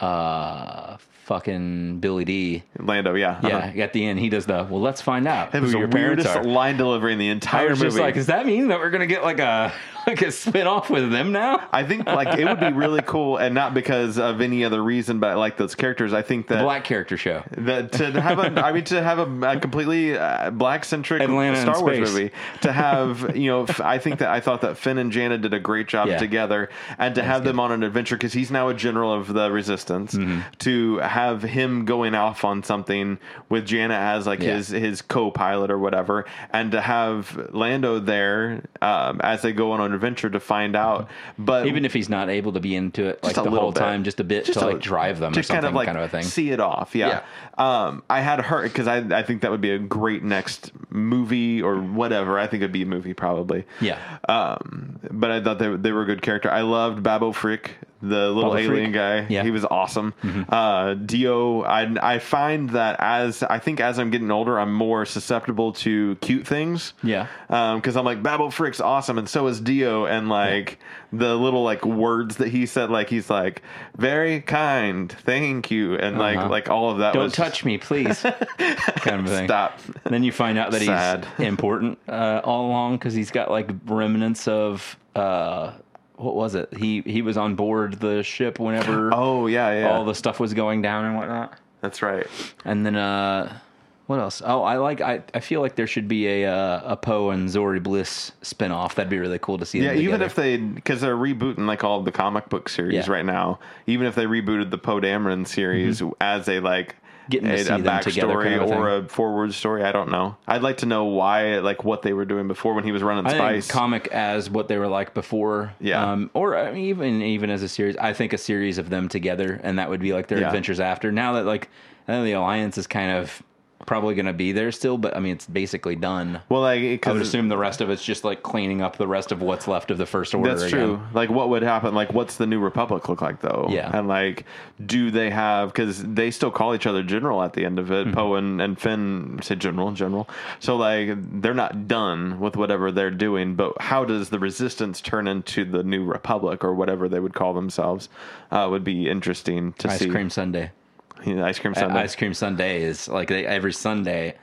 [SPEAKER 1] uh, fucking Billy D.
[SPEAKER 2] Lando, yeah,
[SPEAKER 1] Yeah,
[SPEAKER 2] Uh-huh.
[SPEAKER 1] at the end he does the. Well, let's find out
[SPEAKER 2] It
[SPEAKER 1] who
[SPEAKER 2] was the
[SPEAKER 1] your parents
[SPEAKER 2] weirdest
[SPEAKER 1] are.
[SPEAKER 2] line delivery in the
[SPEAKER 1] I
[SPEAKER 2] entire
[SPEAKER 1] was
[SPEAKER 2] movie.
[SPEAKER 1] just like, does that mean that we're gonna get like a get spin off with them now?
[SPEAKER 2] I think like it would be really cool, and not because of any other reason, but I like those characters. I think that
[SPEAKER 1] Black character show.
[SPEAKER 2] that to have a, I mean, to have a, a completely uh, black centric
[SPEAKER 1] Atlanta
[SPEAKER 2] Star
[SPEAKER 1] in
[SPEAKER 2] Wars
[SPEAKER 1] space.
[SPEAKER 2] movie, to have you know, f- I think that I thought that Finn and Janet did a great job
[SPEAKER 1] Yeah.
[SPEAKER 2] together, and to have them on an adventure because he's now a general of the Resistance.
[SPEAKER 1] Mm-hmm.
[SPEAKER 2] To have him going off on something with Janet as like
[SPEAKER 1] Yeah.
[SPEAKER 2] his his co-pilot or whatever, and to have Lando there um, as they go on an adventure to find out, but
[SPEAKER 1] Even if he's not able to be into it like
[SPEAKER 2] Just a
[SPEAKER 1] the
[SPEAKER 2] little
[SPEAKER 1] whole
[SPEAKER 2] bit.
[SPEAKER 1] time, just a bit to like drive them or
[SPEAKER 2] just
[SPEAKER 1] something,
[SPEAKER 2] kind of
[SPEAKER 1] a
[SPEAKER 2] like
[SPEAKER 1] thing.
[SPEAKER 2] see it off. Yeah, Um, I had her because I I think that would be a great next movie or whatever. I think it'd be a movie probably.
[SPEAKER 1] Yeah.
[SPEAKER 2] Um, but I thought they they were a good character. I loved Babbo Frick, the little
[SPEAKER 1] Babbo
[SPEAKER 2] alien
[SPEAKER 1] Frick.
[SPEAKER 2] guy.
[SPEAKER 1] Yeah. Mm-hmm.
[SPEAKER 2] he was awesome. Uh, Dio, I I find that as I think as I'm getting older, I'm more susceptible to cute things.
[SPEAKER 1] Yeah.
[SPEAKER 2] because I'm like Babbo Frick's awesome, and so is Dio, and like the little like words that he said, like he's like very kind, thank you, and like
[SPEAKER 1] Uh-huh.
[SPEAKER 2] like all of that.
[SPEAKER 1] Don't
[SPEAKER 2] was
[SPEAKER 1] touch me, please. kind of thing.
[SPEAKER 2] Stop.
[SPEAKER 1] Then you find out that
[SPEAKER 2] Sad.
[SPEAKER 1] he's important uh, all along because he's got like remnants of uh, what was it? He he was on board the ship whenever
[SPEAKER 2] Oh yeah, yeah.
[SPEAKER 1] all the stuff was going down and whatnot.
[SPEAKER 2] That's right.
[SPEAKER 1] And then uh, what else? Oh, I like I, I feel like there should be a uh, a Poe and Zori Bliss spinoff. That'd be really cool to see.
[SPEAKER 2] Yeah,
[SPEAKER 1] them
[SPEAKER 2] even
[SPEAKER 1] together.
[SPEAKER 2] if they because they're rebooting like all of the comic book series
[SPEAKER 1] Yeah.
[SPEAKER 2] right now. Even if they rebooted the Poe Dameron series as a like
[SPEAKER 1] Mm-hmm. Getting to
[SPEAKER 2] a,
[SPEAKER 1] see
[SPEAKER 2] a
[SPEAKER 1] them together
[SPEAKER 2] backstory
[SPEAKER 1] kind of
[SPEAKER 2] or a forward story, I don't know. I'd like to know why like what they were doing before when he was running
[SPEAKER 1] I
[SPEAKER 2] Spice.
[SPEAKER 1] think comic as what they were like before,
[SPEAKER 2] Yeah.
[SPEAKER 1] Um, or I mean, even even as a series, I think a series of them together, and that would be like their
[SPEAKER 2] Yeah.
[SPEAKER 1] adventures after. Now that like I know the alliance is kind of probably going to be there still, but I mean it's basically done.
[SPEAKER 2] well, like
[SPEAKER 1] I would
[SPEAKER 2] because
[SPEAKER 1] assume the rest of it's just like cleaning up the rest of what's left of the first order.
[SPEAKER 2] That's
[SPEAKER 1] again.
[SPEAKER 2] true. Like, what would happen? Like, what's the new republic look like, though?
[SPEAKER 1] Yeah.
[SPEAKER 2] And like, do they have? Because they still call each other general at the end of
[SPEAKER 1] Mm-hmm.
[SPEAKER 2] it. Poe and, and Finn say general, general. So like, they're not done with whatever they're doing. But how does the resistance turn into the new republic or whatever they would call themselves? Uh, would be interesting to
[SPEAKER 1] Ice
[SPEAKER 2] see.
[SPEAKER 1] cream Sunday.
[SPEAKER 2] Yeah, ice cream Sunday.
[SPEAKER 1] Ice cream Sunday is like they, every Sunday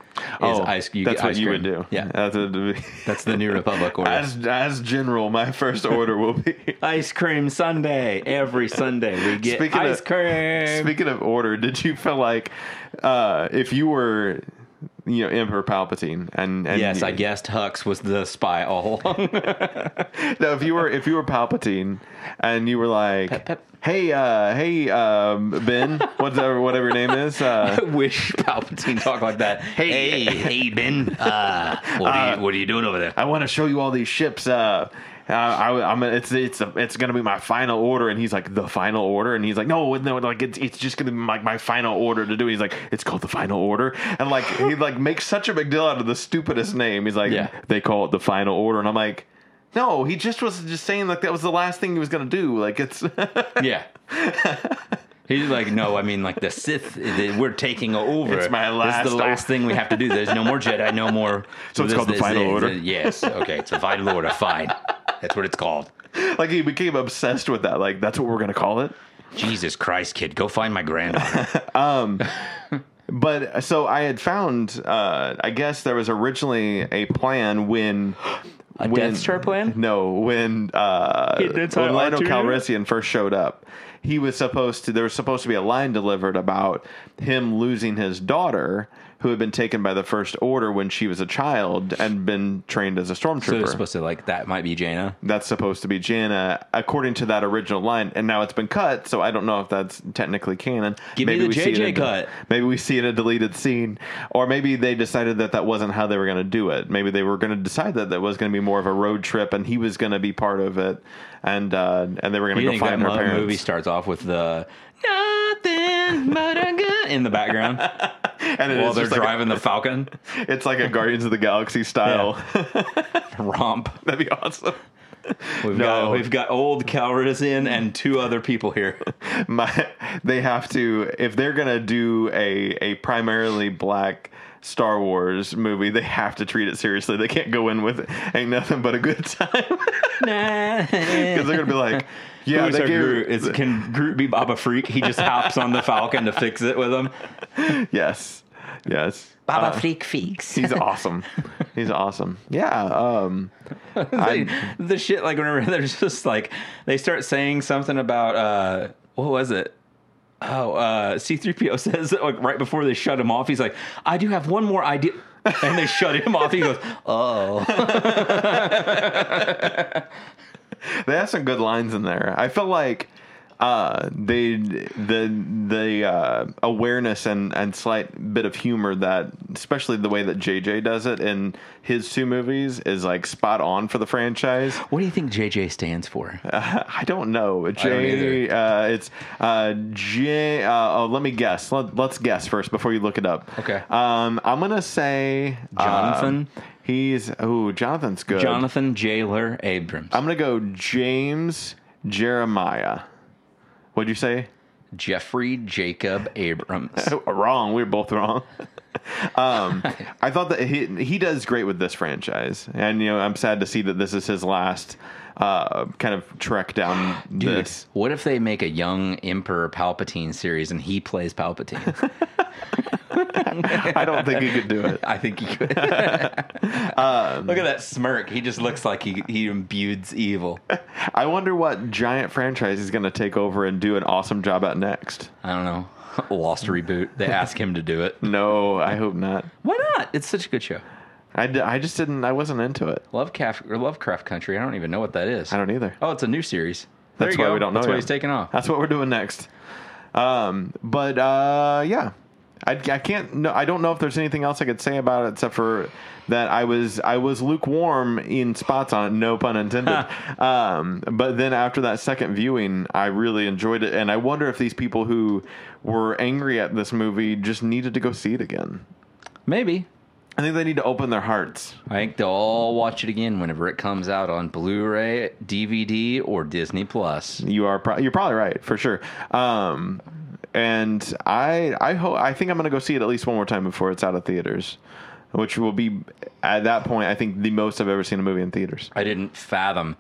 [SPEAKER 1] is ice. You
[SPEAKER 2] Oh, that's
[SPEAKER 1] get
[SPEAKER 2] what
[SPEAKER 1] ice
[SPEAKER 2] you
[SPEAKER 1] cream.
[SPEAKER 2] would do.
[SPEAKER 1] Yeah,
[SPEAKER 2] That's what-
[SPEAKER 1] that's the New Republic order.
[SPEAKER 2] as as general, my first order will be.
[SPEAKER 1] Ice cream Sunday every Sunday we get
[SPEAKER 2] Speaking of-
[SPEAKER 1] ice cream.
[SPEAKER 2] Speaking of order, did you feel like uh, if you were, you know, Emperor Palpatine, and, and
[SPEAKER 1] Yes, I guessed Hux was the spy all along.
[SPEAKER 2] No, if you were if you were Palpatine, and you were like,
[SPEAKER 1] pep.
[SPEAKER 2] hey, uh, hey, um, Ben, whatever whatever your name is, uh,
[SPEAKER 1] I wish Palpatine talked like that. Hey, hey, Ben. Uh, what, are you, what are you doing over there?
[SPEAKER 2] I want to show you all these ships. Uh, I, I, I'm it's it's it's gonna be my final order, and he's like the final order, and he's like no no like it's it's just gonna be like my final order to do. He's like it's called the final order, and like he like makes such a big deal out of the stupidest name. He's like
[SPEAKER 1] Yeah.
[SPEAKER 2] they call it the final order, and I'm like no, he just was just saying like that was the last thing he was gonna do. Like it's
[SPEAKER 1] Yeah. He's like, no, I mean, like the Sith, the- we're taking over.
[SPEAKER 2] It's my
[SPEAKER 1] This
[SPEAKER 2] last
[SPEAKER 1] is the last
[SPEAKER 2] order.
[SPEAKER 1] thing we have to do. There's no more Jedi, no more.
[SPEAKER 2] So it's
[SPEAKER 1] this,
[SPEAKER 2] called the
[SPEAKER 1] this,
[SPEAKER 2] Final
[SPEAKER 1] this,
[SPEAKER 2] Order?
[SPEAKER 1] this. yes. Okay, it's the Final Order. Fine. That's what it's called.
[SPEAKER 2] like he became obsessed with that. Like that's what we're gonna call it.
[SPEAKER 1] Jesus Christ, kid, go find my granddaughter.
[SPEAKER 2] But uh, so I had found, uh, I guess there was originally a plan when.
[SPEAKER 1] A Death Star plan?
[SPEAKER 2] No, when uh,
[SPEAKER 1] He did tell
[SPEAKER 2] when Lando
[SPEAKER 1] R2
[SPEAKER 2] Calrissian first showed up, he was supposed to. There was supposed to be a line delivered about him losing his daughter, who had been taken by the First Order when she was a child and been trained as a
[SPEAKER 1] So
[SPEAKER 2] stormtrooper.
[SPEAKER 1] it's supposed to, like, that might be Jaina.
[SPEAKER 2] that's supposed to be Janna, according to that original line, and now it's been cut. So I don't know if that's technically canon.
[SPEAKER 1] Give me the
[SPEAKER 2] we see it
[SPEAKER 1] JJ
[SPEAKER 2] in-
[SPEAKER 1] cut.
[SPEAKER 2] Maybe we see it in a deleted scene, or maybe they decided that that wasn't how they were going to do it. Maybe they were going to decide that that was going to be more of a road trip, and he was going to be part of it, and uh, and they were going
[SPEAKER 1] You
[SPEAKER 2] to go
[SPEAKER 1] think that
[SPEAKER 2] find her
[SPEAKER 1] mo-
[SPEAKER 2] parents.
[SPEAKER 1] movie starts off with the nothing but a gun in the background
[SPEAKER 2] and it
[SPEAKER 1] while
[SPEAKER 2] is
[SPEAKER 1] they're
[SPEAKER 2] just like a-
[SPEAKER 1] driving the Falcon
[SPEAKER 2] it's like a Guardians of the Galaxy style.
[SPEAKER 1] romp.
[SPEAKER 2] That'd be awesome.
[SPEAKER 1] We've
[SPEAKER 2] No.
[SPEAKER 1] got we've got old Calrissian and two other people here.
[SPEAKER 2] my they have to if they're gonna do a a primarily black Star Wars movie, they have to treat it seriously. They can't go in with ain't nothing but a good time because
[SPEAKER 1] Nah.
[SPEAKER 2] they're gonna be like, yeah,
[SPEAKER 1] Who's
[SPEAKER 2] they
[SPEAKER 1] our
[SPEAKER 2] gave-
[SPEAKER 1] Groot? Is, can Groot be Boba Freak? He just hops on the Falcon to fix it with him.
[SPEAKER 2] yes. Yes.
[SPEAKER 1] Baba
[SPEAKER 2] Uh,
[SPEAKER 1] Freak Feeks.
[SPEAKER 2] He's awesome. He's awesome. Yeah. Um,
[SPEAKER 1] They- the shit like whenever they're just like they start saying something about uh what was it oh uh c3po says that, like right before they shut him off he's like i do have one more idea and they shut him off he goes oh
[SPEAKER 2] they have some good lines in there. I feel like uh, they the the uh, awareness and and slight bit of humor that, especially the way that JJ does it in his two movies, is like spot on for the franchise.
[SPEAKER 1] what do you think jj stands for
[SPEAKER 2] Um, I don't know. J,
[SPEAKER 1] either.
[SPEAKER 2] uh, it's uh, J. Uh, oh, let me guess. Let, let's guess first before you look it up.
[SPEAKER 1] Okay.
[SPEAKER 2] Um, I'm gonna say um,
[SPEAKER 1] Jonathan?
[SPEAKER 2] he's oh, Jonathan's good.
[SPEAKER 1] jonathan jailer abrams
[SPEAKER 2] I'm gonna go James Jeremiah. What'd you say? Oh,
[SPEAKER 1] jeffrey jacob abrams
[SPEAKER 2] wrong. We were both wrong. um, I thought that he he does great with this franchise, and you know I'm sad to see that this is his last uh, kind of trek down
[SPEAKER 1] Dude,
[SPEAKER 2] this.
[SPEAKER 1] what if they make a young Emperor Palpatine series and he plays Palpatine?
[SPEAKER 2] I don't think he could do it.
[SPEAKER 1] I think he could. Um, Look at that smirk. He just looks like he, he imbues evil.
[SPEAKER 2] I wonder what giant franchise he's going to take over and do an awesome job at next.
[SPEAKER 1] I don't know. Lost reboot. They ask him to do it.
[SPEAKER 2] No, I hope not.
[SPEAKER 1] Why not? It's such a good show.
[SPEAKER 2] I, d- I just didn't. I wasn't into it.
[SPEAKER 1] Lovecraft or Lovecraft Country. I don't even know what that is.
[SPEAKER 2] I don't either.
[SPEAKER 1] Oh, it's a new series. There
[SPEAKER 2] That's
[SPEAKER 1] you
[SPEAKER 2] why
[SPEAKER 1] go.
[SPEAKER 2] we don't know.
[SPEAKER 1] That's why
[SPEAKER 2] yet.
[SPEAKER 1] he's taking off.
[SPEAKER 2] That's what we're doing next. Um, but uh, yeah, I, I can't. No, I don't know if there's anything else I could say about it except for that I was I was lukewarm in spots on it. No pun intended. um, but then after that second viewing, I really enjoyed it, and I wonder if these people who were angry at this movie just needed to go see it again.
[SPEAKER 1] Maybe.
[SPEAKER 2] I think they need to open their hearts.
[SPEAKER 1] I think they'll all watch it again whenever it comes out on Blu-ray, DVD, or Disney Plus.
[SPEAKER 2] You are pro- you're probably right for sure. Um, and I I hope I think I'm gonna go see it at least one more time before it's out of theaters, which will be at that point I think the most I've ever seen a movie in theaters.
[SPEAKER 1] I didn't fathom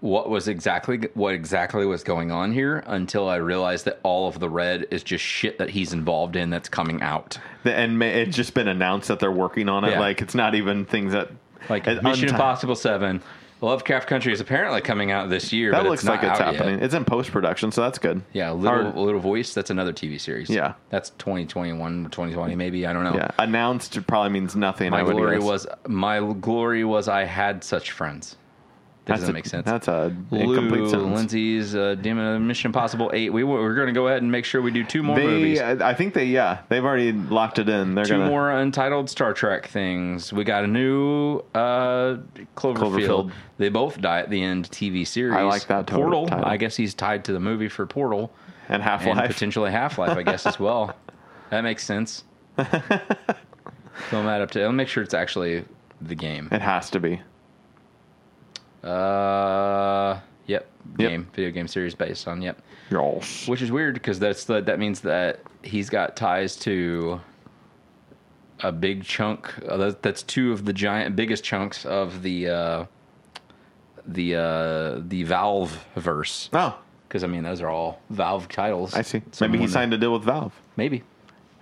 [SPEAKER 1] what was exactly what exactly was going on here until I realized that all of the red is just shit that he's involved in that's coming out.
[SPEAKER 2] The- And ma- it's just been announced that they're working on it.
[SPEAKER 1] Yeah.
[SPEAKER 2] Like it's not even things that
[SPEAKER 1] Like
[SPEAKER 2] at
[SPEAKER 1] Mission
[SPEAKER 2] unti-
[SPEAKER 1] Impossible Seven, Lovecraft Country is apparently coming out this year.
[SPEAKER 2] That
[SPEAKER 1] but
[SPEAKER 2] looks
[SPEAKER 1] it's
[SPEAKER 2] like
[SPEAKER 1] not
[SPEAKER 2] it's
[SPEAKER 1] out yet.
[SPEAKER 2] happening. It's in post production, so that's good.
[SPEAKER 1] Yeah, little
[SPEAKER 2] Hard-
[SPEAKER 1] little voice. That's another TV series.
[SPEAKER 2] Yeah.
[SPEAKER 1] that's 2021 or 2020 maybe. I don't know.
[SPEAKER 2] yeah, announced probably means nothing.
[SPEAKER 1] My
[SPEAKER 2] I would
[SPEAKER 1] glory
[SPEAKER 2] guess.
[SPEAKER 1] was my glory was I had such friends. That
[SPEAKER 2] That's
[SPEAKER 1] doesn't
[SPEAKER 2] a-
[SPEAKER 1] make sense.
[SPEAKER 2] That's a
[SPEAKER 1] Lou
[SPEAKER 2] incomplete sentence.
[SPEAKER 1] Lindsay's uh, Demon of Mission Impossible Eight. We we're going to go ahead and make sure we do two more movies.
[SPEAKER 2] They, I I think they, yeah, they've already locked it in. They're
[SPEAKER 1] 2
[SPEAKER 2] gonna,
[SPEAKER 1] more untitled Star Trek things. We got a new uh, Cloverfield.
[SPEAKER 2] Cloverfield.
[SPEAKER 1] They both die at the end. TV series.
[SPEAKER 2] I like that total
[SPEAKER 1] Portal.
[SPEAKER 2] title.
[SPEAKER 1] I guess he's tied to the movie for Portal
[SPEAKER 2] and Half
[SPEAKER 1] and
[SPEAKER 2] Life.
[SPEAKER 1] potentially Half Life. I guess as well. That makes sense. Film that up to. I'll make sure it's actually the game.
[SPEAKER 2] It has to be.
[SPEAKER 1] Uh, yep,
[SPEAKER 2] Yep.
[SPEAKER 1] game video game series based on yep.
[SPEAKER 2] Yes.
[SPEAKER 1] Which is weird because that's the that means that he's got ties to a big chunk. Uh, that, that's two of the giant biggest chunks of the uh, the uh, the Valve verse.
[SPEAKER 2] Oh,
[SPEAKER 1] Because I mean, those are all Valve titles.
[SPEAKER 2] I see.
[SPEAKER 1] Someone
[SPEAKER 2] Maybe he
[SPEAKER 1] that-
[SPEAKER 2] signed a deal with Valve.
[SPEAKER 1] Maybe.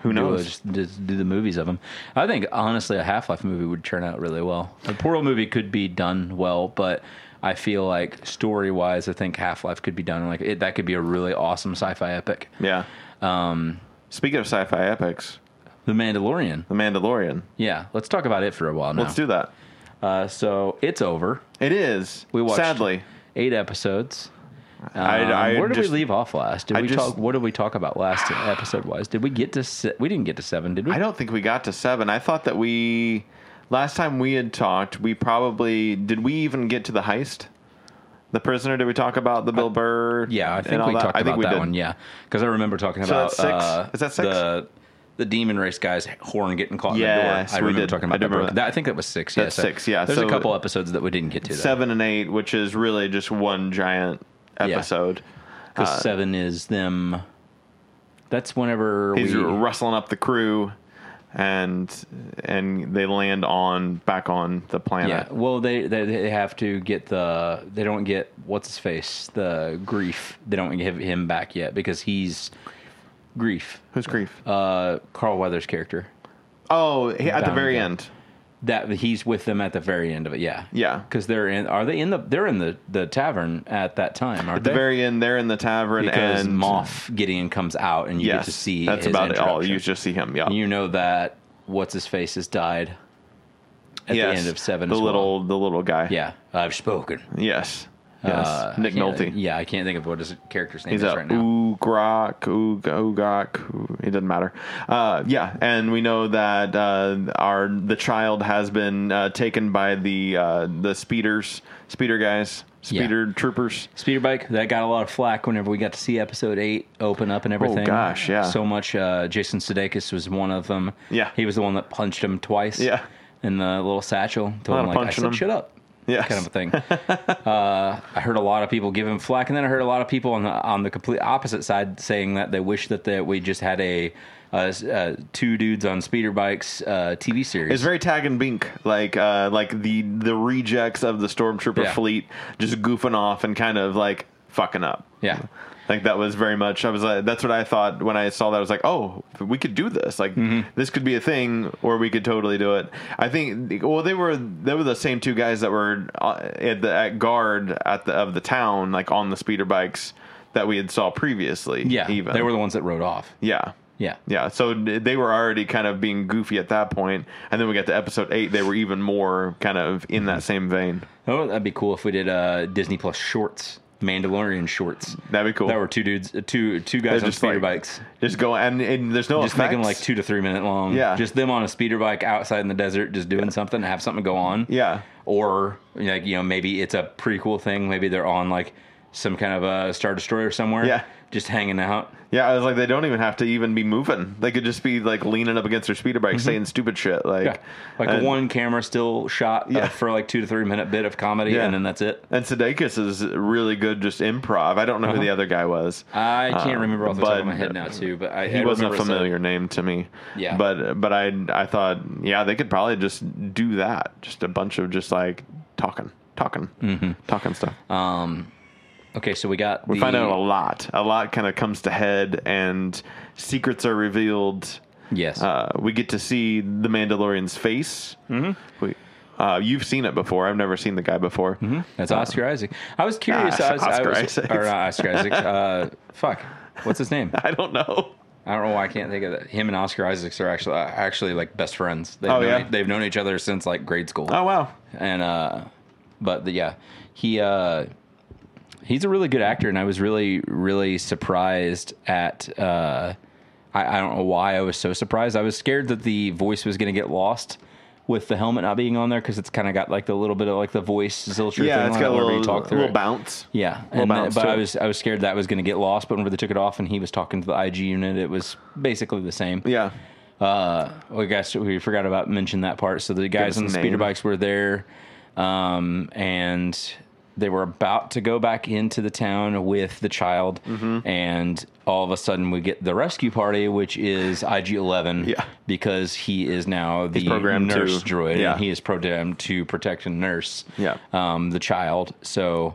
[SPEAKER 2] Who
[SPEAKER 1] Do, uh,
[SPEAKER 2] knows?
[SPEAKER 1] just, just do the movies of them. I think honestly, a Half Life movie would turn out really well. The Portal movie could be done well, but I feel like story wise, I think Half Life could be done like it, that. Could be a really awesome sci-fi epic.
[SPEAKER 2] yeah. Um, Speaking of sci-fi epics,
[SPEAKER 1] The Mandalorian.
[SPEAKER 2] The Mandalorian.
[SPEAKER 1] Yeah, let's talk about it for a while now.
[SPEAKER 2] Let's do that.
[SPEAKER 1] Uh, so it's over.
[SPEAKER 2] It is.
[SPEAKER 1] We watched.
[SPEAKER 2] Sadly,
[SPEAKER 1] Eight episodes. Um,
[SPEAKER 2] I, I
[SPEAKER 1] where did
[SPEAKER 2] just-
[SPEAKER 1] we leave off last? Did
[SPEAKER 2] I
[SPEAKER 1] we
[SPEAKER 2] just-
[SPEAKER 1] talk? What did we talk about last episode wise? Did we get to? Se- we didn't get to seven, did we?
[SPEAKER 2] I don't think we got to seven. I thought that we last time we had talked, we probably did. We even get to the heist, the prisoner. Did we talk about the Bill Burr?
[SPEAKER 1] Yeah, I think
[SPEAKER 2] and all
[SPEAKER 1] we
[SPEAKER 2] that?
[SPEAKER 1] talked
[SPEAKER 2] I think
[SPEAKER 1] about
[SPEAKER 2] we
[SPEAKER 1] that
[SPEAKER 2] did.
[SPEAKER 1] one. Yeah, because I remember talking about
[SPEAKER 2] that's six?
[SPEAKER 1] Uh,
[SPEAKER 2] Is that six?
[SPEAKER 1] The, the demon race guy's horn getting caught in
[SPEAKER 2] Yes,
[SPEAKER 1] the door. I
[SPEAKER 2] we
[SPEAKER 1] remember
[SPEAKER 2] did.
[SPEAKER 1] talking about
[SPEAKER 2] I do
[SPEAKER 1] that,
[SPEAKER 2] remember
[SPEAKER 1] that.
[SPEAKER 2] that.
[SPEAKER 1] I think that was six.
[SPEAKER 2] That's
[SPEAKER 1] yeah,
[SPEAKER 2] six, yeah,
[SPEAKER 1] there's
[SPEAKER 2] so-
[SPEAKER 1] a couple episodes that we didn't get to. Seven,
[SPEAKER 2] Seven and eight, which is really just one giant
[SPEAKER 1] Yeah.
[SPEAKER 2] episode.
[SPEAKER 1] because seven is them. That's whenever
[SPEAKER 2] He's
[SPEAKER 1] we
[SPEAKER 2] rustling up the crew, and and they land on back on the planet.
[SPEAKER 1] Yeah. Well, they, they they have to get the they don't get what's his face the grief. They don't give him back yet because he's grief.
[SPEAKER 2] Who's grief?
[SPEAKER 1] Uh, Carl Weathers' character.
[SPEAKER 2] Oh, he- at the
[SPEAKER 1] Down
[SPEAKER 2] very
[SPEAKER 1] again.
[SPEAKER 2] end.
[SPEAKER 1] That he's with them at the very end of it. Yeah.
[SPEAKER 2] Yeah.
[SPEAKER 1] Because they're in. Are they in the? They're in the the tavern at that time. Aren't
[SPEAKER 2] At the
[SPEAKER 1] they?
[SPEAKER 2] very end, they're in the tavern
[SPEAKER 1] because
[SPEAKER 2] and
[SPEAKER 1] Moff Gideon comes out and you
[SPEAKER 2] Yes,
[SPEAKER 1] get to see.
[SPEAKER 2] that's
[SPEAKER 1] his
[SPEAKER 2] about it all.
[SPEAKER 1] introduction.
[SPEAKER 2] You just see him. Yeah.
[SPEAKER 1] And you know that what's his face has died at
[SPEAKER 2] Yes.
[SPEAKER 1] the end of seven.
[SPEAKER 2] The
[SPEAKER 1] as well.
[SPEAKER 2] little, the little guy.
[SPEAKER 1] Yeah, I've spoken.
[SPEAKER 2] Yes. Yes.
[SPEAKER 1] Uh,
[SPEAKER 2] Nick
[SPEAKER 1] I can't-
[SPEAKER 2] Nolte.
[SPEAKER 1] Yeah, I can't think of what his character's name
[SPEAKER 2] He's
[SPEAKER 1] is
[SPEAKER 2] a
[SPEAKER 1] right now.
[SPEAKER 2] Ugrok, Ug- Ugok, Ug- it doesn't matter. Uh, yeah, and we know that uh, our the child has been uh, taken by the uh, the speeders, speeder guys,
[SPEAKER 1] Yeah.
[SPEAKER 2] speeder troopers.
[SPEAKER 1] Speeder bike that got a lot of flack whenever we got to see episode eight open up and everything.
[SPEAKER 2] Oh, gosh, yeah.
[SPEAKER 1] So much. Uh, Jason Sudeikis was one of them.
[SPEAKER 2] Yeah.
[SPEAKER 1] he was the one that punched him twice.
[SPEAKER 2] Yeah.
[SPEAKER 1] in the little satchel.
[SPEAKER 2] lot
[SPEAKER 1] Told him
[SPEAKER 2] of
[SPEAKER 1] like, I
[SPEAKER 2] punching
[SPEAKER 1] said,
[SPEAKER 2] him.
[SPEAKER 1] shut up.
[SPEAKER 2] Yes.
[SPEAKER 1] kind of a thing. uh, I heard a lot of people give him flack, and then I heard a lot of people on the on the complete opposite side saying that they wish that that we just had a. Uh, uh, two dudes on speeder bikes uh, TV series.
[SPEAKER 2] It's very tag and bink, like uh, like the the rejects of the stormtrooper
[SPEAKER 1] Yeah.
[SPEAKER 2] fleet just goofing off and kind of like fucking up.
[SPEAKER 1] yeah,
[SPEAKER 2] Like that was very much. I was like, that's what I thought when I saw that. I was like, oh, we could do this. Like
[SPEAKER 1] Mm-hmm.
[SPEAKER 2] this could be a thing, or we could totally do it. I think. Well, they were they were the same two guys that were uh, at the at guard at the of the town, like on the speeder bikes that we had saw previously.
[SPEAKER 1] yeah.
[SPEAKER 2] even
[SPEAKER 1] They were the ones that rode off.
[SPEAKER 2] yeah.
[SPEAKER 1] Yeah,
[SPEAKER 2] Yeah, so d- they were already kind of being goofy at that point, and then we got to episode eight. They were even more kind of in
[SPEAKER 1] Mm-hmm.
[SPEAKER 2] that same vein.
[SPEAKER 1] Oh, that'd be cool if we did uh, Disney Plus shorts, Mandalorian shorts.
[SPEAKER 2] That'd be cool.
[SPEAKER 1] That were two dudes, uh, two two guys on speeder
[SPEAKER 2] like,
[SPEAKER 1] bikes.
[SPEAKER 2] just go and, and there's no
[SPEAKER 1] Just make them
[SPEAKER 2] effects.
[SPEAKER 1] like two to three minute long.
[SPEAKER 2] Yeah.
[SPEAKER 1] Just them on a speeder bike outside in the desert, just doing something, have something go on.
[SPEAKER 2] Yeah.
[SPEAKER 1] Or like you know maybe it's a pretty cool thing. Maybe they're on like some kind of a star destroyer somewhere.
[SPEAKER 2] Yeah.
[SPEAKER 1] Just hanging out.
[SPEAKER 2] Yeah, I was like, they don't even have to even be moving. They could just be like leaning up against their speeder bike, saying stupid shit. Like,
[SPEAKER 1] Mm-hmm. Yeah. Like
[SPEAKER 2] and,
[SPEAKER 1] a one camera still shot uh,
[SPEAKER 2] Yeah.
[SPEAKER 1] for like two to three minute bit of comedy,
[SPEAKER 2] Yeah.
[SPEAKER 1] and then that's it.
[SPEAKER 2] And Sudeikis is really good, just improv. I don't know who the other guy was.
[SPEAKER 1] Uh-huh. I can't
[SPEAKER 2] Um,
[SPEAKER 1] remember off the top of
[SPEAKER 2] but
[SPEAKER 1] my head now too, but I
[SPEAKER 2] He
[SPEAKER 1] I
[SPEAKER 2] wasn't a
[SPEAKER 1] remember some-
[SPEAKER 2] familiar name to me.
[SPEAKER 1] Yeah.
[SPEAKER 2] But but I I thought yeah they could probably just do that, just a bunch of just like talking, talking,
[SPEAKER 1] Mm-hmm.
[SPEAKER 2] talking stuff.
[SPEAKER 1] Uh, Okay, so we got
[SPEAKER 2] we find out a lot. A lot kind of comes to head, and secrets are revealed.
[SPEAKER 1] Yes.
[SPEAKER 2] Uh, we get to see the Mandalorian's face. Mm-hmm. We, uh, you've seen it before. I've never seen the guy before.
[SPEAKER 1] That's Oscar Isaac. I was curious.
[SPEAKER 2] Ah,
[SPEAKER 1] I was,
[SPEAKER 2] uh, Oscar
[SPEAKER 1] I was,
[SPEAKER 2] Isaac.
[SPEAKER 1] Or not Oscar Isaac. Uh, fuck. What's his name?
[SPEAKER 2] I don't know.
[SPEAKER 1] I don't know why I can't think of that. Him and Oscar Isaacs are actually are actually like best friends. They've
[SPEAKER 2] Oh,
[SPEAKER 1] known, e,
[SPEAKER 2] yeah?
[SPEAKER 1] They've known each other since like grade school.
[SPEAKER 2] Oh wow.
[SPEAKER 1] And uh, but the, yeah, he uh, he's a really good actor, and I was really really surprised at. Uh, I, I don't know why I was so surprised. I was scared that the voice was going to get lost. With the helmet not being on there because it's kind of got like the little bit of like the voice zilcher thing
[SPEAKER 2] Yeah, it's
[SPEAKER 1] on
[SPEAKER 2] got
[SPEAKER 1] it
[SPEAKER 2] a
[SPEAKER 1] whenever
[SPEAKER 2] little,
[SPEAKER 1] you talk through
[SPEAKER 2] little
[SPEAKER 1] it.
[SPEAKER 2] bounce.
[SPEAKER 1] Yeah,
[SPEAKER 2] Little
[SPEAKER 1] and
[SPEAKER 2] bounce
[SPEAKER 1] but
[SPEAKER 2] to
[SPEAKER 1] I
[SPEAKER 2] it.
[SPEAKER 1] was I was scared that was going to get lost. But whenever they took it off and he was talking to the IG unit, it was basically the same.
[SPEAKER 2] Yeah.
[SPEAKER 1] Uh, I guess we forgot about mention that part. So the
[SPEAKER 2] us
[SPEAKER 1] guys on the
[SPEAKER 2] a
[SPEAKER 1] speeder
[SPEAKER 2] name.
[SPEAKER 1] bikes were there, um, and they were about to go back into the town with the child,
[SPEAKER 2] Mm-hmm.
[SPEAKER 1] and all of a sudden we get the rescue party, which is IG Eleven.
[SPEAKER 2] Yeah.
[SPEAKER 1] because he is now the
[SPEAKER 2] programmed to-
[SPEAKER 1] nurse droid,
[SPEAKER 2] yeah.
[SPEAKER 1] and he is programmed to protect and nurse.
[SPEAKER 2] Yeah.
[SPEAKER 1] um, the child. So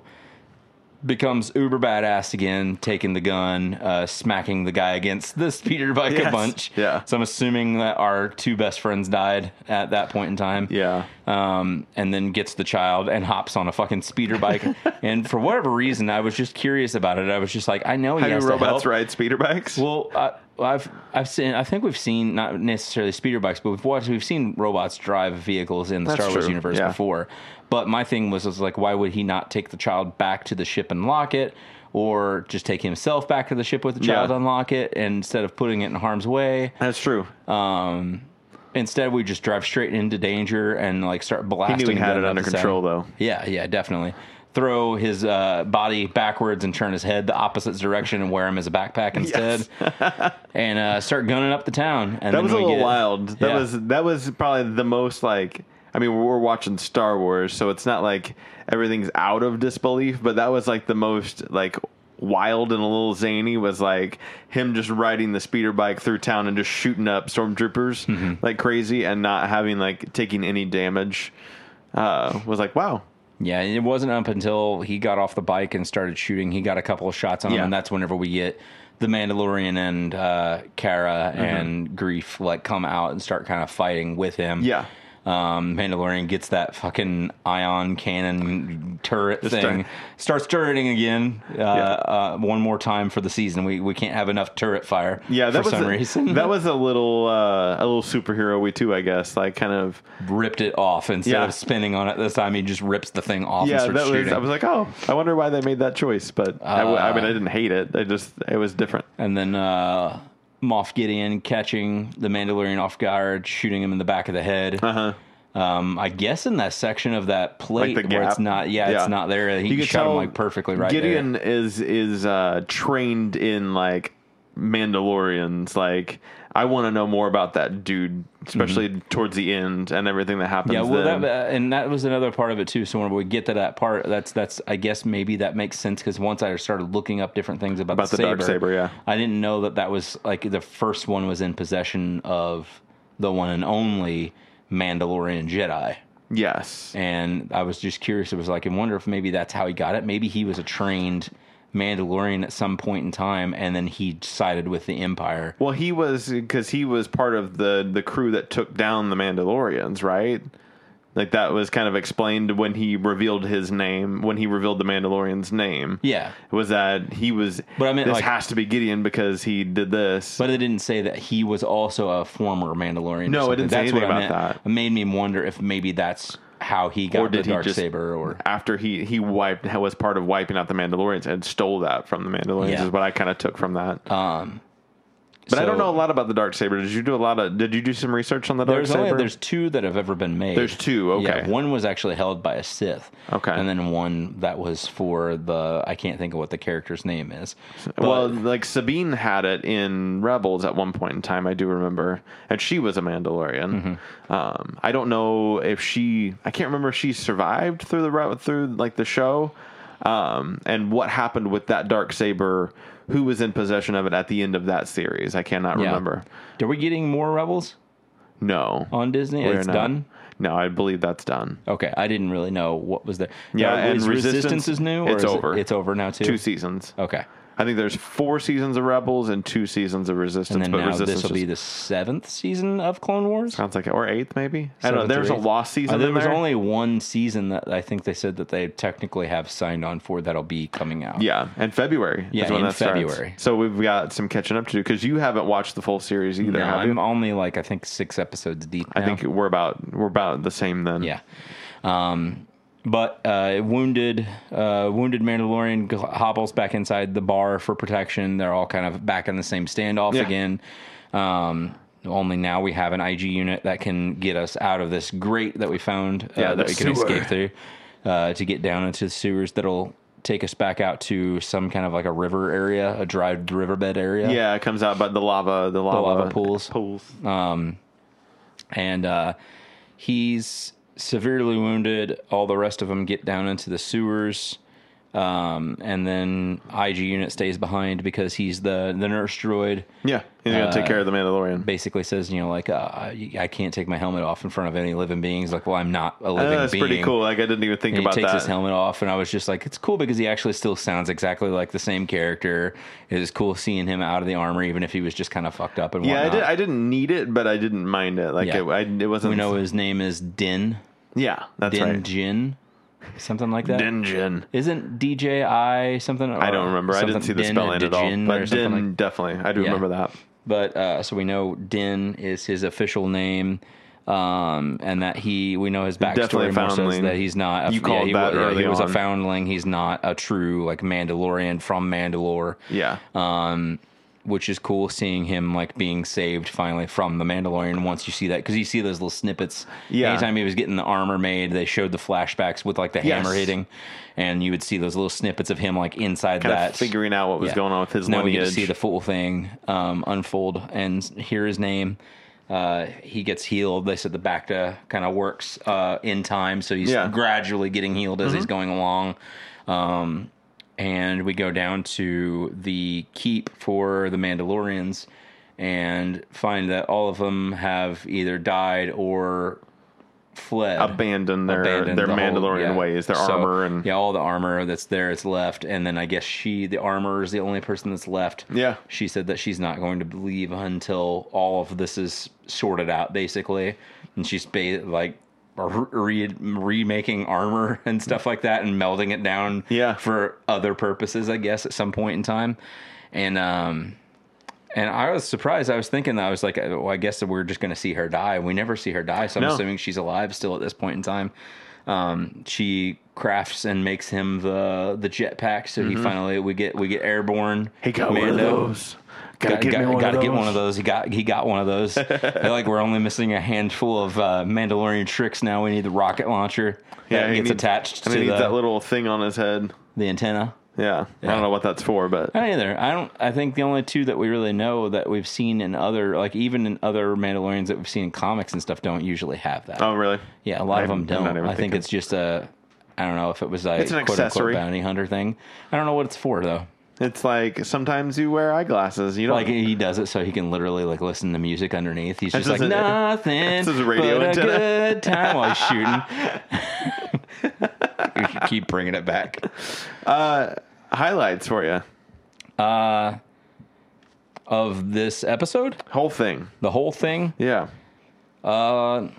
[SPEAKER 1] becomes uber badass again, taking the gun, uh, smacking the guy against the speeder bike
[SPEAKER 2] Yes.
[SPEAKER 1] a bunch.
[SPEAKER 2] Yeah.
[SPEAKER 1] So I'm assuming that our two best friends died at that point in time.
[SPEAKER 2] Yeah.
[SPEAKER 1] Um, and then gets the child and hops on a fucking speeder bike. and for whatever reason, I was just curious about it. I was just like, I know he
[SPEAKER 2] How
[SPEAKER 1] has
[SPEAKER 2] do
[SPEAKER 1] to
[SPEAKER 2] robots
[SPEAKER 1] help.
[SPEAKER 2] ride speeder bikes?
[SPEAKER 1] Well, I, well, I've I've seen I think we've seen not necessarily speeder bikes, but we've watched we've seen robots drive vehicles in the
[SPEAKER 2] That's
[SPEAKER 1] Star Wars
[SPEAKER 2] true,
[SPEAKER 1] universe
[SPEAKER 2] yeah.
[SPEAKER 1] before. But my thing was was like, why would he not take the child back to the ship and lock it, or just take himself back to the ship with the
[SPEAKER 2] Yeah.
[SPEAKER 1] child, unlock it, and instead of putting it in harm's way?
[SPEAKER 2] That's true.
[SPEAKER 1] Um, instead, we just drive straight into danger and like start blasting.
[SPEAKER 2] he had
[SPEAKER 1] them
[SPEAKER 2] it
[SPEAKER 1] at
[SPEAKER 2] under
[SPEAKER 1] the center.
[SPEAKER 2] control, though.
[SPEAKER 1] Yeah, yeah, definitely. Throw his uh, body backwards and turn his head the opposite direction and wear him as a backpack instead, and uh, start gunning up the town. And
[SPEAKER 2] That
[SPEAKER 1] then
[SPEAKER 2] was a
[SPEAKER 1] we
[SPEAKER 2] little
[SPEAKER 1] get-
[SPEAKER 2] wild. That
[SPEAKER 1] Yeah.
[SPEAKER 2] was that was probably the most like. I mean, we're watching Star Wars, so it's not like everything's out of disbelief, but that was like the most like wild and a little zany was like him just riding the speeder bike through town and just shooting up stormtroopers
[SPEAKER 1] Mm-hmm.
[SPEAKER 2] like crazy and not having like taking any damage. Uh, was like wow,
[SPEAKER 1] Yeah, and it wasn't up until he got off the bike and started shooting. He got a couple of shots on
[SPEAKER 2] Yeah.
[SPEAKER 1] him, and that's whenever we get the Mandalorian and uh, Kara
[SPEAKER 2] Uh-huh.
[SPEAKER 1] and Grief like come out and start kind of fighting with him.
[SPEAKER 2] Yeah.
[SPEAKER 1] Um, Mandalorian gets that fucking ion cannon turret
[SPEAKER 2] Just
[SPEAKER 1] thing,
[SPEAKER 2] turn-
[SPEAKER 1] starts turreting again uh, uh, one more time for the season. We we can't have enough turret fire.
[SPEAKER 2] Yeah, that
[SPEAKER 1] for
[SPEAKER 2] was
[SPEAKER 1] some
[SPEAKER 2] a,
[SPEAKER 1] reason
[SPEAKER 2] that was a little uh, a little superhero we too, I guess. Like kind of
[SPEAKER 1] ripped it off instead
[SPEAKER 2] Yeah.
[SPEAKER 1] of spinning on it this time. He just rips the thing off.
[SPEAKER 2] yeah.
[SPEAKER 1] and
[SPEAKER 2] That
[SPEAKER 1] starts
[SPEAKER 2] was
[SPEAKER 1] shooting.
[SPEAKER 2] I was like, oh, I wonder why they made that choice, but I w I I mean, I didn't hate it. I just it was different.
[SPEAKER 1] And then uh, Moff Gideon catching the Mandalorian off guard, shooting him in the back of the head.
[SPEAKER 2] Uh-huh.
[SPEAKER 1] Um, I guess in that section of that plate
[SPEAKER 2] the
[SPEAKER 1] where it's
[SPEAKER 2] gap?
[SPEAKER 1] not, yeah,
[SPEAKER 2] Yeah.
[SPEAKER 1] it's not there. He
[SPEAKER 2] could
[SPEAKER 1] shot him
[SPEAKER 2] tell
[SPEAKER 1] like perfectly right
[SPEAKER 2] Gideon
[SPEAKER 1] there.
[SPEAKER 2] is is uh, trained in like Mandalorians. Like I want to know more about that dude, especially towards the end and everything that happens.
[SPEAKER 1] Mm-hmm. Yeah, well,
[SPEAKER 2] then.
[SPEAKER 1] that, uh, and that was another part of it too. So when we get to that part, that's that's I guess maybe that makes sense because once I started looking up different things about,
[SPEAKER 2] About the dark saber, yeah.
[SPEAKER 1] I didn't know that that was like the first one was in possession of the one and only Mandalorian Jedi.
[SPEAKER 2] yes,
[SPEAKER 1] and I was just curious. It was like, I wonder if maybe that's how he got it. Maybe he was a trained Mandalorian at some point in time, and then he sided with the Empire.
[SPEAKER 2] Well, he was because he was part of the the crew that took down the Mandalorians, right? Like that was kind of explained when he revealed his name, when he revealed the Mandalorian's name.
[SPEAKER 1] Yeah,
[SPEAKER 2] was that he was?
[SPEAKER 1] But I meant,
[SPEAKER 2] this
[SPEAKER 1] like-
[SPEAKER 2] has to be Gideon because he did this.
[SPEAKER 1] but it didn't say that he was also a former Mandalorian. or
[SPEAKER 2] No,
[SPEAKER 1] something.
[SPEAKER 2] it didn't say anything
[SPEAKER 1] I
[SPEAKER 2] about
[SPEAKER 1] meant.
[SPEAKER 2] that.
[SPEAKER 1] It made me wonder if maybe that's how he got
[SPEAKER 2] Or did
[SPEAKER 1] the
[SPEAKER 2] he
[SPEAKER 1] dark
[SPEAKER 2] just-
[SPEAKER 1] saber, or
[SPEAKER 2] after he he wiped was part of wiping out the Mandalorians and stole that from the Mandalorians
[SPEAKER 1] Yeah. Um,
[SPEAKER 2] is what I kind of took from that. but I
[SPEAKER 1] so
[SPEAKER 2] don't know a lot about the dark saber. Did you do a lot of? Did you do some research on the dark
[SPEAKER 1] There's
[SPEAKER 2] saber?
[SPEAKER 1] only there's two that have ever been made.
[SPEAKER 2] There's two, okay.
[SPEAKER 1] one was actually held by a Sith.
[SPEAKER 2] Okay.
[SPEAKER 1] and then one that was for the I can't think of what the character's name is. But-
[SPEAKER 2] well, like Sabine had it in Rebels at one point in time, I do remember, and she was a Mandalorian.
[SPEAKER 1] Mm-hmm.
[SPEAKER 2] Um, I don't know if she, I can't remember if she survived through the re- through like the show, um, and what happened with that dark saber. Who was in possession of it at the end of that series? I cannot
[SPEAKER 1] yeah.
[SPEAKER 2] remember.
[SPEAKER 1] Are we getting more Rebels?
[SPEAKER 2] No,
[SPEAKER 1] on Disney?
[SPEAKER 2] We're
[SPEAKER 1] Oh, it's
[SPEAKER 2] not.
[SPEAKER 1] done.
[SPEAKER 2] No, I believe that's done.
[SPEAKER 1] Okay, I didn't really know what was there.
[SPEAKER 2] Yeah,
[SPEAKER 1] Now,
[SPEAKER 2] and
[SPEAKER 1] is Resistance,
[SPEAKER 2] Resistance-
[SPEAKER 1] is new. Or
[SPEAKER 2] it's
[SPEAKER 1] is it-
[SPEAKER 2] over.
[SPEAKER 1] it's over now too.
[SPEAKER 2] Two seasons.
[SPEAKER 1] okay,
[SPEAKER 2] I think there's four seasons of Rebels and two seasons of Resistance.
[SPEAKER 1] and then
[SPEAKER 2] but
[SPEAKER 1] now
[SPEAKER 2] Resistance
[SPEAKER 1] this will be
[SPEAKER 2] just
[SPEAKER 1] the seventh season of Clone Wars.
[SPEAKER 2] sounds like or eighth maybe. I don't know.
[SPEAKER 1] Seventh or
[SPEAKER 2] There's a
[SPEAKER 1] eighth?
[SPEAKER 2] lost
[SPEAKER 1] Uh,
[SPEAKER 2] season.
[SPEAKER 1] there
[SPEAKER 2] in
[SPEAKER 1] was only one season that I think they said that they technically have signed on for that'll be coming out.
[SPEAKER 2] Yeah, and February.
[SPEAKER 1] Yeah,
[SPEAKER 2] is when
[SPEAKER 1] in
[SPEAKER 2] that starts.
[SPEAKER 1] February.
[SPEAKER 2] So we've got some catching up to do because you haven't watched the full series either,
[SPEAKER 1] No,
[SPEAKER 2] have
[SPEAKER 1] I'm
[SPEAKER 2] you?
[SPEAKER 1] only like I think six episodes deep.
[SPEAKER 2] I
[SPEAKER 1] now.
[SPEAKER 2] think we're about we're about the same then.
[SPEAKER 1] Yeah. Um, but uh, wounded, uh, wounded Mandalorian g- hobbles back inside the bar for protection. They're all kind of back in the same standoff
[SPEAKER 2] Yeah.
[SPEAKER 1] again. Um, only now we have an IG unit that can get us out of this grate that we found uh,
[SPEAKER 2] Yeah, the
[SPEAKER 1] that we can
[SPEAKER 2] sewer.
[SPEAKER 1] escape through uh, to get down into the sewers that'll take us back out to some kind of like a river area, a dried riverbed area.
[SPEAKER 2] Yeah, it comes out by the lava, the lava,
[SPEAKER 1] lava pools. Uh,
[SPEAKER 2] pools.
[SPEAKER 1] and uh, he's severely wounded. All the rest of them get down into the sewers, um, and then IG unit stays behind because he's the the nurse droid.
[SPEAKER 2] yeah, he's gonna take care of the Mandalorian.
[SPEAKER 1] uh, Basically says, you know, like uh, I I can't take my helmet off in front of any living beings. Like, well, I'm not a
[SPEAKER 2] I
[SPEAKER 1] living
[SPEAKER 2] know, Uh, that's
[SPEAKER 1] being.
[SPEAKER 2] pretty cool. Like I didn't even think
[SPEAKER 1] And he
[SPEAKER 2] about
[SPEAKER 1] takes
[SPEAKER 2] that.
[SPEAKER 1] his helmet off, and I was just like, it's cool because he actually still sounds exactly like the same character. It was cool seeing him out of the armor, even if he was just kind of fucked up and
[SPEAKER 2] yeah, I,
[SPEAKER 1] whatnot.
[SPEAKER 2] did, I didn't need it, but I didn't mind it. Like
[SPEAKER 1] Yeah.
[SPEAKER 2] it, I, it wasn't.
[SPEAKER 1] we know his name is Din.
[SPEAKER 2] Yeah, that's
[SPEAKER 1] Din
[SPEAKER 2] right.
[SPEAKER 1] Jin, something like that.
[SPEAKER 2] Dinjin.
[SPEAKER 1] Isn't DJI Uh, something?
[SPEAKER 2] I don't remember. I didn't see the spelling at all. But Din definitely, I do
[SPEAKER 1] Yeah.
[SPEAKER 2] remember that.
[SPEAKER 1] But uh, so we know Din is his official name, um, and that he we know his backstory
[SPEAKER 2] Definitely
[SPEAKER 1] more says
[SPEAKER 2] foundling.
[SPEAKER 1] that he's not. A,
[SPEAKER 2] You called
[SPEAKER 1] he,
[SPEAKER 2] that
[SPEAKER 1] wa-
[SPEAKER 2] early
[SPEAKER 1] He was a
[SPEAKER 2] on.
[SPEAKER 1] foundling. He's not a true like Mandalorian from Mandalore.
[SPEAKER 2] Yeah,
[SPEAKER 1] Um, which is cool seeing him like being saved finally from the Mandalorian once you see that because you see those little snippets.
[SPEAKER 2] Yeah.
[SPEAKER 1] Anytime he was getting the armor made, they showed the flashbacks with like the
[SPEAKER 2] Yes.
[SPEAKER 1] hammer hitting, and you would see those little snippets of him like inside
[SPEAKER 2] kind
[SPEAKER 1] that
[SPEAKER 2] of figuring out what was
[SPEAKER 1] yeah.
[SPEAKER 2] going on with his
[SPEAKER 1] now
[SPEAKER 2] lineage.
[SPEAKER 1] we get to see the full thing um, unfold and hear his name. Uh, he gets healed. They said the Bacta kind of works uh, in time, so he's
[SPEAKER 2] Yeah. Mm-hmm.
[SPEAKER 1] gradually getting healed as he's going along. Um, and we go down to the keep for the Mandalorians and find that all of them have either died or fled,
[SPEAKER 2] Abandon their their
[SPEAKER 1] the whole-
[SPEAKER 2] Mandalorian
[SPEAKER 1] yeah.
[SPEAKER 2] ways, their
[SPEAKER 1] So,
[SPEAKER 2] armor and
[SPEAKER 1] yeah, all the armor that's there is left, and then I guess she, the armor, is the only person that's left.
[SPEAKER 2] Yeah.
[SPEAKER 1] she said that she's not going to leave until all of this is sorted out, basically, and she's ba- like. Re- re- remaking armor and stuff like that and melding it down
[SPEAKER 2] Yeah.
[SPEAKER 1] for other purposes i guess at some point in time and um and I was surprised. I was thinking that I was like, well, I guess that we're just going to see her die. We never see her die, so I'm
[SPEAKER 2] No.
[SPEAKER 1] assuming she's alive still at this point in time. Um, she crafts and makes him the the jetpack, so he finally we get we get airborne.
[SPEAKER 2] Mm-hmm. He got one of those. Gotta,
[SPEAKER 1] Got,
[SPEAKER 2] get me
[SPEAKER 1] got,
[SPEAKER 2] one
[SPEAKER 1] gotta
[SPEAKER 2] of
[SPEAKER 1] get one
[SPEAKER 2] those.
[SPEAKER 1] of those. He got he got one of those. They're like we're only missing a handful of uh, Mandalorian tricks now. We need the rocket launcher
[SPEAKER 2] Yeah,
[SPEAKER 1] that
[SPEAKER 2] he
[SPEAKER 1] gets
[SPEAKER 2] needs-
[SPEAKER 1] attached to
[SPEAKER 2] And he needs
[SPEAKER 1] the,
[SPEAKER 2] that little thing on his head.
[SPEAKER 1] the antenna.
[SPEAKER 2] Yeah. I
[SPEAKER 1] Yeah.
[SPEAKER 2] don't know what that's for, but
[SPEAKER 1] I don't either. I don't. I think the only two that we really know that we've seen in other, like even in other Mandalorians that we've seen in comics and stuff, don't usually have that.
[SPEAKER 2] oh really?
[SPEAKER 1] yeah, a lot of
[SPEAKER 2] I'm-
[SPEAKER 1] them don't.
[SPEAKER 2] I'm not
[SPEAKER 1] I
[SPEAKER 2] even
[SPEAKER 1] think
[SPEAKER 2] thinking.
[SPEAKER 1] it's just a. I don't know if it was a
[SPEAKER 2] It's an
[SPEAKER 1] quote
[SPEAKER 2] accessory.
[SPEAKER 1] unquote bounty hunter thing. I don't know what it's for though.
[SPEAKER 2] It's like sometimes you wear eyeglasses. You don't
[SPEAKER 1] Like he does it so he can literally like listen to music underneath. He's just
[SPEAKER 2] That's
[SPEAKER 1] like
[SPEAKER 2] his-
[SPEAKER 1] nothing.
[SPEAKER 2] that's his radio
[SPEAKER 1] but
[SPEAKER 2] antenna."
[SPEAKER 1] a good time while he's shooting. we should keep bringing it back.
[SPEAKER 2] highlights for you.
[SPEAKER 1] Of this episode,
[SPEAKER 2] Whole thing.
[SPEAKER 1] the whole thing.
[SPEAKER 2] Yeah.
[SPEAKER 1] I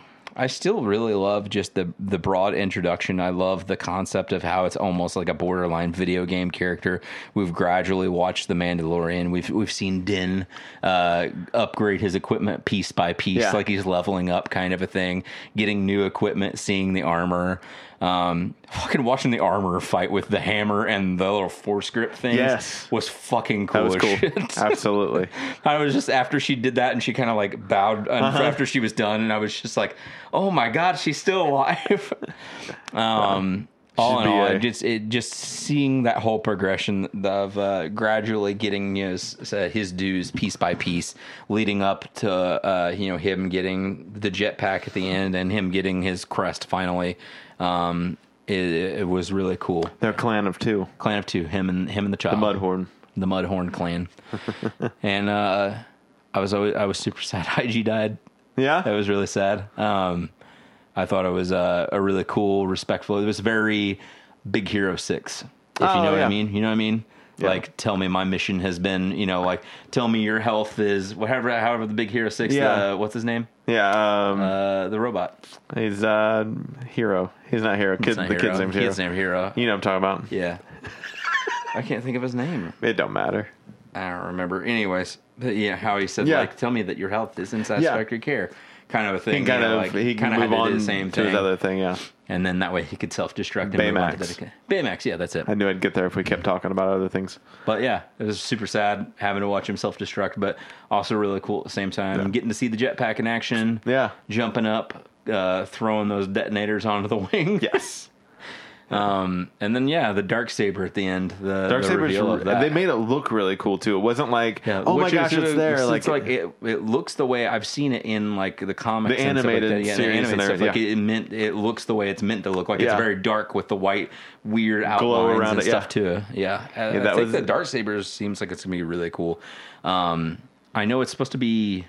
[SPEAKER 1] still really love just the the broad introduction. I love the concept of how it's almost like a borderline video game character. We've gradually watched The Mandalorian. We've we've seen Din uh, upgrade his equipment piece by piece,
[SPEAKER 2] Yeah.
[SPEAKER 1] like he's leveling up, kind of a thing. Getting new equipment, seeing the armor, um, fucking watching the armor fight with the hammer and the little force grip things
[SPEAKER 2] Yes.
[SPEAKER 1] was fucking cool.
[SPEAKER 2] That
[SPEAKER 1] as
[SPEAKER 2] was cool.
[SPEAKER 1] shit.
[SPEAKER 2] Absolutely.
[SPEAKER 1] I was just after she did that, and she kind of like bowed and
[SPEAKER 2] Uh-huh.
[SPEAKER 1] after she was done, and I was just like, "Oh my god, she's still alive." um, all in
[SPEAKER 2] be
[SPEAKER 1] all,
[SPEAKER 2] a-
[SPEAKER 1] it just it just seeing that whole progression of uh, gradually getting you know, s- uh, his dues piece by piece, leading up to uh, you know him getting the jetpack at the end and him getting his crest finally. Um, it, it was really cool.
[SPEAKER 2] They're a clan of two.
[SPEAKER 1] Clan of two, him and him and the child
[SPEAKER 2] Mudhorn.
[SPEAKER 1] the Mudhorn clan. and uh, I was always, I was super sad. IG died.
[SPEAKER 2] Yeah.
[SPEAKER 1] That was really sad. Um, I thought it was uh, a really cool, respectful. It was very Big Hero Six. If
[SPEAKER 2] Oh,
[SPEAKER 1] you know what
[SPEAKER 2] yeah.
[SPEAKER 1] I mean, you know what I mean. Like, tell me my mission has been, you know, like, tell me your health is whatever. However, the Big Hero Six.
[SPEAKER 2] Yeah.
[SPEAKER 1] Uh, what's his name?
[SPEAKER 2] yeah. Um,
[SPEAKER 1] Uh, the robot.
[SPEAKER 2] he's uh hero. He's not hero. Kid,
[SPEAKER 1] It's not
[SPEAKER 2] the
[SPEAKER 1] Hero.
[SPEAKER 2] kid's name's hero.
[SPEAKER 1] Kid's name Hero.
[SPEAKER 2] You know what I'm talking about.
[SPEAKER 1] Yeah. I can't think of his name.
[SPEAKER 2] It don't matter.
[SPEAKER 1] I don't remember. Anyways, but yeah, how he said
[SPEAKER 2] Yeah.
[SPEAKER 1] like, "Tell me that your health is in satisfactory care," kind of a thing.
[SPEAKER 2] He kind
[SPEAKER 1] you know,
[SPEAKER 2] of
[SPEAKER 1] like,
[SPEAKER 2] he can
[SPEAKER 1] kinda had
[SPEAKER 2] move
[SPEAKER 1] to do
[SPEAKER 2] on
[SPEAKER 1] the same
[SPEAKER 2] to
[SPEAKER 1] thing,
[SPEAKER 2] his other thing. Yeah.
[SPEAKER 1] and then that way he could self-destruct. And move on to
[SPEAKER 2] Baymax.
[SPEAKER 1] that- Baymax, yeah, that's it.
[SPEAKER 2] I knew I'd get there if we kept talking about other things.
[SPEAKER 1] But yeah, it was super sad having to watch him self-destruct, but also really cool at the same time. Getting to see the jetpack in action.
[SPEAKER 2] Yeah.
[SPEAKER 1] jumping up, uh, throwing those detonators onto the wing.
[SPEAKER 2] Yes.
[SPEAKER 1] Um, and then yeah, the dark saber at the end. The
[SPEAKER 2] Dark
[SPEAKER 1] the
[SPEAKER 2] Saber's
[SPEAKER 1] reveal of that.
[SPEAKER 2] they made it look really cool too. It wasn't like
[SPEAKER 1] Yeah,
[SPEAKER 2] oh my
[SPEAKER 1] which is-
[SPEAKER 2] gosh, it's there.
[SPEAKER 1] It's like it, it looks the way I've seen it in like the comics,
[SPEAKER 2] The
[SPEAKER 1] and stuff like
[SPEAKER 2] animated
[SPEAKER 1] that. Yeah,
[SPEAKER 2] series
[SPEAKER 1] the animated
[SPEAKER 2] and
[SPEAKER 1] stuff.
[SPEAKER 2] everything,
[SPEAKER 1] Like it meant, it looks the way it's meant to look. Like it's
[SPEAKER 2] Yeah.
[SPEAKER 1] very dark with the white weird outlines
[SPEAKER 2] around
[SPEAKER 1] and
[SPEAKER 2] it, yeah.
[SPEAKER 1] stuff too. Yeah, I- I
[SPEAKER 2] that
[SPEAKER 1] think
[SPEAKER 2] was-
[SPEAKER 1] the dark sabers seems like it's gonna be really cool. Um, I know it's supposed to be,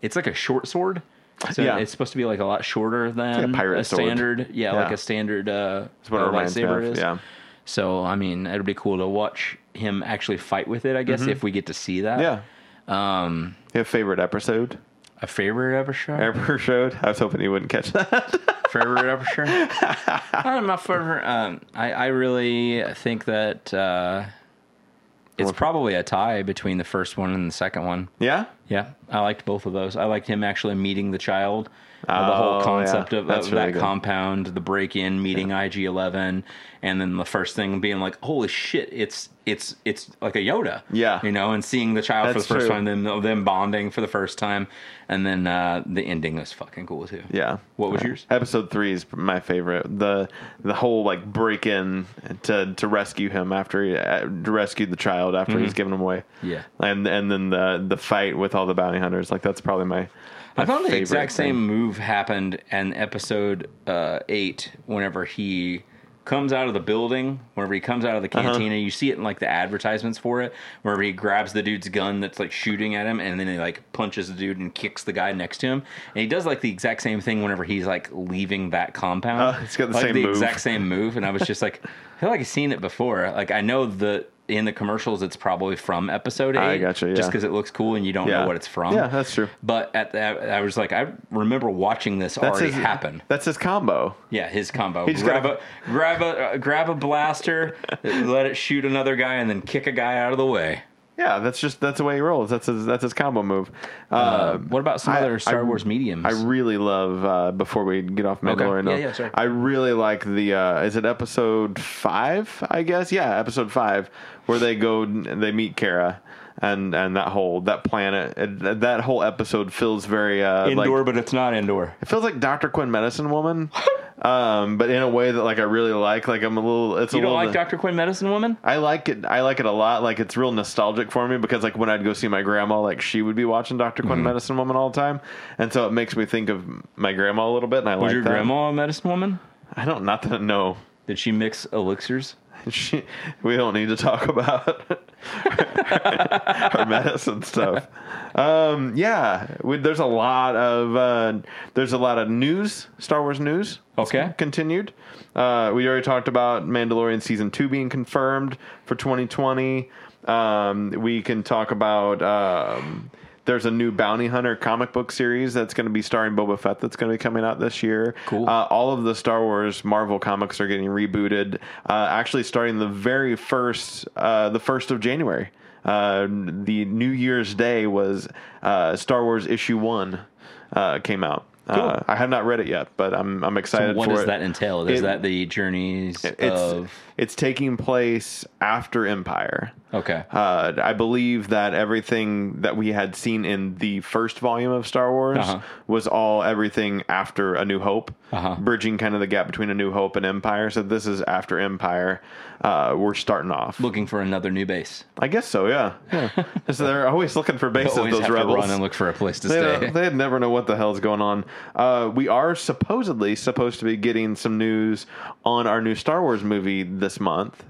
[SPEAKER 1] it's like a short sword. So
[SPEAKER 2] Yeah.
[SPEAKER 1] it's supposed to be like a lot shorter than
[SPEAKER 2] like a pirate sword.
[SPEAKER 1] standard. Yeah, like
[SPEAKER 2] Yeah.
[SPEAKER 1] a standard. Uh,
[SPEAKER 2] That's what it
[SPEAKER 1] uh,
[SPEAKER 2] reminds me
[SPEAKER 1] lightsaber
[SPEAKER 2] of,
[SPEAKER 1] is.
[SPEAKER 2] yeah.
[SPEAKER 1] So I mean, it'll be cool to watch him actually fight with it. I guess if we get to see that.
[SPEAKER 2] yeah. Um,
[SPEAKER 1] um,
[SPEAKER 2] you have favorite episode?
[SPEAKER 1] A favorite episode.
[SPEAKER 2] Episode? I was hoping you wouldn't catch that.
[SPEAKER 1] favorite episode. I don't know, my favorite. Um, I I really think that uh, it's probably a tie between the first one and the second one.
[SPEAKER 2] Yeah.
[SPEAKER 1] Yeah, I liked both of those. I liked him actually meeting the child. Uh, the
[SPEAKER 2] Oh,
[SPEAKER 1] whole
[SPEAKER 2] yeah.
[SPEAKER 1] concept of,
[SPEAKER 2] That's
[SPEAKER 1] of
[SPEAKER 2] really
[SPEAKER 1] that
[SPEAKER 2] good.
[SPEAKER 1] compound, the break-in, meeting IG-11, and then the first thing being like, "Holy shit, it's it's it's like a Yoda."
[SPEAKER 2] Yeah.
[SPEAKER 1] you know, and seeing the child
[SPEAKER 2] That's
[SPEAKER 1] for the first
[SPEAKER 2] true.
[SPEAKER 1] time, then them bonding for the first time, and then uh, the ending was fucking cool too.
[SPEAKER 2] Yeah.
[SPEAKER 1] What was
[SPEAKER 2] Yeah.
[SPEAKER 1] yours?
[SPEAKER 2] Episode three is my favorite. The the whole like break in to to rescue him after he uh, to rescue the child after he's given him away.
[SPEAKER 1] Mm-hmm. Yeah.
[SPEAKER 2] And and then the the fight with all the bounty hunters. Like that's probably my. my
[SPEAKER 1] I found the
[SPEAKER 2] favorite
[SPEAKER 1] exact
[SPEAKER 2] thing.
[SPEAKER 1] same move happened in episode uh, eight whenever he comes out of the building. Whenever he comes out of the
[SPEAKER 2] Uh-huh.
[SPEAKER 1] cantina, you see it in like the advertisements for it. Whenever he grabs the dude's gun that's like shooting at him, and then he like punches the dude and kicks the guy next to him. And he does like the exact same thing whenever he's like leaving that compound.
[SPEAKER 2] Oh, it's got the
[SPEAKER 1] like
[SPEAKER 2] same
[SPEAKER 1] the
[SPEAKER 2] move.
[SPEAKER 1] exact same move. And I was just like, I feel like I've seen it before. Like I know the in the commercials, it's probably from episode eight.
[SPEAKER 2] I gotcha,
[SPEAKER 1] Just
[SPEAKER 2] yeah.
[SPEAKER 1] because it looks cool and you don't
[SPEAKER 2] Yeah.
[SPEAKER 1] know what it's from.
[SPEAKER 2] Yeah, that's true.
[SPEAKER 1] But at that, I was like, I remember watching this
[SPEAKER 2] That's
[SPEAKER 1] already
[SPEAKER 2] his,
[SPEAKER 1] happen.
[SPEAKER 2] That's his combo.
[SPEAKER 1] Yeah, his combo.
[SPEAKER 2] just
[SPEAKER 1] grab
[SPEAKER 2] gotta-
[SPEAKER 1] a grab a uh, grab a blaster, let it shoot another guy, and then kick a guy out of the way.
[SPEAKER 2] Yeah, that's just that's the way he rolls. That's his that's his combo move. Uh,
[SPEAKER 1] what about some
[SPEAKER 2] I-
[SPEAKER 1] other Star
[SPEAKER 2] I-
[SPEAKER 1] Wars mediums?
[SPEAKER 2] I really love uh, before we get off Mandalorian.
[SPEAKER 1] Yeah,
[SPEAKER 2] though,
[SPEAKER 1] yeah, sorry.
[SPEAKER 2] I really like the uh, is it episode five? I guess yeah, episode five where they go they meet Kara and and that whole that planet and that whole episode feels very uh,
[SPEAKER 1] indoor,
[SPEAKER 2] Like,
[SPEAKER 1] but it's not indoor.
[SPEAKER 2] it feels like Doctor Quinn Medicine Woman, um, but in a way that like I really like. Like I'm a little it's
[SPEAKER 1] You
[SPEAKER 2] a
[SPEAKER 1] don't
[SPEAKER 2] little
[SPEAKER 1] like Doctor Quinn Medicine Woman?
[SPEAKER 2] I like it. I like it a lot. Like it's real nostalgic for me because like when I'd go see my grandma, like she would be watching Doctor Quinn
[SPEAKER 1] Mm-hmm.
[SPEAKER 2] Medicine Woman all the time, and so it makes me think of my grandma a little bit. And I
[SPEAKER 1] Was
[SPEAKER 2] like
[SPEAKER 1] your
[SPEAKER 2] that.
[SPEAKER 1] grandma a medicine woman?
[SPEAKER 2] I don't. Not that no.
[SPEAKER 1] Did she mix elixirs?
[SPEAKER 2] She, we don't need to talk about her medicine stuff. Um, yeah, we, there's a lot of uh, there's a lot of news, Star Wars news.
[SPEAKER 1] Okay.
[SPEAKER 2] continued. Uh, we already talked about Mandalorian season two being confirmed for 2020. Um, we can talk about um, there's a new bounty hunter comic book series that's going to be starring Boba Fett that's going to be coming out this year.
[SPEAKER 1] Cool.
[SPEAKER 2] Uh, all of the Star Wars Marvel comics are getting rebooted. Uh, actually, starting the very first uh, the first of January. Uh, the New Year's Day was uh, Star Wars issue one uh, came out. Uh, I have not read it yet, but I'm I'm excited.
[SPEAKER 1] What
[SPEAKER 2] for
[SPEAKER 1] does
[SPEAKER 2] it.
[SPEAKER 1] that entail? Is
[SPEAKER 2] It-
[SPEAKER 1] that the journeys
[SPEAKER 2] It's
[SPEAKER 1] of?
[SPEAKER 2] it's taking place after Empire.
[SPEAKER 1] Okay.
[SPEAKER 2] Uh, I believe that everything that we had seen in the first volume of Star Wars
[SPEAKER 1] Uh-huh.
[SPEAKER 2] was all everything after A New Hope,
[SPEAKER 1] Uh-huh.
[SPEAKER 2] bridging kind of the gap between A New Hope and Empire. So this is after Empire. Uh, we're starting off.
[SPEAKER 1] Looking for another new base.
[SPEAKER 2] I guess so. Yeah. yeah. so they're always looking for bases.
[SPEAKER 1] Always
[SPEAKER 2] those
[SPEAKER 1] have
[SPEAKER 2] rebels
[SPEAKER 1] to run and look for a place to
[SPEAKER 2] they,
[SPEAKER 1] stay.
[SPEAKER 2] don't- they never know what the hell's going on. Uh, we are supposedly supposed to be getting some news on our new Star Wars movie this month.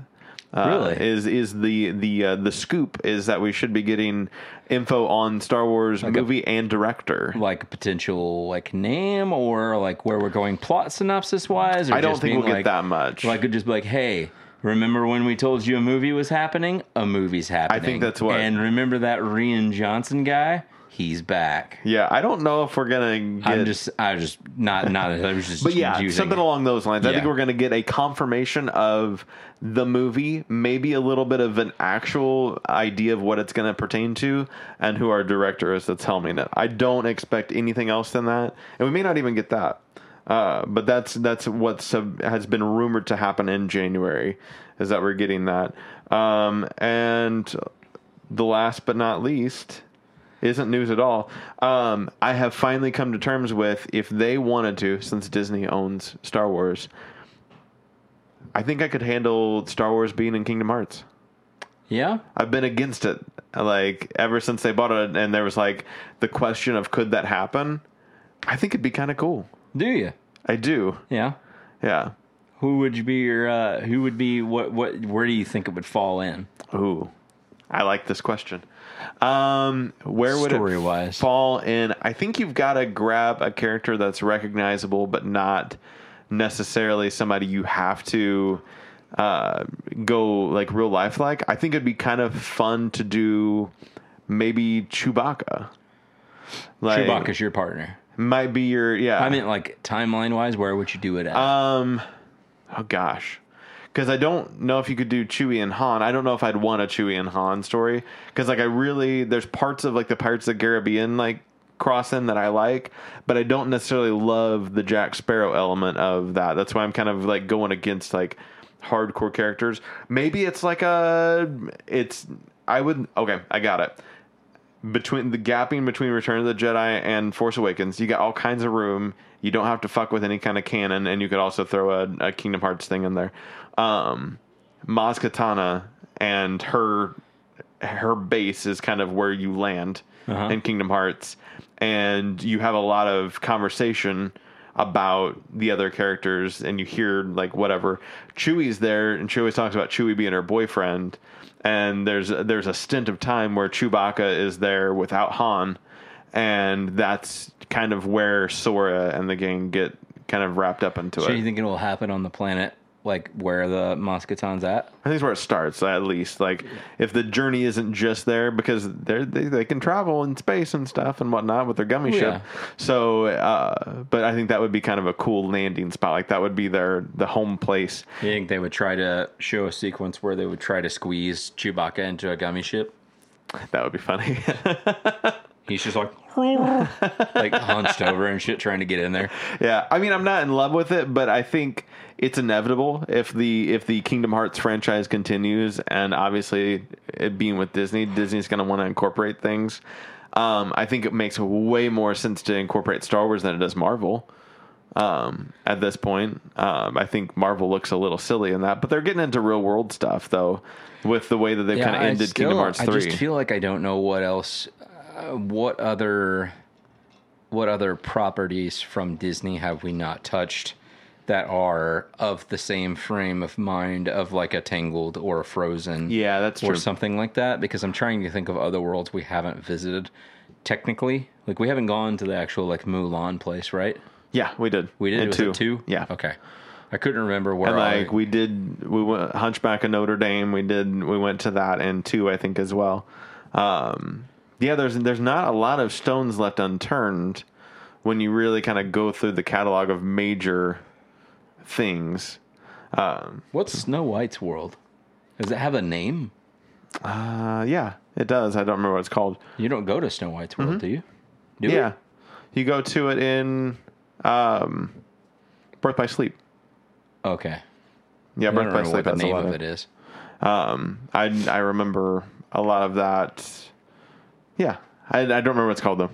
[SPEAKER 2] Uh,
[SPEAKER 1] Really?
[SPEAKER 2] Is is the the uh, the scoop is that we should be getting info on Star Wars movie and director.
[SPEAKER 1] like a potential like name or like where we're going plot synopsis wise? Or
[SPEAKER 2] I don't
[SPEAKER 1] just
[SPEAKER 2] think
[SPEAKER 1] being
[SPEAKER 2] we'll get
[SPEAKER 1] like-
[SPEAKER 2] that much.
[SPEAKER 1] Like it just be like, hey, remember when we told you a movie was happening? A movie's happening.
[SPEAKER 2] that's what-
[SPEAKER 1] And remember that Rian Johnson guy? He's back.
[SPEAKER 2] Yeah, I don't know if we're gonna get.
[SPEAKER 1] I'm just, I was just not, not. I was just,
[SPEAKER 2] but yeah,
[SPEAKER 1] using
[SPEAKER 2] something
[SPEAKER 1] it.
[SPEAKER 2] along those lines. I think
[SPEAKER 1] Yeah.
[SPEAKER 2] we're going to get a confirmation of the movie, maybe a little bit of an actual idea of what it's going to pertain to, and who our director is that's helming it. I don't expect anything else than that, and we may not even get that. Uh, but that's that's what sub- has been rumored to happen in January, is that we're getting that. Um, and the last but not least isn't news at all. Um, I have finally come to terms with if they wanted to, since Disney owns Star Wars, I think I could handle Star Wars being in Kingdom Hearts.
[SPEAKER 1] Yeah.
[SPEAKER 2] I've been against it, like ever since they bought it, and there was like the question of could that happen. I think it'd be kind of cool.
[SPEAKER 1] Do you?
[SPEAKER 2] I do,
[SPEAKER 1] Yeah.
[SPEAKER 2] yeah.
[SPEAKER 1] Who would you be your? Uh, who would be what? What? Where do you think it would fall in?
[SPEAKER 2] Ooh, I like this question. Um, where would it
[SPEAKER 1] Story-wise.
[SPEAKER 2] fall in? I think you've got to grab a character that's recognizable, but not necessarily somebody you have to uh, go like real life like. I think it'd be kind of fun to do maybe Chewbacca. Like,
[SPEAKER 1] Chewbacca's your partner.
[SPEAKER 2] might be your yeah.
[SPEAKER 1] I mean, like timeline wise, where would you do it at?
[SPEAKER 2] Um, oh gosh, because I don't know if you could do Chewie and Han. I don't know if I'd want a Chewie and Han story because like I really there's parts of like the Pirates of the Caribbean like crossing that I like, but I don't necessarily love the Jack Sparrow element of that. That's why I'm kind of like going against like hardcore characters. Maybe it's like a it's I would okay I got it between the gapping between Return of the Jedi and Force Awakens, you got all kinds of room. You don't have to fuck with any kind of canon, and you could also throw a, a Kingdom Hearts thing in there. Um, Maz Katana and her her base is kind of where you
[SPEAKER 1] Uh-huh.
[SPEAKER 2] land in Kingdom Hearts, and you have a lot of conversation. about the other characters and you hear like whatever Chewie's there and she always talks about Chewie being her boyfriend and there's there's a stint of time where Chewbacca is there without Han and that's kind of where Sora and the gang get kind of wrapped up into
[SPEAKER 1] So
[SPEAKER 2] it.
[SPEAKER 1] you think it will happen on the planet, like where the Moscaton's at?
[SPEAKER 2] I think it's where it starts, at least. Like, if the journey isn't just there, because they're, they they can travel in space and stuff and whatnot with their gummy
[SPEAKER 1] Well,
[SPEAKER 2] ship. So, uh, but I think that would be kind of a cool landing spot. Like that would be their the home place.
[SPEAKER 1] You think they would try to show a sequence where they would try to squeeze Chewbacca into a gummy ship?
[SPEAKER 2] That would be funny.
[SPEAKER 1] He's just like, like hunched over and shit, trying to get in there.
[SPEAKER 2] yeah, I mean, I'm not in love with it, but I think it's inevitable if the if the Kingdom Hearts franchise continues, and obviously it being with Disney, Disney's going to want to incorporate things. Um, I think it makes way more sense to incorporate Star Wars than it does Marvel. um, at this point. Um, I think Marvel looks a little silly in that, but they're getting into real world stuff though, with the way that they've kind of
[SPEAKER 1] I
[SPEAKER 2] ended
[SPEAKER 1] still-
[SPEAKER 2] Kingdom Hearts
[SPEAKER 1] I
[SPEAKER 2] three.
[SPEAKER 1] just feel like I don't know what else, uh, what other, what other properties from Disney have we not touched that are of the same frame of mind of like a Tangled or a Frozen,
[SPEAKER 2] Yeah, that's
[SPEAKER 1] or
[SPEAKER 2] true.
[SPEAKER 1] something like that. Because I'm trying to think of other worlds we haven't visited. Technically, like we haven't gone to the actual like Mulan place, right?
[SPEAKER 2] yeah, we did.
[SPEAKER 1] We did
[SPEAKER 2] In
[SPEAKER 1] it was
[SPEAKER 2] two.
[SPEAKER 1] it two.
[SPEAKER 2] Yeah.
[SPEAKER 1] Okay. I couldn't remember where.
[SPEAKER 2] And
[SPEAKER 1] I-
[SPEAKER 2] like we did, we went Hunchback of Notre Dame. We did. We went to that and two, I think, as well. Um, yeah, there's there's not a lot of stones left unturned when you really kind of go through the catalog of major things. Um,
[SPEAKER 1] what's Snow White's world? Does it have a name?
[SPEAKER 2] uh, yeah, it does. I don't remember what it's called.
[SPEAKER 1] You don't go to Snow White's world, do you? Do
[SPEAKER 2] Mm-hmm. Yeah. You go to it in um, Birth by Sleep.
[SPEAKER 1] we? Okay.
[SPEAKER 2] Yeah,
[SPEAKER 1] I don't
[SPEAKER 2] Birth by
[SPEAKER 1] remember
[SPEAKER 2] Sleep.
[SPEAKER 1] what the
[SPEAKER 2] That's a
[SPEAKER 1] name
[SPEAKER 2] lot
[SPEAKER 1] of
[SPEAKER 2] of
[SPEAKER 1] it is.
[SPEAKER 2] Um, I I remember a lot of that. Yeah, I, I don't remember what it's called though.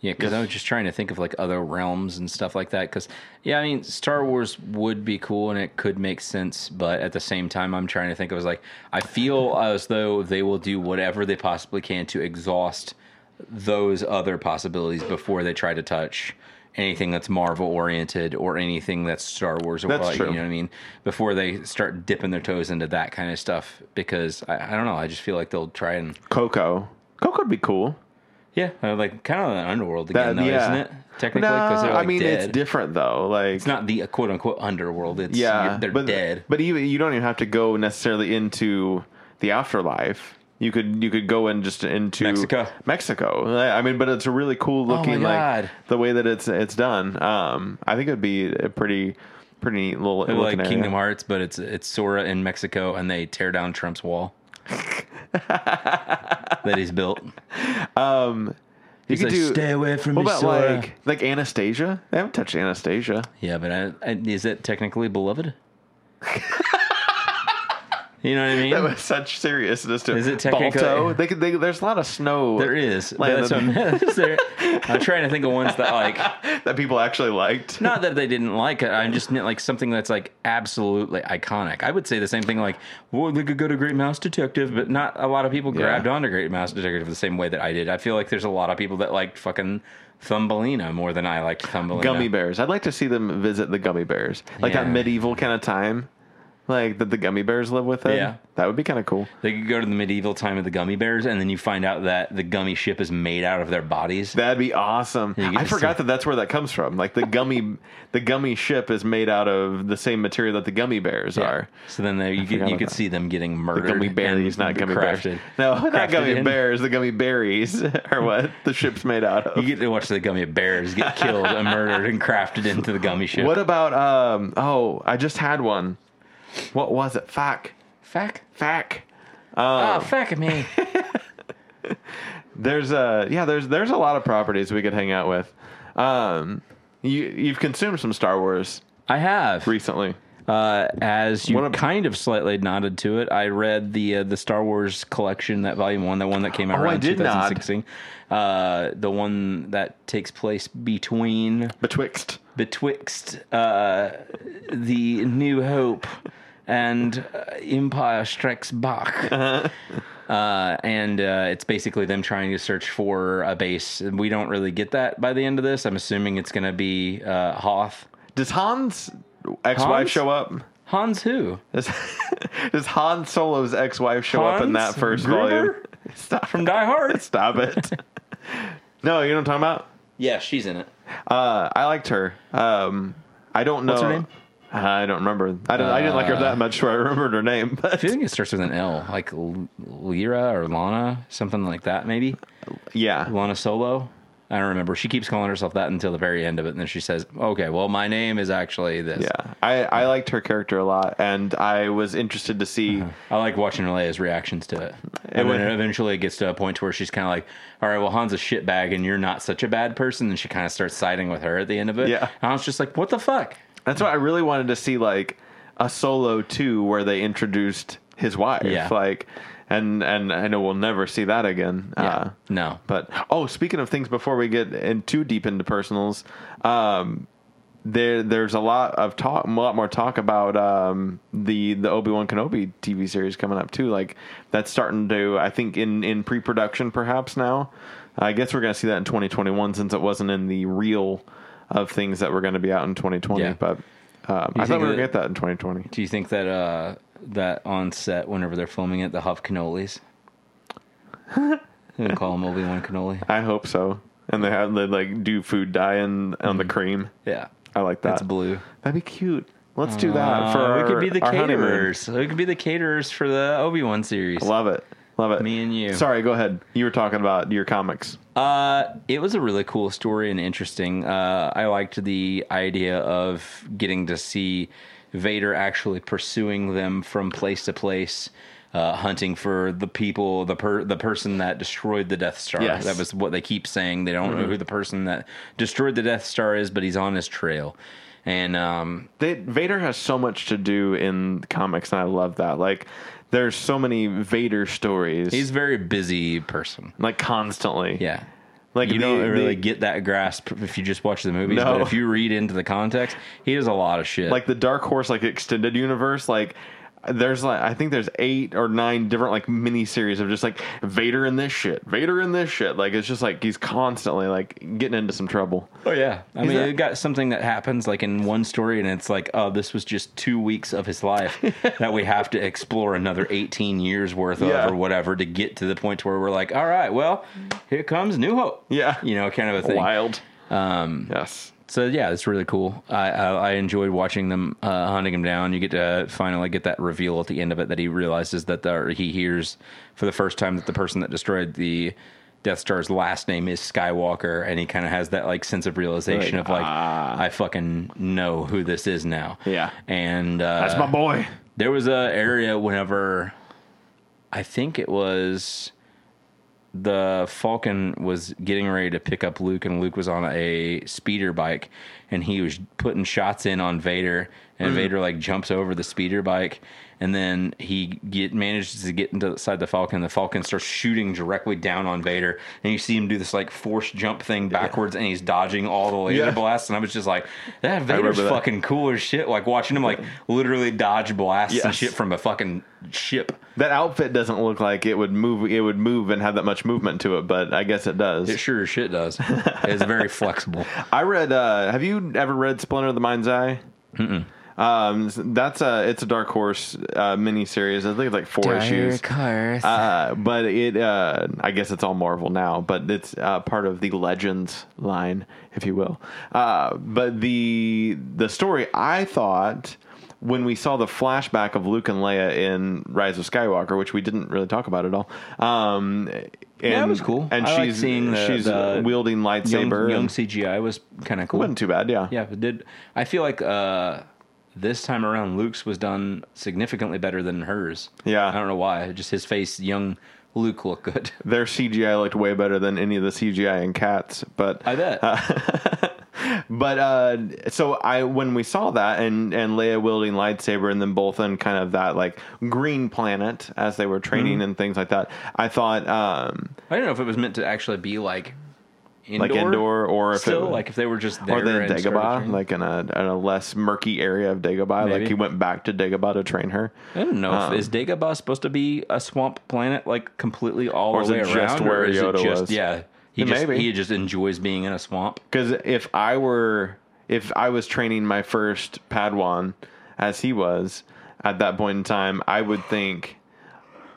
[SPEAKER 1] Yeah, because I was just trying to think of like other realms and stuff like that. Because yeah, I mean, Star Wars would be cool and it could make sense, but at the same time, I'm trying to think. I was like, I feel as though they will do whatever they possibly can to exhaust those other possibilities before they try to touch anything that's Marvel oriented or anything that's Star Wars. Or
[SPEAKER 2] That's
[SPEAKER 1] like,
[SPEAKER 2] true.
[SPEAKER 1] You know what I mean? Before they start dipping their toes into that kind of stuff, because I, I don't know. I just feel like they'll try and
[SPEAKER 2] Coco. Coco would be cool.
[SPEAKER 1] Yeah, uh, like kind of an underworld again,
[SPEAKER 2] That-
[SPEAKER 1] though,
[SPEAKER 2] yeah.
[SPEAKER 1] isn't it? Technically,
[SPEAKER 2] No,
[SPEAKER 1] because they're like
[SPEAKER 2] I mean
[SPEAKER 1] dead.
[SPEAKER 2] it's different though. Like
[SPEAKER 1] It's not the quote unquote underworld. It's
[SPEAKER 2] yeah,
[SPEAKER 1] they're
[SPEAKER 2] but,
[SPEAKER 1] dead.
[SPEAKER 2] But even you don't even have to go necessarily into the afterlife. You could you could go in just into
[SPEAKER 1] Mexico. Oh
[SPEAKER 2] Mexico. I mean, but it's a really cool
[SPEAKER 1] my
[SPEAKER 2] looking
[SPEAKER 1] God.
[SPEAKER 2] like the way that it's it's done. Um, I think it'd be a pretty pretty neat little
[SPEAKER 1] They're
[SPEAKER 2] looking
[SPEAKER 1] like
[SPEAKER 2] area.
[SPEAKER 1] Kingdom Hearts, but it's it's Sora in Mexico, and they tear down Trump's wall that he's built.
[SPEAKER 2] You
[SPEAKER 1] He's like,
[SPEAKER 2] could do
[SPEAKER 1] "Stay away from
[SPEAKER 2] what
[SPEAKER 1] me,
[SPEAKER 2] about
[SPEAKER 1] Sora."
[SPEAKER 2] like like Anastasia? They haven't touched Anastasia.
[SPEAKER 1] Yeah, but I, I, is that technically beloved? you know what I mean?
[SPEAKER 2] That was such seriousness to
[SPEAKER 1] Is it
[SPEAKER 2] Balto?
[SPEAKER 1] technically-
[SPEAKER 2] They could, they, there's a lot of snow.
[SPEAKER 1] there is. but
[SPEAKER 2] land
[SPEAKER 1] that's what
[SPEAKER 2] that,
[SPEAKER 1] I'm, is there- I'm trying to think of ones that like
[SPEAKER 2] that people actually liked.
[SPEAKER 1] not that they didn't like it. I just meant like something that's like absolutely iconic. I would say the same thing like, well, they could go to Great Mouse Detective, but not a lot of people grabbed onto Great Mouse Detective the same way that I did. I feel like there's a lot of people that liked fucking Thumbelina more than I liked Thumbelina.
[SPEAKER 2] Gummy bears. I'd like to see them visit the gummy bears, like that
[SPEAKER 1] Yeah.
[SPEAKER 2] medieval kind of time, like that the gummy bears live with it.
[SPEAKER 1] Yeah.
[SPEAKER 2] that would be kind of cool.
[SPEAKER 1] They could go to the medieval time of the gummy bears, and then you find out that the gummy ship is made out of their bodies.
[SPEAKER 2] That'd be awesome.
[SPEAKER 1] you get
[SPEAKER 2] I
[SPEAKER 1] to
[SPEAKER 2] forgot that that's where that comes from. Like the gummy, the gummy ship is made out of the same material that the gummy bears
[SPEAKER 1] Yeah.
[SPEAKER 2] are.
[SPEAKER 1] So then they, you,
[SPEAKER 2] forgot
[SPEAKER 1] could, you
[SPEAKER 2] about
[SPEAKER 1] could
[SPEAKER 2] that.
[SPEAKER 1] see them getting murdered.
[SPEAKER 2] Gummy berries,
[SPEAKER 1] and
[SPEAKER 2] not gummy bears.
[SPEAKER 1] crafted.
[SPEAKER 2] No, not
[SPEAKER 1] crafted
[SPEAKER 2] gummy
[SPEAKER 1] in.
[SPEAKER 2] bears. The gummy berries are what the ship's made out of.
[SPEAKER 1] You get to watch the gummy bears get killed and murdered and crafted into the gummy ship.
[SPEAKER 2] What about um? Oh, I just had one. What was it? Fuck,
[SPEAKER 1] fact?
[SPEAKER 2] fuck.
[SPEAKER 1] Oh, fuck me.
[SPEAKER 2] There's a yeah. There's there's a lot of properties we could hang out with. Um, you you've consumed some Star Wars
[SPEAKER 1] I have.
[SPEAKER 2] recently.
[SPEAKER 1] Uh, as you
[SPEAKER 2] What a-
[SPEAKER 1] kind of slightly nodded to it, I read the uh, the Star Wars collection, that volume one, that one that came out
[SPEAKER 2] Oh, I
[SPEAKER 1] around
[SPEAKER 2] did nod.
[SPEAKER 1] 2016. Uh, the one that takes place between
[SPEAKER 2] Betwixt.
[SPEAKER 1] betwixt uh, the New Hope and uh, Empire Strikes Back.
[SPEAKER 2] Uh-huh.
[SPEAKER 1] Uh, and uh, it's basically them trying to search for a base. And We don't really get that by the end of this. I'm assuming it's going to be uh, Hoth.
[SPEAKER 2] Does Han's ex-wife
[SPEAKER 1] Hans?
[SPEAKER 2] show up?
[SPEAKER 1] Hans who?
[SPEAKER 2] Does, does Han Solo's ex-wife show up in that
[SPEAKER 1] Hans
[SPEAKER 2] first
[SPEAKER 1] Gruber?
[SPEAKER 2] volume? Stop,
[SPEAKER 1] From Die Hard?
[SPEAKER 2] stop it. no, you know what I'm talking about?
[SPEAKER 1] yeah, she's in it.
[SPEAKER 2] Uh, I liked her. Um, I don't know. Uh,
[SPEAKER 1] her name?
[SPEAKER 2] I don't remember. I didn't, I didn't like her that much where I remembered her name.
[SPEAKER 1] I
[SPEAKER 2] But
[SPEAKER 1] feel like it starts with an L, like L- Lyra or Lana, something like that, maybe.
[SPEAKER 2] yeah.
[SPEAKER 1] Lana Solo. I don't remember. She keeps calling herself that until the very end of it, and then she says, "Okay, well, my name is actually this."
[SPEAKER 2] Yeah. I, I liked her character a lot and I was interested to see.
[SPEAKER 1] I like watching Leia's reactions to it, and when it eventually gets to a point to where she's kind of like, "All right, well, Han's a shitbag, and you're not such a bad person," and she kind of starts siding with her at the end of it.
[SPEAKER 2] Yeah.
[SPEAKER 1] and I was just like, "What the fuck?"
[SPEAKER 2] That's what I really wanted to see, like a solo two where they introduced his wife,
[SPEAKER 1] Yeah.
[SPEAKER 2] like, and and I know we'll never see that again. Uh,
[SPEAKER 1] no.
[SPEAKER 2] but oh, speaking of things, before we get in too deep into personals, um, there there's a lot of talk, a lot more talk about um, the the Obi Wan Kenobi TV series coming up too. Like that's starting to, I think, in in pre production perhaps now. I guess we're gonna see that in 2021 since it wasn't in the reel of things that were going to be out in 2020.
[SPEAKER 1] Yeah.
[SPEAKER 2] But um, I
[SPEAKER 1] think
[SPEAKER 2] thought we were
[SPEAKER 1] that-
[SPEAKER 2] gonna get that in 2020.
[SPEAKER 1] Do you think that uh that on set whenever they're filming it, they'll have cannolis? They call him Obi Wan cannoli.
[SPEAKER 2] I hope so. And they had they like do food dye in, on the cream.
[SPEAKER 1] Yeah,
[SPEAKER 2] I like
[SPEAKER 1] Mm-hmm.
[SPEAKER 2] that.
[SPEAKER 1] that's blue.
[SPEAKER 2] That'd be cute. Let's do that
[SPEAKER 1] Uh,
[SPEAKER 2] for
[SPEAKER 1] we
[SPEAKER 2] our,
[SPEAKER 1] could be the
[SPEAKER 2] our honeymoon.
[SPEAKER 1] caterers. We could be the caterers for the Obi Wan series.
[SPEAKER 2] Love it. Love it.
[SPEAKER 1] Me and you.
[SPEAKER 2] Sorry, go ahead. You were talking about your comics.
[SPEAKER 1] Uh, it was a really cool story and interesting. Uh, I liked the idea of getting to see Vader actually pursuing them from place to place, uh, hunting for the people, the per- the person that destroyed the Death Star.
[SPEAKER 2] Yes. Mm-hmm.
[SPEAKER 1] That was what they keep saying. They don't know who the person that destroyed the Death Star is, but he's on his trail. And um,
[SPEAKER 2] They, Vader has so much to do in comics, and I love that. Like, there's so many Vader stories.
[SPEAKER 1] he's a very busy person.
[SPEAKER 2] like constantly.
[SPEAKER 1] Yeah.
[SPEAKER 2] Like
[SPEAKER 1] you
[SPEAKER 2] the-
[SPEAKER 1] don't really
[SPEAKER 2] the-
[SPEAKER 1] get that grasp if you just watch the movies,
[SPEAKER 2] No.
[SPEAKER 1] but if you read into the context, he does a lot of shit.
[SPEAKER 2] like the Dark Horse like extended universe. Like, there's like I think there's eight or nine different like mini series of just like Vader in this shit, Vader in this shit. Like it's just like he's constantly like getting into some trouble.
[SPEAKER 1] Oh yeah, I mean,
[SPEAKER 2] a-
[SPEAKER 1] it got something that happens like in one story, and it's like, oh, this was just two weeks of his life that we have to explore another eighteen years worth of
[SPEAKER 2] Yeah.
[SPEAKER 1] or whatever to get to the point where we're like, all right, well, here comes New Hope.
[SPEAKER 2] Yeah.
[SPEAKER 1] you know, kind of a thing.
[SPEAKER 2] Wild. Um. Yes.
[SPEAKER 1] So yeah, it's really cool. I, I I enjoyed watching them uh, hunting him down. You get to finally get that reveal at the end of it that he realizes that the, or he hears for the first time that the person that destroyed the Death Star's last name is Skywalker, and he kind of has that like sense of realization
[SPEAKER 2] Like,
[SPEAKER 1] of like
[SPEAKER 2] ah.
[SPEAKER 1] I fucking know who this is now.
[SPEAKER 2] Yeah.
[SPEAKER 1] and uh,
[SPEAKER 2] That's my boy.
[SPEAKER 1] there was a area whenever I think it was the Falcon was getting ready to pick up Luke, and Luke was on a speeder bike, and he was putting shots in on Vader,
[SPEAKER 2] Mm-hmm.
[SPEAKER 1] and Vader like jumps over the speeder bike, and then he get manages to get inside the Falcon. and The Falcon starts shooting directly down on Vader, and you see him do this like force jump thing backwards, and he's dodging all the laser
[SPEAKER 2] Yeah.
[SPEAKER 1] blasts. And I was just like, that Vader's
[SPEAKER 2] remember that.
[SPEAKER 1] fucking cool as shit. Like watching him like literally dodge blasts and
[SPEAKER 2] Yes.
[SPEAKER 1] shit from a fucking ship.
[SPEAKER 2] That outfit doesn't look like it would move. It would move and have that much movement to it, but I guess it does.
[SPEAKER 1] It sure as shit does. It's very flexible.
[SPEAKER 2] I read. Uh, have you ever read Splinter of the Mind's Eye? Um, that's a it's a Dark Horse uh, miniseries. I think it's like four issues.
[SPEAKER 1] curse.
[SPEAKER 2] Uh, but it, uh, I guess it's all Marvel now, but it's uh, part of the Legends line, if you will. Uh, but the the story I thought when we saw the flashback of Luke and Leia in Rise of Skywalker, which we didn't really talk about at all. Um, and,
[SPEAKER 1] it was cool.
[SPEAKER 2] And
[SPEAKER 1] I liked
[SPEAKER 2] she's
[SPEAKER 1] seeing the-
[SPEAKER 2] she's
[SPEAKER 1] the
[SPEAKER 2] wielding
[SPEAKER 1] Young,
[SPEAKER 2] lightsaber.
[SPEAKER 1] young
[SPEAKER 2] and-
[SPEAKER 1] CGI was kind of cool.
[SPEAKER 2] wasn't too bad, yeah.
[SPEAKER 1] Yeah, it did. I feel like uh, this time around, Luke's was done significantly better than hers.
[SPEAKER 2] Yeah.
[SPEAKER 1] I don't know why. Just his face, young Luke looked good.
[SPEAKER 2] Their CGI looked way better than any of the CGI in Cats, but
[SPEAKER 1] I bet.
[SPEAKER 2] Uh, But uh, so I when we saw that and and Leia wielding lightsaber and then both in kind of that like green planet as
[SPEAKER 1] Mm-hmm.
[SPEAKER 2] they were training and things like that, I thought um,
[SPEAKER 1] I don't know if it was meant to actually be like indoor,
[SPEAKER 2] like indoor, or if
[SPEAKER 1] still,
[SPEAKER 2] it,
[SPEAKER 1] like if they were just there
[SPEAKER 2] or then
[SPEAKER 1] and started
[SPEAKER 2] Dagobah,
[SPEAKER 1] training.
[SPEAKER 2] like in a, in a less murky area of Dagobah.
[SPEAKER 1] Maybe.
[SPEAKER 2] Like he went back to Dagobah to train her,
[SPEAKER 1] I don't know. if, is
[SPEAKER 2] Um,
[SPEAKER 1] Dagobah supposed to be a swamp planet, like completely all
[SPEAKER 2] Or
[SPEAKER 1] the
[SPEAKER 2] is
[SPEAKER 1] way
[SPEAKER 2] it
[SPEAKER 1] around,
[SPEAKER 2] just where
[SPEAKER 1] or is
[SPEAKER 2] Yoda
[SPEAKER 1] it just
[SPEAKER 2] was?
[SPEAKER 1] yeah? He
[SPEAKER 2] It
[SPEAKER 1] just
[SPEAKER 2] may be.
[SPEAKER 1] he just enjoys being in a swamp.
[SPEAKER 2] because if I were if I was training my first Padawan as he was at that point in time, I would think.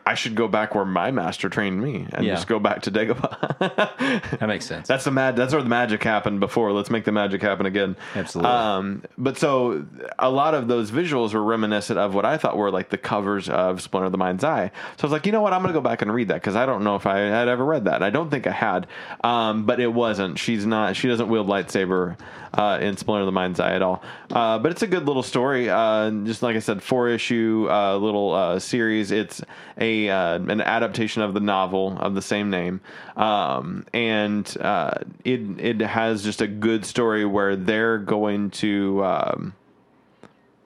[SPEAKER 2] I should go back where my master trained me and
[SPEAKER 1] Yeah.
[SPEAKER 2] just go back to Dagobah.
[SPEAKER 1] That makes sense.
[SPEAKER 2] That's the mad. That's where the magic happened before. Let's make the magic happen again.
[SPEAKER 1] Absolutely.
[SPEAKER 2] Um, but so a lot of those visuals were reminiscent of what I thought were like the covers of Splinter of the Mind's Eye. So I was like, you know what? I'm going to go back and read that because I don't know if I had ever read that. I don't think I had. Um, but it wasn't. She's not. She doesn't wield lightsaber uh, in Splinter of the Mind's Eye at all. Uh, but it's a good little story. Uh, just like I said, four issue uh, little uh, series. It's a uh, an adaptation of the novel of the same name, um, and uh, it it has just a good story where they're going to. Um,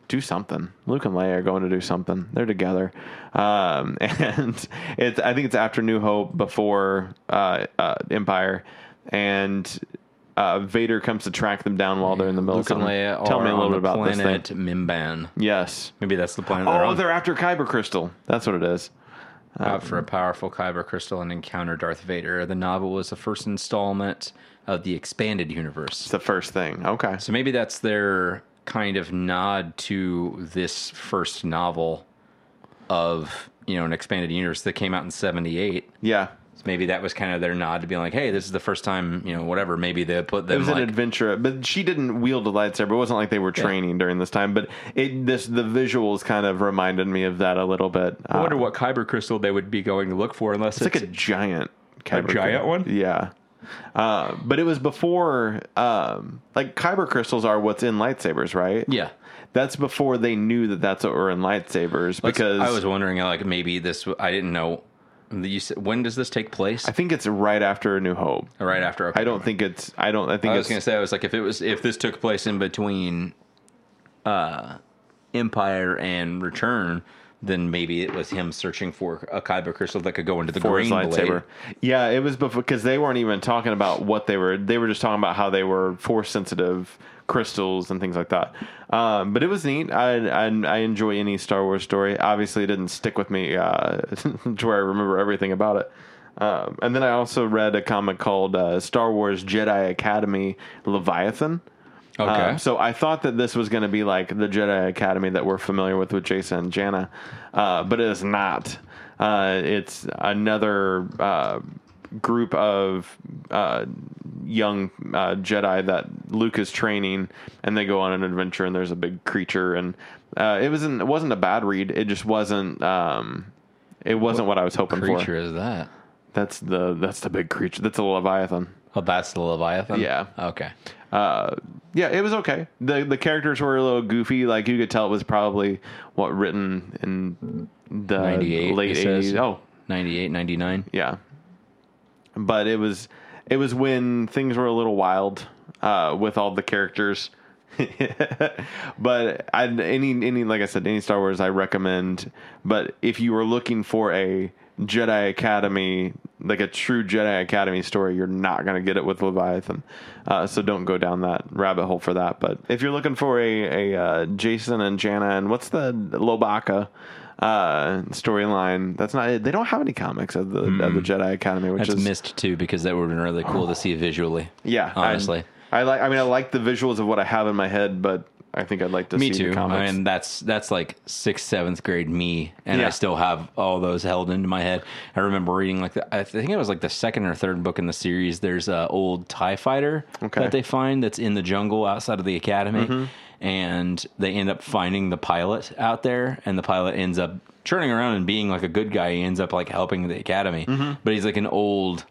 [SPEAKER 2] do something. Luke and Leia are going to do something. They're together, um, and it's. I think it's after New Hope, before uh, uh, Empire, and uh, Vader comes to track them down while they're in the middle. of
[SPEAKER 1] Luke and
[SPEAKER 2] something.
[SPEAKER 1] Leia
[SPEAKER 2] Tell
[SPEAKER 1] are
[SPEAKER 2] me a little
[SPEAKER 1] on
[SPEAKER 2] bit
[SPEAKER 1] the
[SPEAKER 2] about this
[SPEAKER 1] planet
[SPEAKER 2] thing.
[SPEAKER 1] Mimban.
[SPEAKER 2] Yes.
[SPEAKER 1] Maybe that's the planet. they're
[SPEAKER 2] Oh,
[SPEAKER 1] on.
[SPEAKER 2] they're after Kyber crystal. That's what it is.
[SPEAKER 1] out for a powerful kyber crystal and encounter Darth Vader. The novel was the first installment of the expanded universe.
[SPEAKER 2] It's the first thing. Okay.
[SPEAKER 1] So maybe that's their kind of nod to this first novel of, you know, an expanded universe that came out in 78.
[SPEAKER 2] Yeah.
[SPEAKER 1] So maybe that was kind of their nod to being like, hey, this is the first time, you know, whatever. Maybe they put
[SPEAKER 2] It
[SPEAKER 1] them
[SPEAKER 2] was
[SPEAKER 1] like,
[SPEAKER 2] an adventure, but she didn't wield a lightsaber. It wasn't like they were training during this time, but it this the visuals kind of reminded me of that a little bit.
[SPEAKER 1] I
[SPEAKER 2] Uh,
[SPEAKER 1] wonder what kyber crystal they would be going to look for unless it's,
[SPEAKER 2] It's like a giant, Kyber
[SPEAKER 1] giant one?
[SPEAKER 2] Yeah, uh, but it was before. Um, like kyber crystals are what's in lightsabers, right?
[SPEAKER 1] yeah.
[SPEAKER 2] that's before they knew that that's what were in lightsabers
[SPEAKER 1] That's-
[SPEAKER 2] because
[SPEAKER 1] I was wondering, like, maybe this, I didn't know. You said, when does this take place?
[SPEAKER 2] I think it's right after A New Hope.
[SPEAKER 1] right after. okay.
[SPEAKER 2] I don't think it's. I don't. I think
[SPEAKER 1] I was
[SPEAKER 2] it's.
[SPEAKER 1] gonna say I was like if it was if this took place in between uh Empire and Return, then maybe it was him searching for a kyber crystal that could go into the
[SPEAKER 2] for his
[SPEAKER 1] green blade.
[SPEAKER 2] lightsaber. Yeah, it was before because they weren't even talking about what they were. They were just talking about how they were force sensitive crystals and things like that. Um, but it was neat. I, I I enjoy any Star Wars story. Obviously, it didn't stick with me uh, to where I remember everything about it. Um, and then I also read a comic called uh, Star Wars Jedi Academy Leviathan.
[SPEAKER 1] Okay.
[SPEAKER 2] Um, so I thought that this was going to be like the Jedi Academy that we're familiar with with Jason and Janna, uh, but it is not. Uh, it's another uh, group of uh, young uh, Jedi that Luke is training, and they go on an adventure, and there's a big creature, and uh, it wasn't it wasn't a bad read. It just wasn't. Um, it wasn't what, I was hoping
[SPEAKER 1] creature
[SPEAKER 2] for.
[SPEAKER 1] is that?
[SPEAKER 2] That's the that's the big creature. That's a Leviathan.
[SPEAKER 1] Oh, that's the Leviathan.
[SPEAKER 2] Yeah.
[SPEAKER 1] Okay.
[SPEAKER 2] uh, yeah, it was okay. the The characters were a little goofy. Like you could tell it was probably what written in the
[SPEAKER 1] 98,
[SPEAKER 2] late
[SPEAKER 1] it says.
[SPEAKER 2] eighties. Oh,
[SPEAKER 1] 98, 99.
[SPEAKER 2] yeah. But it was it was when things were a little wild uh, with all the characters. but I, any any like I said, any Star Wars I recommend. But if you were looking for a Jedi Academy, like a true Jedi Academy story, you're not gonna get it with Leviathan. Uh, so don't go down that rabbit hole for that. But if you're looking for a, a uh, Jason and Janna and what's the Lobaka uh, storyline, that's not. They don't have any comics of the of the Jedi Academy, which
[SPEAKER 1] That's
[SPEAKER 2] is
[SPEAKER 1] missed too because that would have been really cool to see visually.
[SPEAKER 2] yeah. I-
[SPEAKER 1] Honestly.
[SPEAKER 2] I, like. I mean, I like the visuals of what I have in my head, but I think I'd like to
[SPEAKER 1] me
[SPEAKER 2] see
[SPEAKER 1] too.
[SPEAKER 2] the comics.
[SPEAKER 1] I mean, that's that's like sixth, seventh grade me, and
[SPEAKER 2] Yeah.
[SPEAKER 1] I still have all those held into my head. I remember reading like the, I think it was like the second or third book in the series. There's a old Tie Fighter
[SPEAKER 2] Okay.
[SPEAKER 1] that they find that's in the jungle outside of the academy, and they end up finding the pilot out there, and the pilot ends up turning around and being like a good guy. He ends up like helping the academy, but he's like an old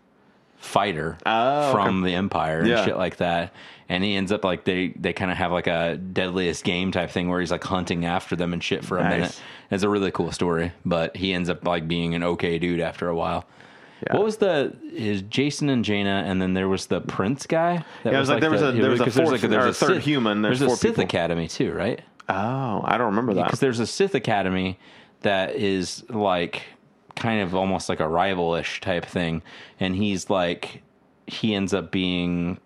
[SPEAKER 1] fighter
[SPEAKER 2] Oh,
[SPEAKER 1] from the empire and
[SPEAKER 2] Yeah.
[SPEAKER 1] shit like that and he ends up like they they kind of have like a deadliest game type thing where he's like hunting after them and shit for a
[SPEAKER 2] Nice.
[SPEAKER 1] minute it's a really cool story but he ends up like being an okay dude after a while
[SPEAKER 2] Yeah.
[SPEAKER 1] What was the is Jason and Jana, and then there was the prince guy? That
[SPEAKER 2] Yeah, it was like there was a- there was a
[SPEAKER 1] 'cause
[SPEAKER 2] fourth- or a third
[SPEAKER 1] Sith-
[SPEAKER 2] human, there's
[SPEAKER 1] There's, a
[SPEAKER 2] four
[SPEAKER 1] Sith
[SPEAKER 2] people.
[SPEAKER 1] Academy too, right?
[SPEAKER 2] oh, I don't remember that.
[SPEAKER 1] because there's a Sith Academy that is like kind of almost like a rival-ish type thing, and he's like he ends up being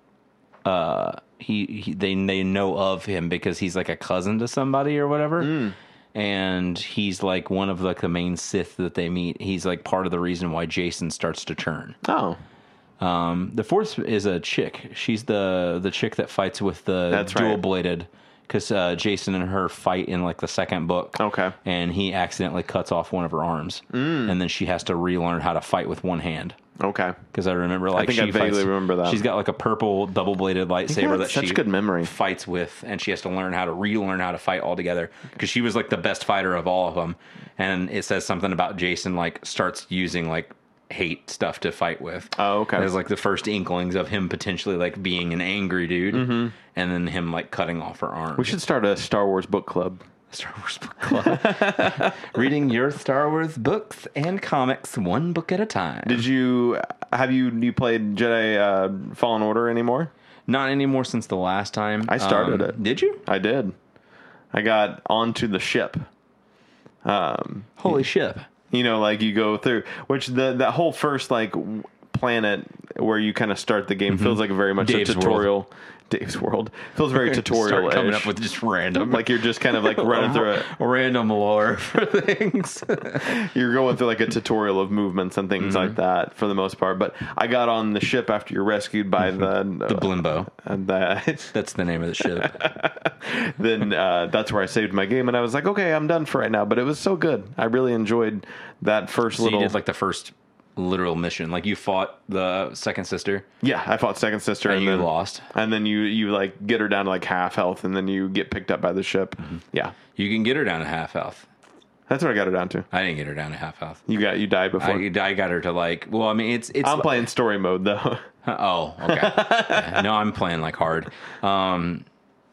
[SPEAKER 1] uh he, he they they know of him because he's like a cousin to somebody or whatever. And he's like one of like the main Sith that they meet. He's like part of the reason why Jason starts to turn.
[SPEAKER 2] Oh,
[SPEAKER 1] The fourth is a chick. She's the the chick that fights with the
[SPEAKER 2] That's right.
[SPEAKER 1] dual bladed. Because uh, Jason and her fight in like the second book.
[SPEAKER 2] Okay.
[SPEAKER 1] And he accidentally cuts off one of her arms, mm. and then she has to relearn how to fight with one hand.
[SPEAKER 2] okay.
[SPEAKER 1] Because I remember like
[SPEAKER 2] think
[SPEAKER 1] she
[SPEAKER 2] I vaguely
[SPEAKER 1] fights-
[SPEAKER 2] remember that.
[SPEAKER 1] She's got like a purple double bladed lightsaber
[SPEAKER 2] have
[SPEAKER 1] that
[SPEAKER 2] such
[SPEAKER 1] she
[SPEAKER 2] good memory.
[SPEAKER 1] fights with, and she has to learn how to relearn how to fight altogether. Because she was like the best fighter of all of them, and it says something about Jason like starts using like hate stuff to fight with.
[SPEAKER 2] Oh, okay.
[SPEAKER 1] There's like the first inklings of him potentially like being an angry dude,
[SPEAKER 2] Mm-hmm.
[SPEAKER 1] and then him like cutting off her arm.
[SPEAKER 2] We should start a Star Wars book club.
[SPEAKER 1] Star Wars book club. Reading your Star Wars books and comics one book at a time.
[SPEAKER 2] Did you have you you played Jedi uh, Fallen Order anymore?
[SPEAKER 1] Not anymore since the last time. Um,
[SPEAKER 2] I started it.
[SPEAKER 1] Did you?
[SPEAKER 2] I did. I got onto the ship. Um,
[SPEAKER 1] Holy ship.
[SPEAKER 2] you know, like you go through, which the that whole first like w- planet where you kind of start the game feels like very much
[SPEAKER 1] Mm-hmm. Dave's
[SPEAKER 2] a
[SPEAKER 1] World.
[SPEAKER 2] tutorial. Dave's world feels very tutorial.
[SPEAKER 1] Start coming up with just random.
[SPEAKER 2] like you're just kind of like running through it.
[SPEAKER 1] Random lore for things.
[SPEAKER 2] you're going through like a tutorial of movements and things
[SPEAKER 1] Mm-hmm.
[SPEAKER 2] like that for the most part. But I got on the ship after you're rescued by the
[SPEAKER 1] Mm-hmm. the Blimbo.
[SPEAKER 2] and the,
[SPEAKER 1] That's the name of the ship.
[SPEAKER 2] then uh, that's where I saved my game and I was like, okay, I'm done for right now. But it was so good. I really enjoyed that first
[SPEAKER 1] So
[SPEAKER 2] little.
[SPEAKER 1] you did like the first literal mission. Like you fought the second sister.
[SPEAKER 2] yeah, I fought second sister and,
[SPEAKER 1] And you
[SPEAKER 2] then,
[SPEAKER 1] lost.
[SPEAKER 2] and then you you like get her down to like half health, and then you get picked up by the ship.
[SPEAKER 1] Mm-hmm.
[SPEAKER 2] Yeah,
[SPEAKER 1] You can get her down to half health.
[SPEAKER 2] that's what I got her down to.
[SPEAKER 1] I didn't get her down to half health.
[SPEAKER 2] You got you died before.
[SPEAKER 1] I, I got her to like. Well, I mean, it's it's.
[SPEAKER 2] I'm playing story mode though.
[SPEAKER 1] Oh, okay. Yeah, no, I'm playing like hard. Um,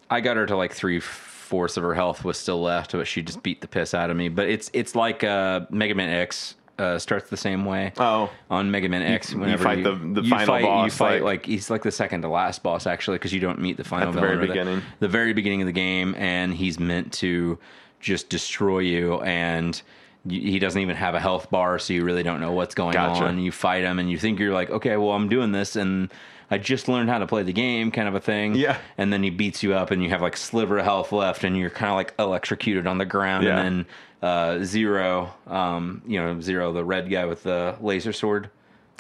[SPEAKER 1] I got her to like three fourths of her health was still left, but she just beat the piss out of me. But it's it's like uh, Mega Man X uh, starts the same way.
[SPEAKER 2] Oh.
[SPEAKER 1] on Mega Man X, whenever
[SPEAKER 2] fight the- the final
[SPEAKER 1] fight, you
[SPEAKER 2] boss,
[SPEAKER 1] fight like,
[SPEAKER 2] like-
[SPEAKER 1] he's like the second to last boss actually, because you don't meet the final
[SPEAKER 2] At the
[SPEAKER 1] villain
[SPEAKER 2] very
[SPEAKER 1] or
[SPEAKER 2] beginning.
[SPEAKER 1] the very beginning of the game, and he's meant to just destroy you and. y- He doesn't even have a health bar, so you really don't know what's going
[SPEAKER 2] Gotcha.
[SPEAKER 1] on. You fight him, and you think you're like, okay, well, I'm doing this, and I just learned how to play the game, kind of a thing.
[SPEAKER 2] Yeah.
[SPEAKER 1] And then he beats you up, and you have like sliver of health left, and you're kind of like electrocuted on the ground,
[SPEAKER 2] Yeah.
[SPEAKER 1] and then uh, zero, um, you know, zero, the red guy with the laser sword.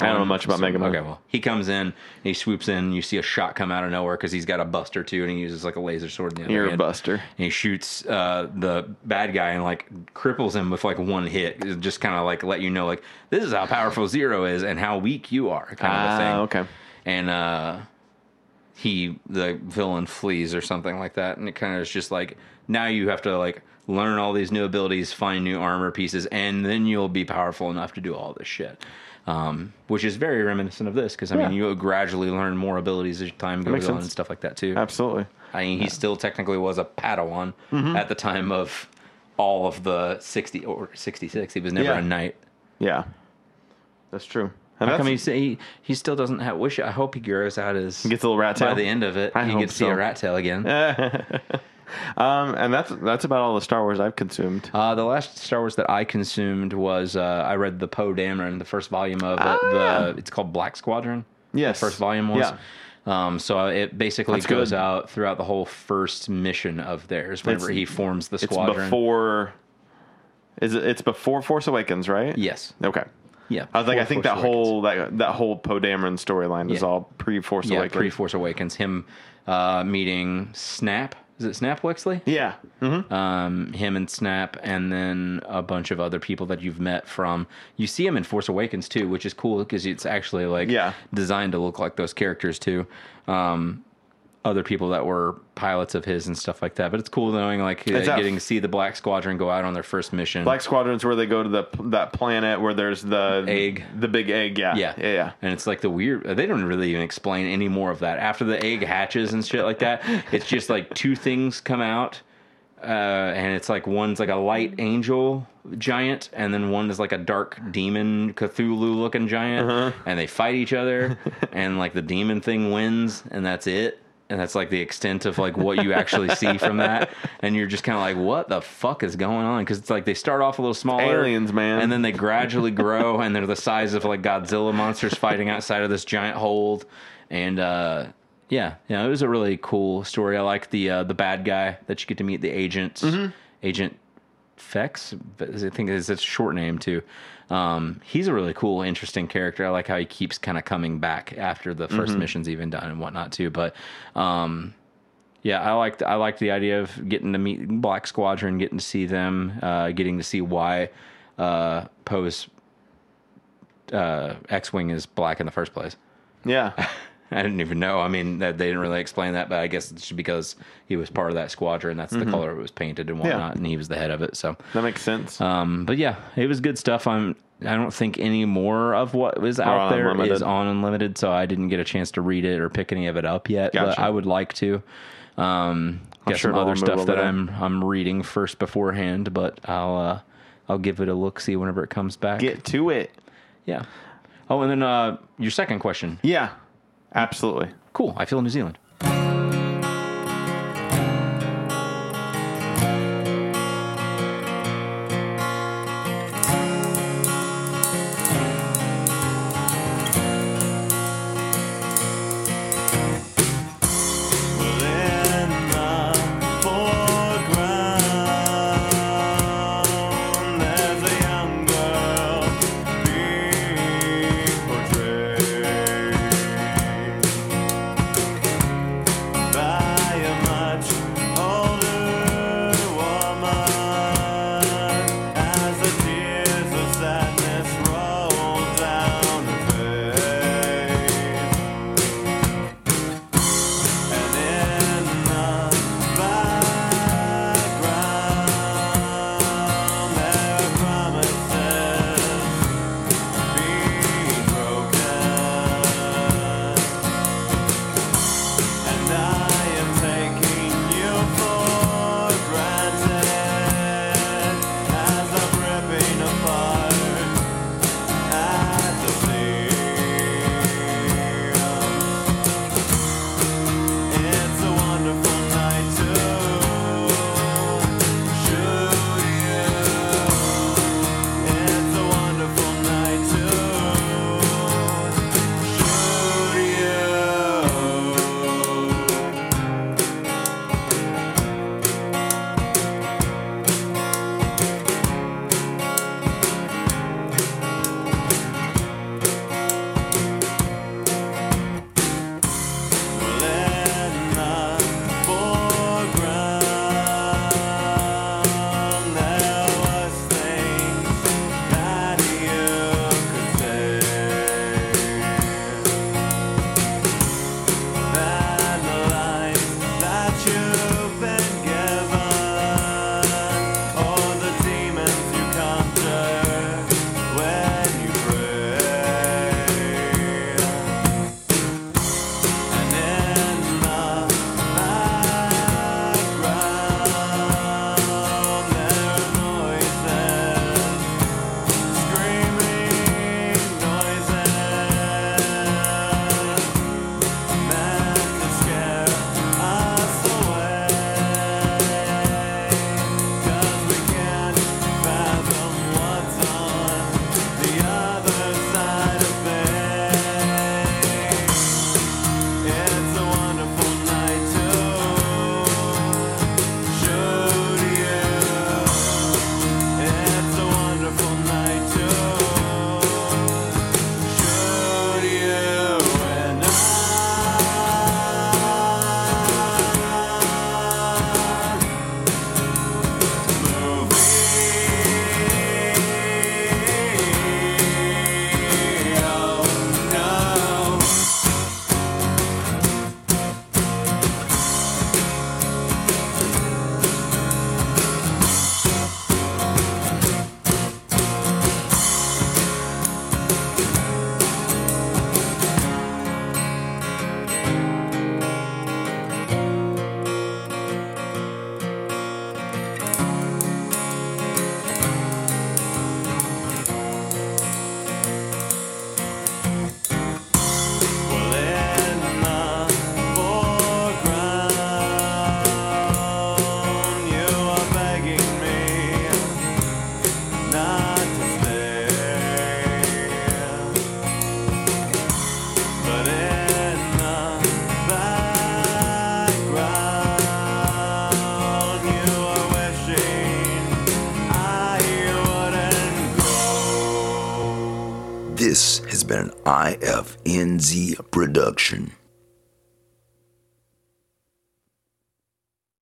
[SPEAKER 2] I don't know
[SPEAKER 1] Um,
[SPEAKER 2] much about Mega Man.
[SPEAKER 1] Okay, well, he comes in, and he swoops in. You see a shot come out of nowhere because he's got a buster too, and he uses like a laser sword. In the other
[SPEAKER 2] You're a
[SPEAKER 1] hand.
[SPEAKER 2] buster.
[SPEAKER 1] And he shoots uh, the bad guy and like cripples him with like one hit. It Just kind of like let you know like this is how powerful Zero is and how weak you are, kind of a thing.
[SPEAKER 2] Ah, okay.
[SPEAKER 1] And uh, he the villain flees or something like that, and it kind of is just like now you have to like learn all these new abilities, find new armor pieces, and then you'll be powerful enough to do all this shit. Um, which is very reminiscent of this because I mean
[SPEAKER 2] Yeah.
[SPEAKER 1] you gradually learn more abilities as time goes
[SPEAKER 2] makes
[SPEAKER 1] on
[SPEAKER 2] sense.
[SPEAKER 1] and stuff like that too.
[SPEAKER 2] Absolutely.
[SPEAKER 1] I mean, he still technically was a Padawan
[SPEAKER 2] Mm-hmm.
[SPEAKER 1] at the time of all of the 60 or 66. He was never
[SPEAKER 2] Yeah.
[SPEAKER 1] a knight.
[SPEAKER 2] Yeah, that's true. And
[SPEAKER 1] How come
[SPEAKER 2] that's-
[SPEAKER 1] he, say- he he still doesn't have? Wish I hope he grows out his
[SPEAKER 2] Gets a little rat
[SPEAKER 1] by
[SPEAKER 2] tail?
[SPEAKER 1] the end of it.
[SPEAKER 2] I
[SPEAKER 1] he
[SPEAKER 2] hope
[SPEAKER 1] gets to be
[SPEAKER 2] so.
[SPEAKER 1] a rat tail again.
[SPEAKER 2] Um, and that's that's about all the Star Wars I've consumed.
[SPEAKER 1] Uh, the last Star Wars that I consumed was uh, I read the Poe Dameron, the first volume of it.
[SPEAKER 2] Ah.
[SPEAKER 1] The it's called Black Squadron.
[SPEAKER 2] Yes.
[SPEAKER 1] the first volume was.
[SPEAKER 2] Yeah.
[SPEAKER 1] Um, so it basically
[SPEAKER 2] That's
[SPEAKER 1] goes
[SPEAKER 2] good.
[SPEAKER 1] out throughout the whole first mission of theirs. Whenever
[SPEAKER 2] It's-
[SPEAKER 1] he forms the
[SPEAKER 2] It's
[SPEAKER 1] squadron,
[SPEAKER 2] before. Is it? It's before Force Awakens, right?
[SPEAKER 1] yes,
[SPEAKER 2] Okay.
[SPEAKER 1] yeah.
[SPEAKER 2] I was like, I
[SPEAKER 1] before
[SPEAKER 2] think
[SPEAKER 1] Force
[SPEAKER 2] that
[SPEAKER 1] Awakens.
[SPEAKER 2] whole that that whole Poe Dameron storyline is
[SPEAKER 1] Yeah.
[SPEAKER 2] all pre Force
[SPEAKER 1] Yeah,
[SPEAKER 2] Awakens.
[SPEAKER 1] pre Force Awakens. Him uh, meeting Snap. Is it Snap Wexley?
[SPEAKER 2] yeah. hmm
[SPEAKER 1] Um, him and Snap, and then a bunch of other people that you've met from. You see him in Force Awakens too, which is cool because it's actually like
[SPEAKER 2] Yeah.
[SPEAKER 1] designed to look like those characters too. Um, other people that were pilots of his and stuff like that. But it's cool knowing like uh,
[SPEAKER 2] It's that-
[SPEAKER 1] getting to see the Black Squadron go out on their first mission.
[SPEAKER 2] Black Squadron's where they go to the that planet where there's the
[SPEAKER 1] Egg.
[SPEAKER 2] the big egg. Yeah.
[SPEAKER 1] Yeah.
[SPEAKER 2] Yeah. yeah.
[SPEAKER 1] And it's like the weird, they don't really even explain any more of that. After the egg hatches and shit like that, it's just like two things come out. Uh, and it's like one's like a light angel giant, and then one is like a dark demon Cthulhu
[SPEAKER 2] Uh-huh.
[SPEAKER 1] looking giant, and they fight each other, and like the demon thing wins, and that's it. and that's like the extent of like what you actually see from that and you're just kind of like what the fuck is going on because it's like they start off a little smaller
[SPEAKER 2] Aliens, man.
[SPEAKER 1] and then they gradually grow and they're the size of like godzilla monsters fighting outside of this giant hold and uh yeah yeah it was a really cool story i like the uh the bad guy that you get to meet the agent agent fex i think is its short name too um he's a really cool interesting character i like how he keeps kind of coming back after the 1st mission's even done and whatnot too but um yeah, I liked I liked the idea of getting to meet Black Squadron, getting to see them, uh, getting to see why uh, Poe's uh, X-wing is black in the first place.
[SPEAKER 2] Yeah.
[SPEAKER 1] I didn't even know. I mean, that they didn't really explain that, but I guess it's just because he was part of that squadron. That's
[SPEAKER 2] Mm-hmm.
[SPEAKER 1] the color it was painted and whatnot, and he was the head of it. So,
[SPEAKER 2] That makes sense.
[SPEAKER 1] um, but yeah, it was good stuff. I'm. I don't think any more of what was
[SPEAKER 2] Or
[SPEAKER 1] out
[SPEAKER 2] on
[SPEAKER 1] there is
[SPEAKER 2] Unlimited.
[SPEAKER 1] on Unlimited, so I didn't get a chance to read it or pick any of it up yet. But
[SPEAKER 2] Gotcha.
[SPEAKER 1] I would like to. Um, got some
[SPEAKER 2] sure it'll
[SPEAKER 1] other
[SPEAKER 2] move
[SPEAKER 1] stuff
[SPEAKER 2] over
[SPEAKER 1] that
[SPEAKER 2] there.
[SPEAKER 1] I'm I'm reading first beforehand, but I'll uh, I'll give it a look, see whenever it comes back.
[SPEAKER 2] Get to it.
[SPEAKER 1] yeah. Oh, and then uh, your second question.
[SPEAKER 2] Yeah. Absolutely.
[SPEAKER 1] Cool. I feel New Zealand.
[SPEAKER 3] Well, in the foreground, there's a young girl being portrayed.
[SPEAKER 4] This has been an IFNZ production.